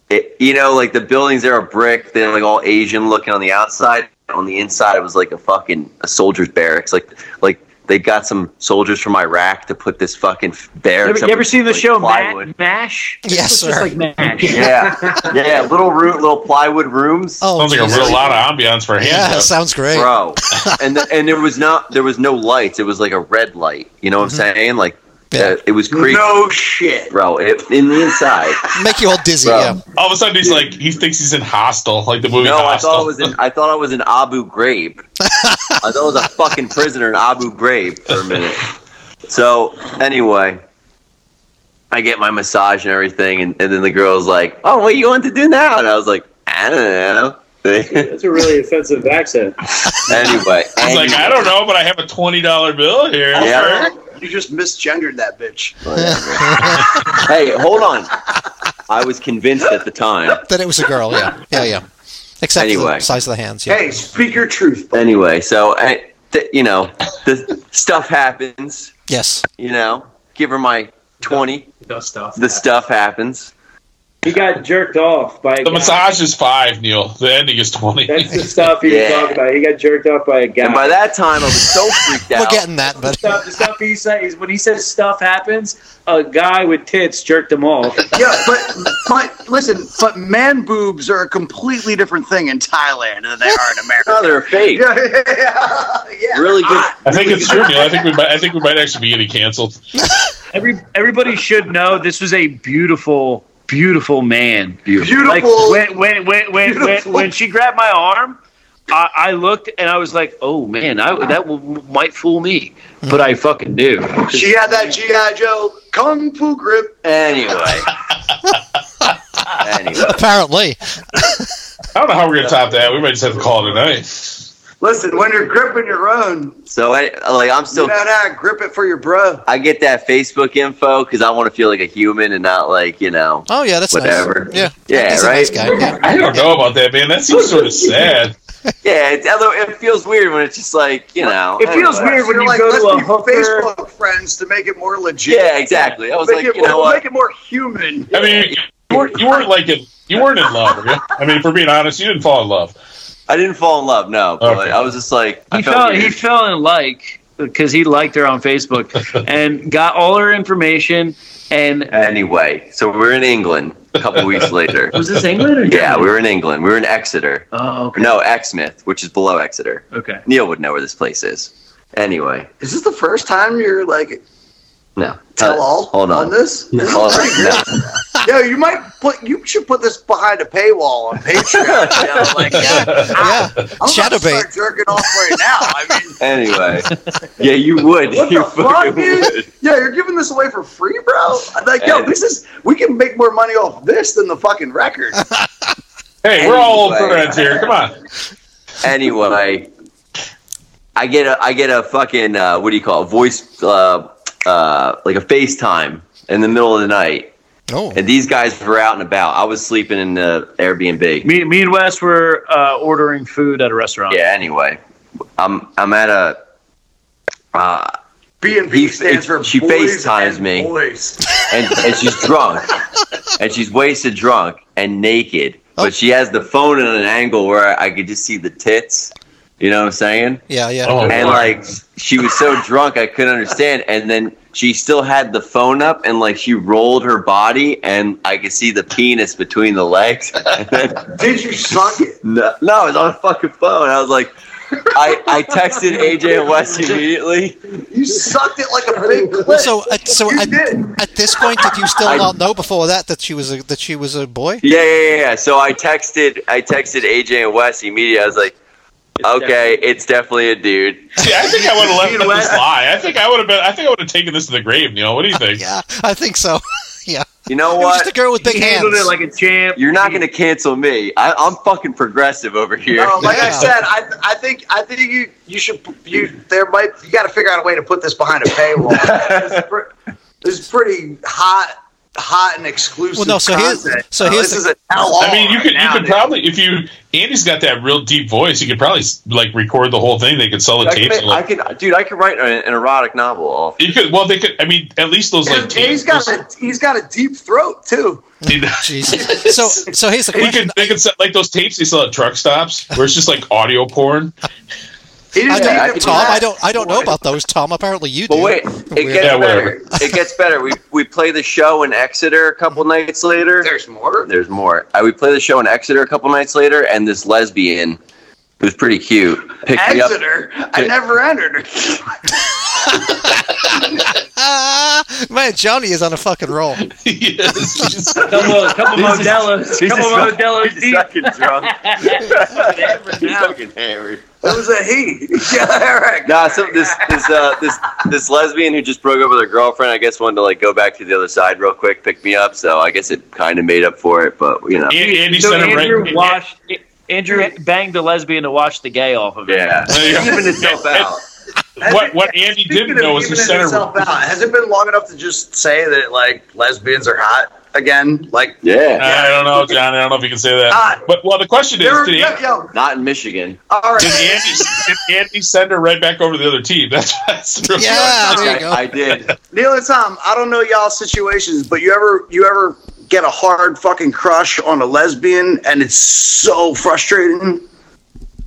Speaker 7: it, you know, like the buildings there are brick. They're like all Asian looking on the outside. On the inside, it was like a fucking a soldier's barracks. Like like they got some soldiers from Iraq to put this fucking
Speaker 4: You
Speaker 7: barracks.
Speaker 4: ever,
Speaker 7: up
Speaker 4: you ever
Speaker 7: with,
Speaker 4: seen the
Speaker 7: like,
Speaker 4: show
Speaker 7: plywood.
Speaker 4: Ma- Mash? This
Speaker 3: Yes,
Speaker 4: looks just
Speaker 3: sir.
Speaker 4: like Mash.
Speaker 7: Yeah, yeah, little room, little plywood rooms.
Speaker 3: Oh,
Speaker 2: Sounds like a
Speaker 3: Jesus.
Speaker 2: real lot of ambiance for him.
Speaker 3: Yeah, sounds great.
Speaker 7: bro. and the, and there was not there was no lights. It was like a red light. You know what
Speaker 2: Mm-hmm.
Speaker 7: I'm saying? Like
Speaker 3: Yeah.
Speaker 7: uh, it was creepy,
Speaker 5: No shit.
Speaker 7: bro. It, in the inside,
Speaker 3: Make you all dizzy.
Speaker 7: bro.
Speaker 3: Yeah.
Speaker 2: All of a sudden, he's like, he thinks he's in Hostel, like the movie
Speaker 7: No, I
Speaker 2: Hostel.
Speaker 7: thought it was in I thought I was in Abu Ghraib. I thought I was a fucking prisoner in Abu Ghraib for a minute. So anyway, I get my massage and everything, and, and then the girl's like, "Oh, what you want to do now?" And I was like, "I don't know."
Speaker 4: That's a really offensive accent.
Speaker 7: anyway,
Speaker 2: He's like, I don't know, but I have a twenty dollar bill here.
Speaker 7: Yeah.
Speaker 8: You just misgendered that bitch.
Speaker 7: hey, hold on. I was convinced at the time.
Speaker 3: That it was a girl. Yeah. Yeah. Yeah. Except for
Speaker 7: Anyway.
Speaker 3: the size of the hands. Yeah.
Speaker 5: Hey, speak your truth.
Speaker 7: Anyway, so I, th- you know, the stuff happens.
Speaker 3: Yes.
Speaker 7: You know, give her my twenty.
Speaker 9: The stuff.
Speaker 7: The stuff happens.
Speaker 4: He got jerked off by a
Speaker 2: The massage is five, Neil. The ending is twenty.
Speaker 4: That's the stuff he
Speaker 7: Yeah.
Speaker 4: was talking about. He got jerked off by a guy.
Speaker 7: And by that time, I was so freaked
Speaker 3: We're
Speaker 7: out.
Speaker 3: getting that, but
Speaker 4: stuff, the stuff he says when he says stuff happens, a guy with tits jerked him off.
Speaker 8: Yeah, but but listen, but man boobs are a completely different thing in Thailand than they are in America.
Speaker 7: No, they're fake.
Speaker 8: yeah, yeah.
Speaker 7: Really good.
Speaker 2: I think it's true, Neil. I think we might. I think we might actually be getting canceled.
Speaker 4: Every everybody should know this was a beautiful, beautiful man.
Speaker 7: Beautiful.
Speaker 4: Like
Speaker 8: Beautiful.
Speaker 4: when when when when, when,
Speaker 8: Beautiful.
Speaker 4: when she grabbed my arm, I, I looked and I was like, oh man, I, that w- might fool me, but I fucking knew.
Speaker 8: she had that GI Joe kung fu grip.
Speaker 7: Anyway. anyway.
Speaker 3: apparently.
Speaker 2: I don't know how we're gonna top that. We might just have to call it a night.
Speaker 8: Listen, when you're gripping your own,
Speaker 7: So, I, like, I'm
Speaker 8: you
Speaker 7: still.
Speaker 8: know how to grip it for your bro.
Speaker 7: I get that Facebook info because I want to feel like a human and not like you know.
Speaker 3: Oh yeah, that's
Speaker 7: Whatever.
Speaker 3: Nice. Yeah.
Speaker 7: Yeah,
Speaker 3: He's a
Speaker 7: right?
Speaker 3: nice guy. Yeah.
Speaker 2: I don't know about that, man. That seems sort of sad.
Speaker 7: Yeah, it, although it feels weird when it's just like you know.
Speaker 4: It feels
Speaker 7: anyway.
Speaker 4: weird when
Speaker 8: You're
Speaker 4: you
Speaker 8: like,
Speaker 4: go
Speaker 8: let's
Speaker 4: to a
Speaker 8: be
Speaker 4: hooker.
Speaker 8: Facebook friends to make it more legit.
Speaker 7: Yeah, exactly. I was
Speaker 8: make
Speaker 7: like,
Speaker 8: it
Speaker 7: you
Speaker 8: more,
Speaker 7: know what?
Speaker 8: make it more human.
Speaker 2: I mean, you weren't, you weren't like in, you weren't in love. Were you? I mean, for being honest, you didn't fall in love.
Speaker 7: I didn't fall in love, no. But
Speaker 2: Okay.
Speaker 7: I was just like, I
Speaker 4: he
Speaker 7: felt
Speaker 4: fell
Speaker 7: weird.
Speaker 4: he fell in like because he liked her on Facebook and got all her information and
Speaker 7: Anyway, so we were in England a couple weeks later.
Speaker 4: was this England or
Speaker 7: Yeah, we were in England. We were in Exeter.
Speaker 4: Oh okay.
Speaker 7: No, Exmouth, which is below Exeter.
Speaker 4: Okay.
Speaker 7: Neil would know where this place is. Anyway,
Speaker 8: Is this the first time you're like
Speaker 7: no.
Speaker 8: tell all
Speaker 7: Uh, Hold on.
Speaker 8: on this? This is
Speaker 7: Hold on.
Speaker 8: pretty good.
Speaker 7: No.
Speaker 8: Yo, you might put you should put this behind a paywall on Patreon.
Speaker 7: Yeah, like-
Speaker 3: Yeah.
Speaker 8: I'm
Speaker 3: Shadow
Speaker 8: gonna start
Speaker 3: bait.
Speaker 8: jerking off right now. I mean,
Speaker 7: anyway, yeah, you would.
Speaker 8: what
Speaker 7: you
Speaker 8: the fuck,
Speaker 7: fucking
Speaker 8: dude?
Speaker 7: would.
Speaker 8: Yeah, you're giving this away for free, bro. I'm like, yo,
Speaker 7: And-
Speaker 8: this is we can make more money off this than the fucking record.
Speaker 2: Hey, we're all old
Speaker 7: Anyway.
Speaker 2: friends here. Come on.
Speaker 7: Anyway, I get a I get a fucking uh, what do you call it? Voice uh, uh, like a FaceTime in the middle of the night,
Speaker 3: Oh.
Speaker 7: and these guys were out and about. I was sleeping in the Airbnb.
Speaker 4: Me, me and Wes were uh, ordering food at a restaurant.
Speaker 7: Yeah. Anyway, I'm I'm at a. Uh,
Speaker 8: B and B
Speaker 7: He-
Speaker 8: stands for
Speaker 7: she
Speaker 8: boys
Speaker 7: FaceTimes
Speaker 8: and
Speaker 7: me.
Speaker 8: Boys.
Speaker 7: and, and she's drunk and she's wasted drunk and naked
Speaker 3: Oh.
Speaker 7: but she has the phone at an angle where I, I could just see the tits you know what i'm saying
Speaker 3: Yeah. Yeah.
Speaker 2: Oh,
Speaker 7: and
Speaker 2: Lord.
Speaker 7: like she was so drunk i couldn't understand and then she still had the phone up and like she rolled her body and i could see the penis between the legs And then-
Speaker 8: Did you suck it?
Speaker 7: no, no it's on a fucking phone i was like I, I texted AJ and Wes immediately.
Speaker 8: You sucked it like a big clip.
Speaker 3: So at, so
Speaker 8: you
Speaker 3: at,
Speaker 8: did.
Speaker 3: at this point, did you still
Speaker 7: I-
Speaker 3: not know before that that she was a that she was a boy?
Speaker 7: Yeah, yeah, yeah, yeah. So I texted I texted AJ and Wes immediately. I was like, okay, it's definitely a dude.
Speaker 2: See, I think I would have let
Speaker 4: You
Speaker 2: let
Speaker 4: know
Speaker 2: this
Speaker 4: what?
Speaker 2: lie. I think I would have been. I think I would have taken this to the grave, Neil. What do you think?
Speaker 3: Yeah, I think so. yeah,
Speaker 7: You know
Speaker 3: it was just a
Speaker 7: what?
Speaker 3: girl with big
Speaker 4: He handled
Speaker 3: hands.
Speaker 4: it like a champ.
Speaker 7: You're not gonna cancel me. I, I'm fucking progressive over here.
Speaker 8: No, like I
Speaker 3: Yeah.
Speaker 8: said, I, I think I think you you should you there might you got to figure out a way to put this behind a paywall. This is pre- this is pretty hot, hot and exclusive.
Speaker 3: Well, no, so here's-
Speaker 8: content.
Speaker 3: so here's
Speaker 8: this
Speaker 3: the-
Speaker 8: is a tell-all
Speaker 2: I mean, you could you
Speaker 8: Oh, now,
Speaker 2: could
Speaker 8: dude.
Speaker 2: probably if you Andy's got that real deep voice, you could probably like record the whole thing. They could sell the
Speaker 7: I could,
Speaker 2: tapes.
Speaker 7: make- I could, dude. I could write an, an erotic novel. Off.
Speaker 2: you could well, they could. I mean, at least those like
Speaker 8: And he's got a he's got a deep throat too.
Speaker 2: tapes.
Speaker 3: Jesus. So, so here's the
Speaker 2: He
Speaker 3: question.
Speaker 2: could, they could sell, like those tapes they sell at truck stops, where it's just like audio porn.
Speaker 8: He didn't
Speaker 3: I
Speaker 8: need
Speaker 7: I
Speaker 8: to
Speaker 3: don't,
Speaker 7: could
Speaker 8: do
Speaker 3: Tom,
Speaker 8: that.
Speaker 3: I don't, I don't know about those. Tom, apparently you do.
Speaker 7: But wait, it
Speaker 3: Weird.
Speaker 7: gets
Speaker 2: Yeah, whatever.
Speaker 7: better. It gets better. We we play the show in Exeter a couple nights later.
Speaker 8: There's more.
Speaker 7: There's more. Uh, we play the show in Exeter a couple nights later, and this lesbian who's pretty cute picked me up.
Speaker 8: Exeter. I never entered.
Speaker 3: Ah, man, Johnny is on a fucking roll.
Speaker 2: Yes, just-
Speaker 4: couple, couple Modelo's, couple
Speaker 7: just-
Speaker 4: Modelo's
Speaker 7: He's
Speaker 4: deep.
Speaker 7: fucking drunk. He's fucking hammered.
Speaker 8: That was a he. yeah, Eric.
Speaker 7: Nah, so this this uh, this this lesbian who just broke up with her girlfriend, I guess, wanted to like go back to the other side real quick, pick me up. So I guess it kind of made up for it, but you know,
Speaker 2: An- Andy
Speaker 4: So
Speaker 2: sent him right.
Speaker 4: Andrew washed. Andrew banged the lesbian to wash the gay off of it.
Speaker 7: yeah,
Speaker 2: There you go.
Speaker 7: even itself out.
Speaker 2: What what Andy didn't know is he
Speaker 8: giving
Speaker 2: sent her.
Speaker 8: himself out, has it been long enough to just say that like lesbians are hot again? Like
Speaker 7: Yeah,
Speaker 2: I don't know, John. I don't know if you can say
Speaker 8: Ah.
Speaker 2: that. But well, the question is,
Speaker 8: They're-
Speaker 2: did
Speaker 8: yo,
Speaker 2: Andy,
Speaker 8: yo,
Speaker 7: not in Michigan.
Speaker 8: all
Speaker 2: did
Speaker 8: right.
Speaker 2: Andy, did Andy send her right back over to the other team? That's that's the real
Speaker 3: Yeah, Ah, there you
Speaker 7: I,
Speaker 3: go.
Speaker 7: I did.
Speaker 8: Neil and Tom, I don't know y'all situations, but you ever you ever get a hard fucking crush on a lesbian and it's so frustrating?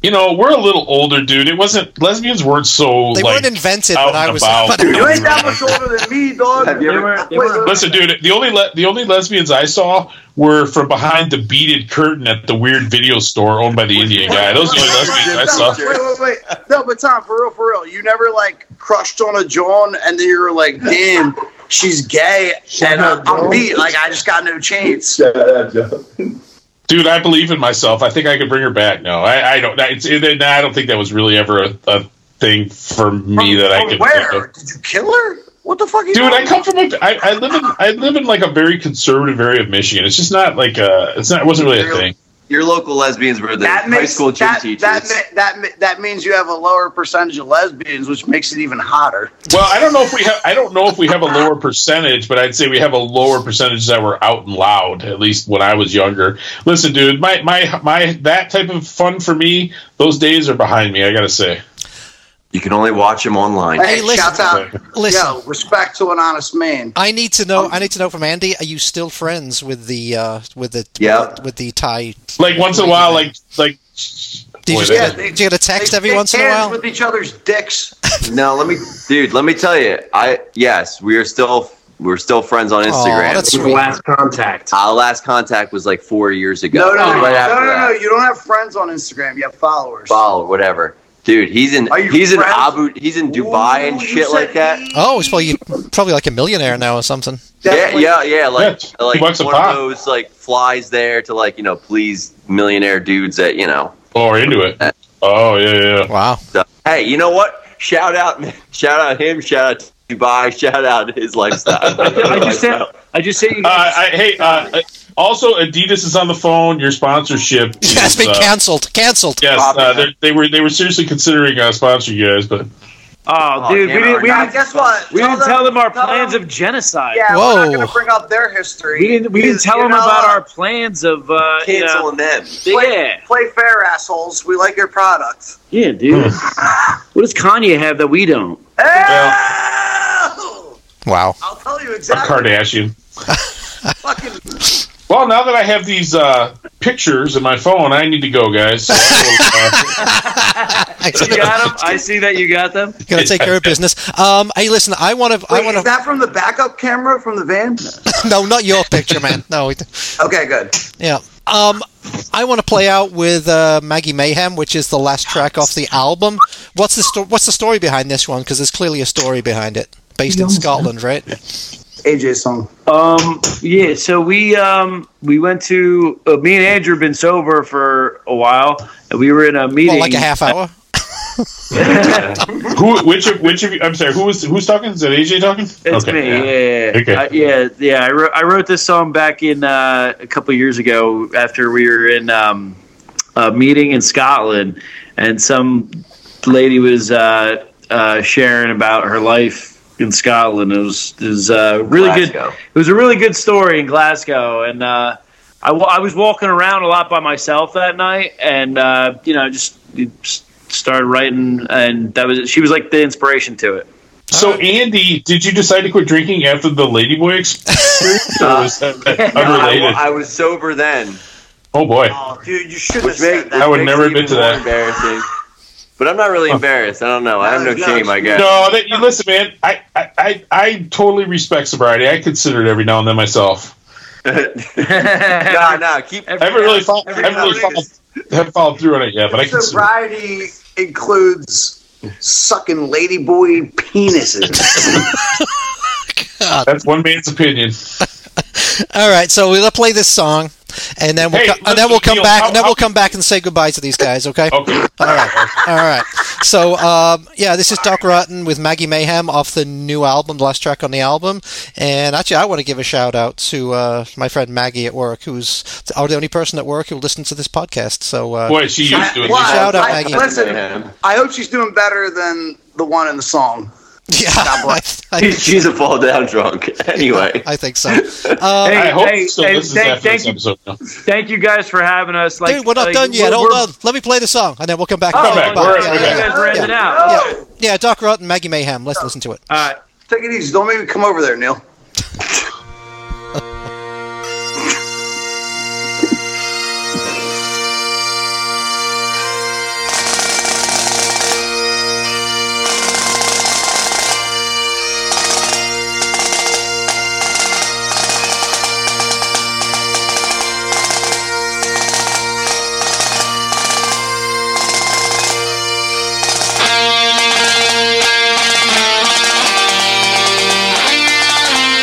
Speaker 2: you know, we're a little older, dude. It wasn't lesbians weren't so
Speaker 3: They
Speaker 2: like
Speaker 3: weren't invented
Speaker 2: out
Speaker 3: when I
Speaker 2: and
Speaker 3: was.
Speaker 2: about.
Speaker 3: when I
Speaker 8: You
Speaker 3: was-
Speaker 8: ain't that much older than me, dog.
Speaker 7: Have you ever-
Speaker 8: Wait, wait, wait.
Speaker 2: Listen, dude. The only le- the only lesbians I saw were from behind the beaded curtain at the weird video store owned by the Indian guy. Those are the only lesbians I
Speaker 8: No,
Speaker 2: saw.
Speaker 8: wait, wait, wait. No, but Tom, for real, for real, you never like crushed on a John, and then you're like, damn, she's gay, and uh, I'm beat. Like I just got no chance.
Speaker 2: Dude, I believe in myself. I think I could bring her back. No, I, I don't. It's, it, nah, I don't think that was really ever a, a thing for me that I
Speaker 8: From
Speaker 2: could. think of.
Speaker 8: Where did you kill her? What the fuck? Are you
Speaker 2: Dude,
Speaker 8: doing?
Speaker 2: I come from a. I, I live in. I live in like a very conservative area of Michigan. It's just not like a. It's not. It wasn't really a thing.
Speaker 7: Your local lesbians were the
Speaker 8: That
Speaker 7: high
Speaker 8: makes
Speaker 7: school gym
Speaker 8: that,
Speaker 7: teachers.
Speaker 8: That, ma- that ma- that means you have a lower percentage of lesbians, which makes it even hotter.
Speaker 2: Well, I don't know if we have. I don't know if we have a lower percentage, but I'd say we have a lower percentage that were out and loud. At least when I was younger. Listen, dude, my my my that type of fun for me. Those days are behind me. I gotta say.
Speaker 7: you can only watch them online.
Speaker 8: Hey,
Speaker 3: listen.
Speaker 8: shout out,
Speaker 3: Listen. Uh,
Speaker 8: yo, respect to an honest man.
Speaker 3: I need to
Speaker 8: Um,
Speaker 3: know. I need to know from Andy. Are you still friends with the uh, with the
Speaker 7: Yeah.
Speaker 3: with, with the Thai?
Speaker 2: Like once in a while, like like.
Speaker 3: Do you,
Speaker 2: Boy,
Speaker 3: just,
Speaker 2: that-
Speaker 3: do you get a text every
Speaker 8: shake
Speaker 3: once in a
Speaker 8: hands
Speaker 3: while?
Speaker 8: with each other's dicks.
Speaker 7: No, let me, dude. Let me tell you. I yes, we are still we're still friends on Instagram.
Speaker 3: Aw, Oh, that's
Speaker 9: It was
Speaker 3: sweet.
Speaker 9: last contact.
Speaker 7: Our last contact was like four years ago.
Speaker 8: No, no, no,
Speaker 7: Right
Speaker 8: no,
Speaker 7: after
Speaker 8: no, no,
Speaker 7: that.
Speaker 8: You don't have friends on Instagram. You have followers.
Speaker 7: Follow whatever, dude. He's in
Speaker 8: Are you
Speaker 7: he's in
Speaker 8: friends?
Speaker 7: Abu. He's in Dubai and
Speaker 8: Ooh, you
Speaker 7: shit
Speaker 8: said
Speaker 7: like that.
Speaker 8: he-
Speaker 3: Oh, he's probably probably like a millionaire now or something.
Speaker 7: Yeah,
Speaker 8: Definitely.
Speaker 7: yeah, yeah. Like
Speaker 2: Yeah,
Speaker 7: like
Speaker 2: he
Speaker 7: one
Speaker 2: bucks a
Speaker 7: of
Speaker 2: pop.
Speaker 7: those like flies there to like you know please millionaire dudes that you know.
Speaker 2: Oh, we're into it. Oh yeah, yeah.
Speaker 3: Wow.
Speaker 7: So, hey, you know what? Shout out, shout out him. Shout out Dubai. Shout out his lifestyle.
Speaker 4: I just said. I just said. You
Speaker 2: Uh, I, hey, uh, also Adidas is on the phone. Your sponsorship.
Speaker 3: Yeah, it's
Speaker 2: is,
Speaker 3: been
Speaker 2: uh,
Speaker 3: cancelled. Cancelled.
Speaker 2: Yes,
Speaker 7: Popping
Speaker 2: uh,
Speaker 7: up.
Speaker 2: they- they were they were seriously considering uh, sponsoring you guys, but
Speaker 4: oh, dude, we
Speaker 7: damn,
Speaker 4: didn't. We
Speaker 8: Now,
Speaker 4: didn't,
Speaker 8: guess what?
Speaker 4: we didn't tell them our plans
Speaker 8: them-
Speaker 4: of genocide.
Speaker 8: Yeah, we're not going
Speaker 3: Whoa.
Speaker 8: to bring up their history.
Speaker 4: We didn't. We didn't
Speaker 8: You
Speaker 4: tell them
Speaker 8: know,
Speaker 4: about our plans of. Uh, you know,
Speaker 7: canceling them.
Speaker 4: yeah,
Speaker 8: play fair, assholes. We like your product.
Speaker 4: yeah, dude.
Speaker 2: Hmm.
Speaker 4: what does Kanye have that we don't?
Speaker 8: Ah! Ew!
Speaker 3: Wow.
Speaker 8: I'll tell you
Speaker 2: a
Speaker 8: exactly.
Speaker 2: Kardashian.
Speaker 8: Fucking
Speaker 2: Well, now that I have these uh, pictures in my phone, I need to go, guys. So I will, uh,
Speaker 4: You got them. I see that you got them.
Speaker 3: Gonna take care of business. Um, hey, listen, I want to. I
Speaker 8: Wait,
Speaker 3: want
Speaker 8: is
Speaker 3: to.
Speaker 8: that from the backup camera from the van?
Speaker 3: No, not your picture, man. No. it-
Speaker 8: Okay, good.
Speaker 3: Yeah. Um, I want to play out with uh, Maggie Mayhem, which is the last track off the album. What's the sto- What's the story behind this one? Because there's clearly a story behind it, based in Scotland, right?
Speaker 8: AJ's song.
Speaker 4: Um, yeah, so we um, we went to uh, me and Andrew have been sober for a while, and we were in a meeting.
Speaker 3: Well, like a half hour.
Speaker 2: uh, Who? Which? Of, which of you? I'm sorry. Who was? Who's talking? Is it AJ talking?
Speaker 4: It's
Speaker 2: Okay,
Speaker 4: me.
Speaker 2: yeah.
Speaker 4: Yeah, yeah, yeah.
Speaker 2: Okay.
Speaker 4: I, yeah, yeah. I wrote, I wrote this song back in uh, a couple years ago after we were in um, a meeting in Scotland, and some lady was uh, uh, sharing about her life in Scotland. It was, it was uh, really
Speaker 7: Glasgow.
Speaker 4: good. It was a really good story in Glasgow, and uh, I, wa- I was walking around a lot by myself that night, and uh, you know, just, just started writing, and that was. She was like the inspiration to it.
Speaker 2: So Andy, did you decide to quit drinking after the Ladyboy experience, or was that
Speaker 7: I,
Speaker 2: unrelated?
Speaker 7: I was sober then,
Speaker 2: oh boy.
Speaker 10: Oh, dude, you shouldn't have
Speaker 7: which
Speaker 10: said
Speaker 7: makes
Speaker 10: that.
Speaker 2: I would
Speaker 7: makes
Speaker 2: never
Speaker 7: it
Speaker 2: admit
Speaker 7: even
Speaker 2: to
Speaker 7: more
Speaker 2: that.
Speaker 7: Embarrassing. But I'm not really embarrassed. I don't know. I have no
Speaker 10: No,
Speaker 7: shame. I guess.
Speaker 2: No, that, you, listen, man. I, I, I, I totally respect sobriety. I consider it every now and then myself.
Speaker 7: No, no. Keep.
Speaker 2: I haven't really, followed, I
Speaker 10: every
Speaker 2: haven't
Speaker 10: now
Speaker 2: really
Speaker 10: and then.
Speaker 2: followed, haven't followed through on it yet, but I consider. it.
Speaker 8: Sobriety includes sucking ladyboy penises.
Speaker 2: That's one man's opinion.
Speaker 3: All right, so we'll play this song, and then we'll
Speaker 2: Hey,
Speaker 3: co- and then we'll come
Speaker 2: Neil,
Speaker 3: back,
Speaker 2: how-
Speaker 3: and then
Speaker 2: how-
Speaker 3: we'll come back and say goodbye to these guys. Okay.
Speaker 2: Okay.
Speaker 3: All right. All right. So um, yeah, this is Doc Rotten with Maggie Mayhem off the new album, the last track on the album. And actually, I want to give a shout out to uh, my friend Maggie at work, who's the only person at work who listens to this podcast. So uh,
Speaker 2: Boy, she used to it.
Speaker 8: Wow.
Speaker 3: Shout out,
Speaker 8: I-
Speaker 3: Maggie.
Speaker 8: Listen, I hope she's doing better than the one in the song.
Speaker 3: yeah, I, I,
Speaker 7: She's a fall down drunk. Anyway.
Speaker 3: I think so. Um,
Speaker 2: I hope
Speaker 4: Hey,
Speaker 2: so.
Speaker 4: hey,
Speaker 2: This is
Speaker 4: thank-
Speaker 2: after
Speaker 4: thank
Speaker 2: this
Speaker 4: you.
Speaker 2: episode. now.
Speaker 4: Thank you guys for having us. Like,
Speaker 3: Dude, we're not
Speaker 4: like,
Speaker 3: done yet.
Speaker 4: we're-
Speaker 3: Hold
Speaker 4: we're-
Speaker 3: on. Let me play the song, and then we'll come back.
Speaker 4: Oh,
Speaker 2: Come back.
Speaker 4: my
Speaker 2: We're-
Speaker 4: God,
Speaker 3: yeah,
Speaker 2: we're
Speaker 4: you
Speaker 2: back.
Speaker 4: guys ran it out.
Speaker 3: yeah, yeah, Doc Rotten, Maggie Mayhem. Let's listen to it.
Speaker 4: All right.
Speaker 8: Take it easy. Don't make me come over there, Neil.
Speaker 6: Thank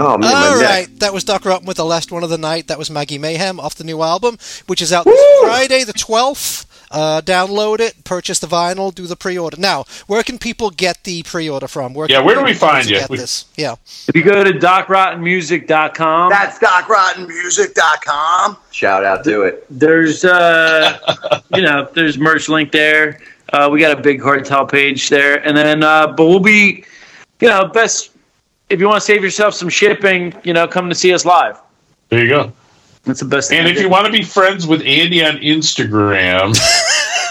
Speaker 7: Oh man, my
Speaker 3: All
Speaker 7: neck.
Speaker 3: right, that was Doc Rotten with the last one of the night. That was Maggie Mayhem off the new album, which is out this Friday, the twelfth. Uh, download it, purchase the vinyl, do the pre-order. Now, where can people get the pre-order from? Where
Speaker 2: Yeah,
Speaker 3: can
Speaker 2: where do we
Speaker 3: people
Speaker 2: find you?
Speaker 3: Get
Speaker 2: We-
Speaker 3: this? Yeah,
Speaker 4: If you go to docrottenmusic.com,
Speaker 8: That's DocRottenMusic.com.
Speaker 7: Shout out to it.
Speaker 4: there's uh, you know there's merch link there. Uh, we got a big cartel page there, and then uh, but we'll be you know best if you want to save yourself some shipping, you know come to see us live.
Speaker 2: There you go.
Speaker 4: That's the best thing.
Speaker 2: And if you want to be friends with Andy on Instagram,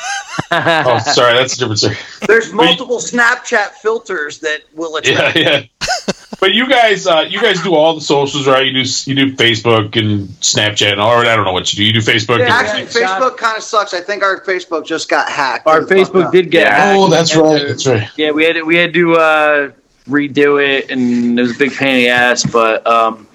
Speaker 2: oh, sorry, that's a different story.
Speaker 8: There's multiple Snapchat filters that will
Speaker 2: Yeah,
Speaker 8: attract.
Speaker 2: yeah. But you guys, uh, you guys do all the socials, right? You do you do Facebook and Snapchat, and all right. I don't know what you do. You do Facebook. and-
Speaker 8: Actually,
Speaker 4: Yeah.
Speaker 8: Facebook kind of sucks. I think our Facebook just got hacked.
Speaker 4: Our
Speaker 8: It was fucked
Speaker 4: Facebook
Speaker 8: up.
Speaker 4: did get hacked.
Speaker 2: oh, that's right. That's right.
Speaker 4: Yeah, we had to, we had to uh, redo it, and it was a big pain in the ass. But um,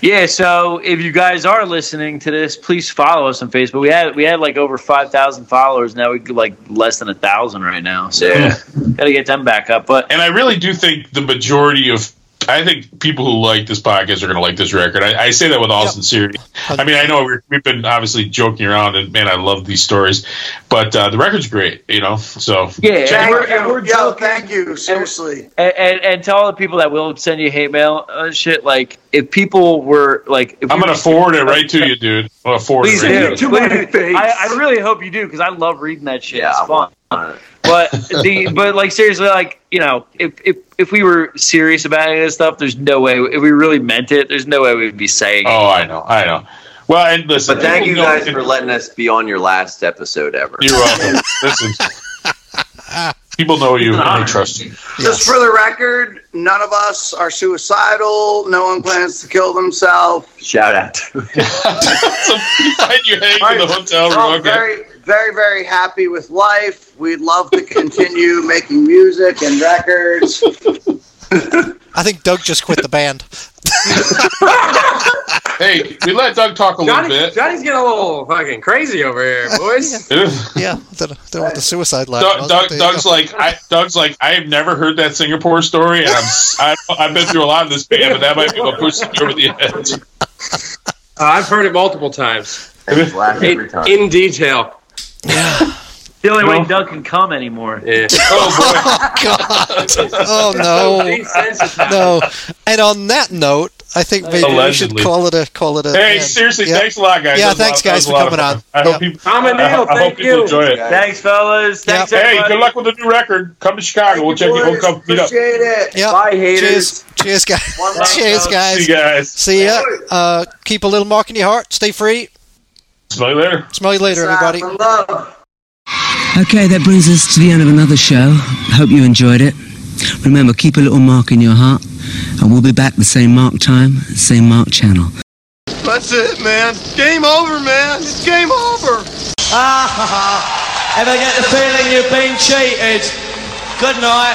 Speaker 4: yeah, so if you guys are listening to this, please follow us on Facebook. We had we had like over five thousand followers. Now we get like less than a thousand right now. So
Speaker 7: Yeah.
Speaker 4: gotta get them back up. But
Speaker 2: And I really do think the majority of I think people who like this podcast are going to like this record. I, I say that with all
Speaker 3: Yep.
Speaker 2: sincerity. I mean, I know we're, we've been obviously joking around, and man, I love these stories, but uh, the record's great, you know. So
Speaker 4: yeah, and
Speaker 8: Thank
Speaker 4: we're,
Speaker 8: you.
Speaker 4: and we're
Speaker 8: Yo,
Speaker 4: joking.
Speaker 8: thank you. Seriously.
Speaker 4: And, and, and tell all the people that will send you hate mail uh, shit. Like if people were like, if
Speaker 2: I'm
Speaker 4: we
Speaker 2: going
Speaker 4: were-
Speaker 2: to forward it right to you, dude. I'm gonna forward
Speaker 4: Please
Speaker 2: it right to you.
Speaker 4: do.
Speaker 5: Too many things.
Speaker 4: I, I really hope you do because I love reading that shit.
Speaker 7: Yeah,
Speaker 4: it's
Speaker 7: I
Speaker 4: fun.
Speaker 7: want
Speaker 4: But the but like seriously, like you know, if if if we were serious about any of this stuff, there's no way. If we really meant it, there's no way we'd be saying. it.
Speaker 2: Oh, I know, I know. Well, and listen,
Speaker 7: But thank you
Speaker 2: people
Speaker 7: guys
Speaker 2: know-
Speaker 7: for letting us be on your last episode ever.
Speaker 2: You're welcome. listen, people know you and they trust you.
Speaker 8: Just for the record, none of us are suicidal. No one plans to kill themselves.
Speaker 7: Shout out to it.
Speaker 2: so we find you hanging in the hotel room.
Speaker 8: We're all
Speaker 2: Oh, okay.
Speaker 8: very, very, very happy with life. We'd love to continue making music and records.
Speaker 3: I think Doug just quit the band.
Speaker 2: Hey, we let Doug talk a little
Speaker 9: Johnny,
Speaker 2: bit.
Speaker 9: Johnny's getting a little fucking crazy over here, boys.
Speaker 3: Yeah, don't, don't want the suicide line.
Speaker 2: Doug,
Speaker 3: was,
Speaker 2: Doug,
Speaker 3: but there you
Speaker 2: Doug's
Speaker 3: go.
Speaker 2: like, I, Doug's like, I have never heard that Singapore story, and I'm, s- I, am i have been through a lot of this band, but that might be what pushes me over the edge.
Speaker 9: Uh, I've heard it multiple times
Speaker 2: Oh,
Speaker 7: Laugh every
Speaker 9: in,
Speaker 7: time.
Speaker 9: in detail.
Speaker 4: the only way Doug can come anymore.
Speaker 9: Yeah.
Speaker 2: Oh boy,
Speaker 3: oh no,
Speaker 9: Desensitized.
Speaker 3: no. And on that note, I think maybe we should
Speaker 2: Allegedly.
Speaker 3: call it a call it a.
Speaker 2: hey,
Speaker 3: end.
Speaker 2: seriously,
Speaker 3: Yeah.
Speaker 2: thanks a lot, guys.
Speaker 3: Yeah,
Speaker 2: That was a
Speaker 3: thanks,
Speaker 2: lot- that
Speaker 3: guys,
Speaker 2: was a
Speaker 3: for
Speaker 2: lot of
Speaker 3: coming on.
Speaker 2: fun. I hope
Speaker 3: Yeah.
Speaker 2: people,
Speaker 9: Tom and
Speaker 2: I,
Speaker 9: Neil,
Speaker 2: hope- I hope
Speaker 9: thank
Speaker 2: people
Speaker 9: you.
Speaker 2: enjoy it.
Speaker 4: Thanks, fellas.
Speaker 3: Yeah.
Speaker 4: Thanks,
Speaker 2: Hey,
Speaker 4: everybody.
Speaker 2: good luck with the new record. Come to Chicago. we'll check you. We'll come meet up.
Speaker 8: Appreciate it.
Speaker 3: Yep.
Speaker 4: Bye, haters.
Speaker 3: Cheers, cheers, guys.
Speaker 4: love,
Speaker 3: Cheers,
Speaker 4: Doug.
Speaker 2: See
Speaker 3: guys.
Speaker 2: you guys.
Speaker 3: See ya. Uh, keep a little mark in your heart. Stay free.
Speaker 2: Smell you later.
Speaker 3: Smell you later, everybody.
Speaker 8: From love.
Speaker 6: Okay, that brings us to the end of another show. Hope you enjoyed it. Remember, keep a little mark in your heart, and we'll be back the same mark time, same mark channel.
Speaker 10: That's it, man. Game over, man. It's game over.
Speaker 6: Ah, ha, ha. Ever get the feeling you've been cheated? Good night.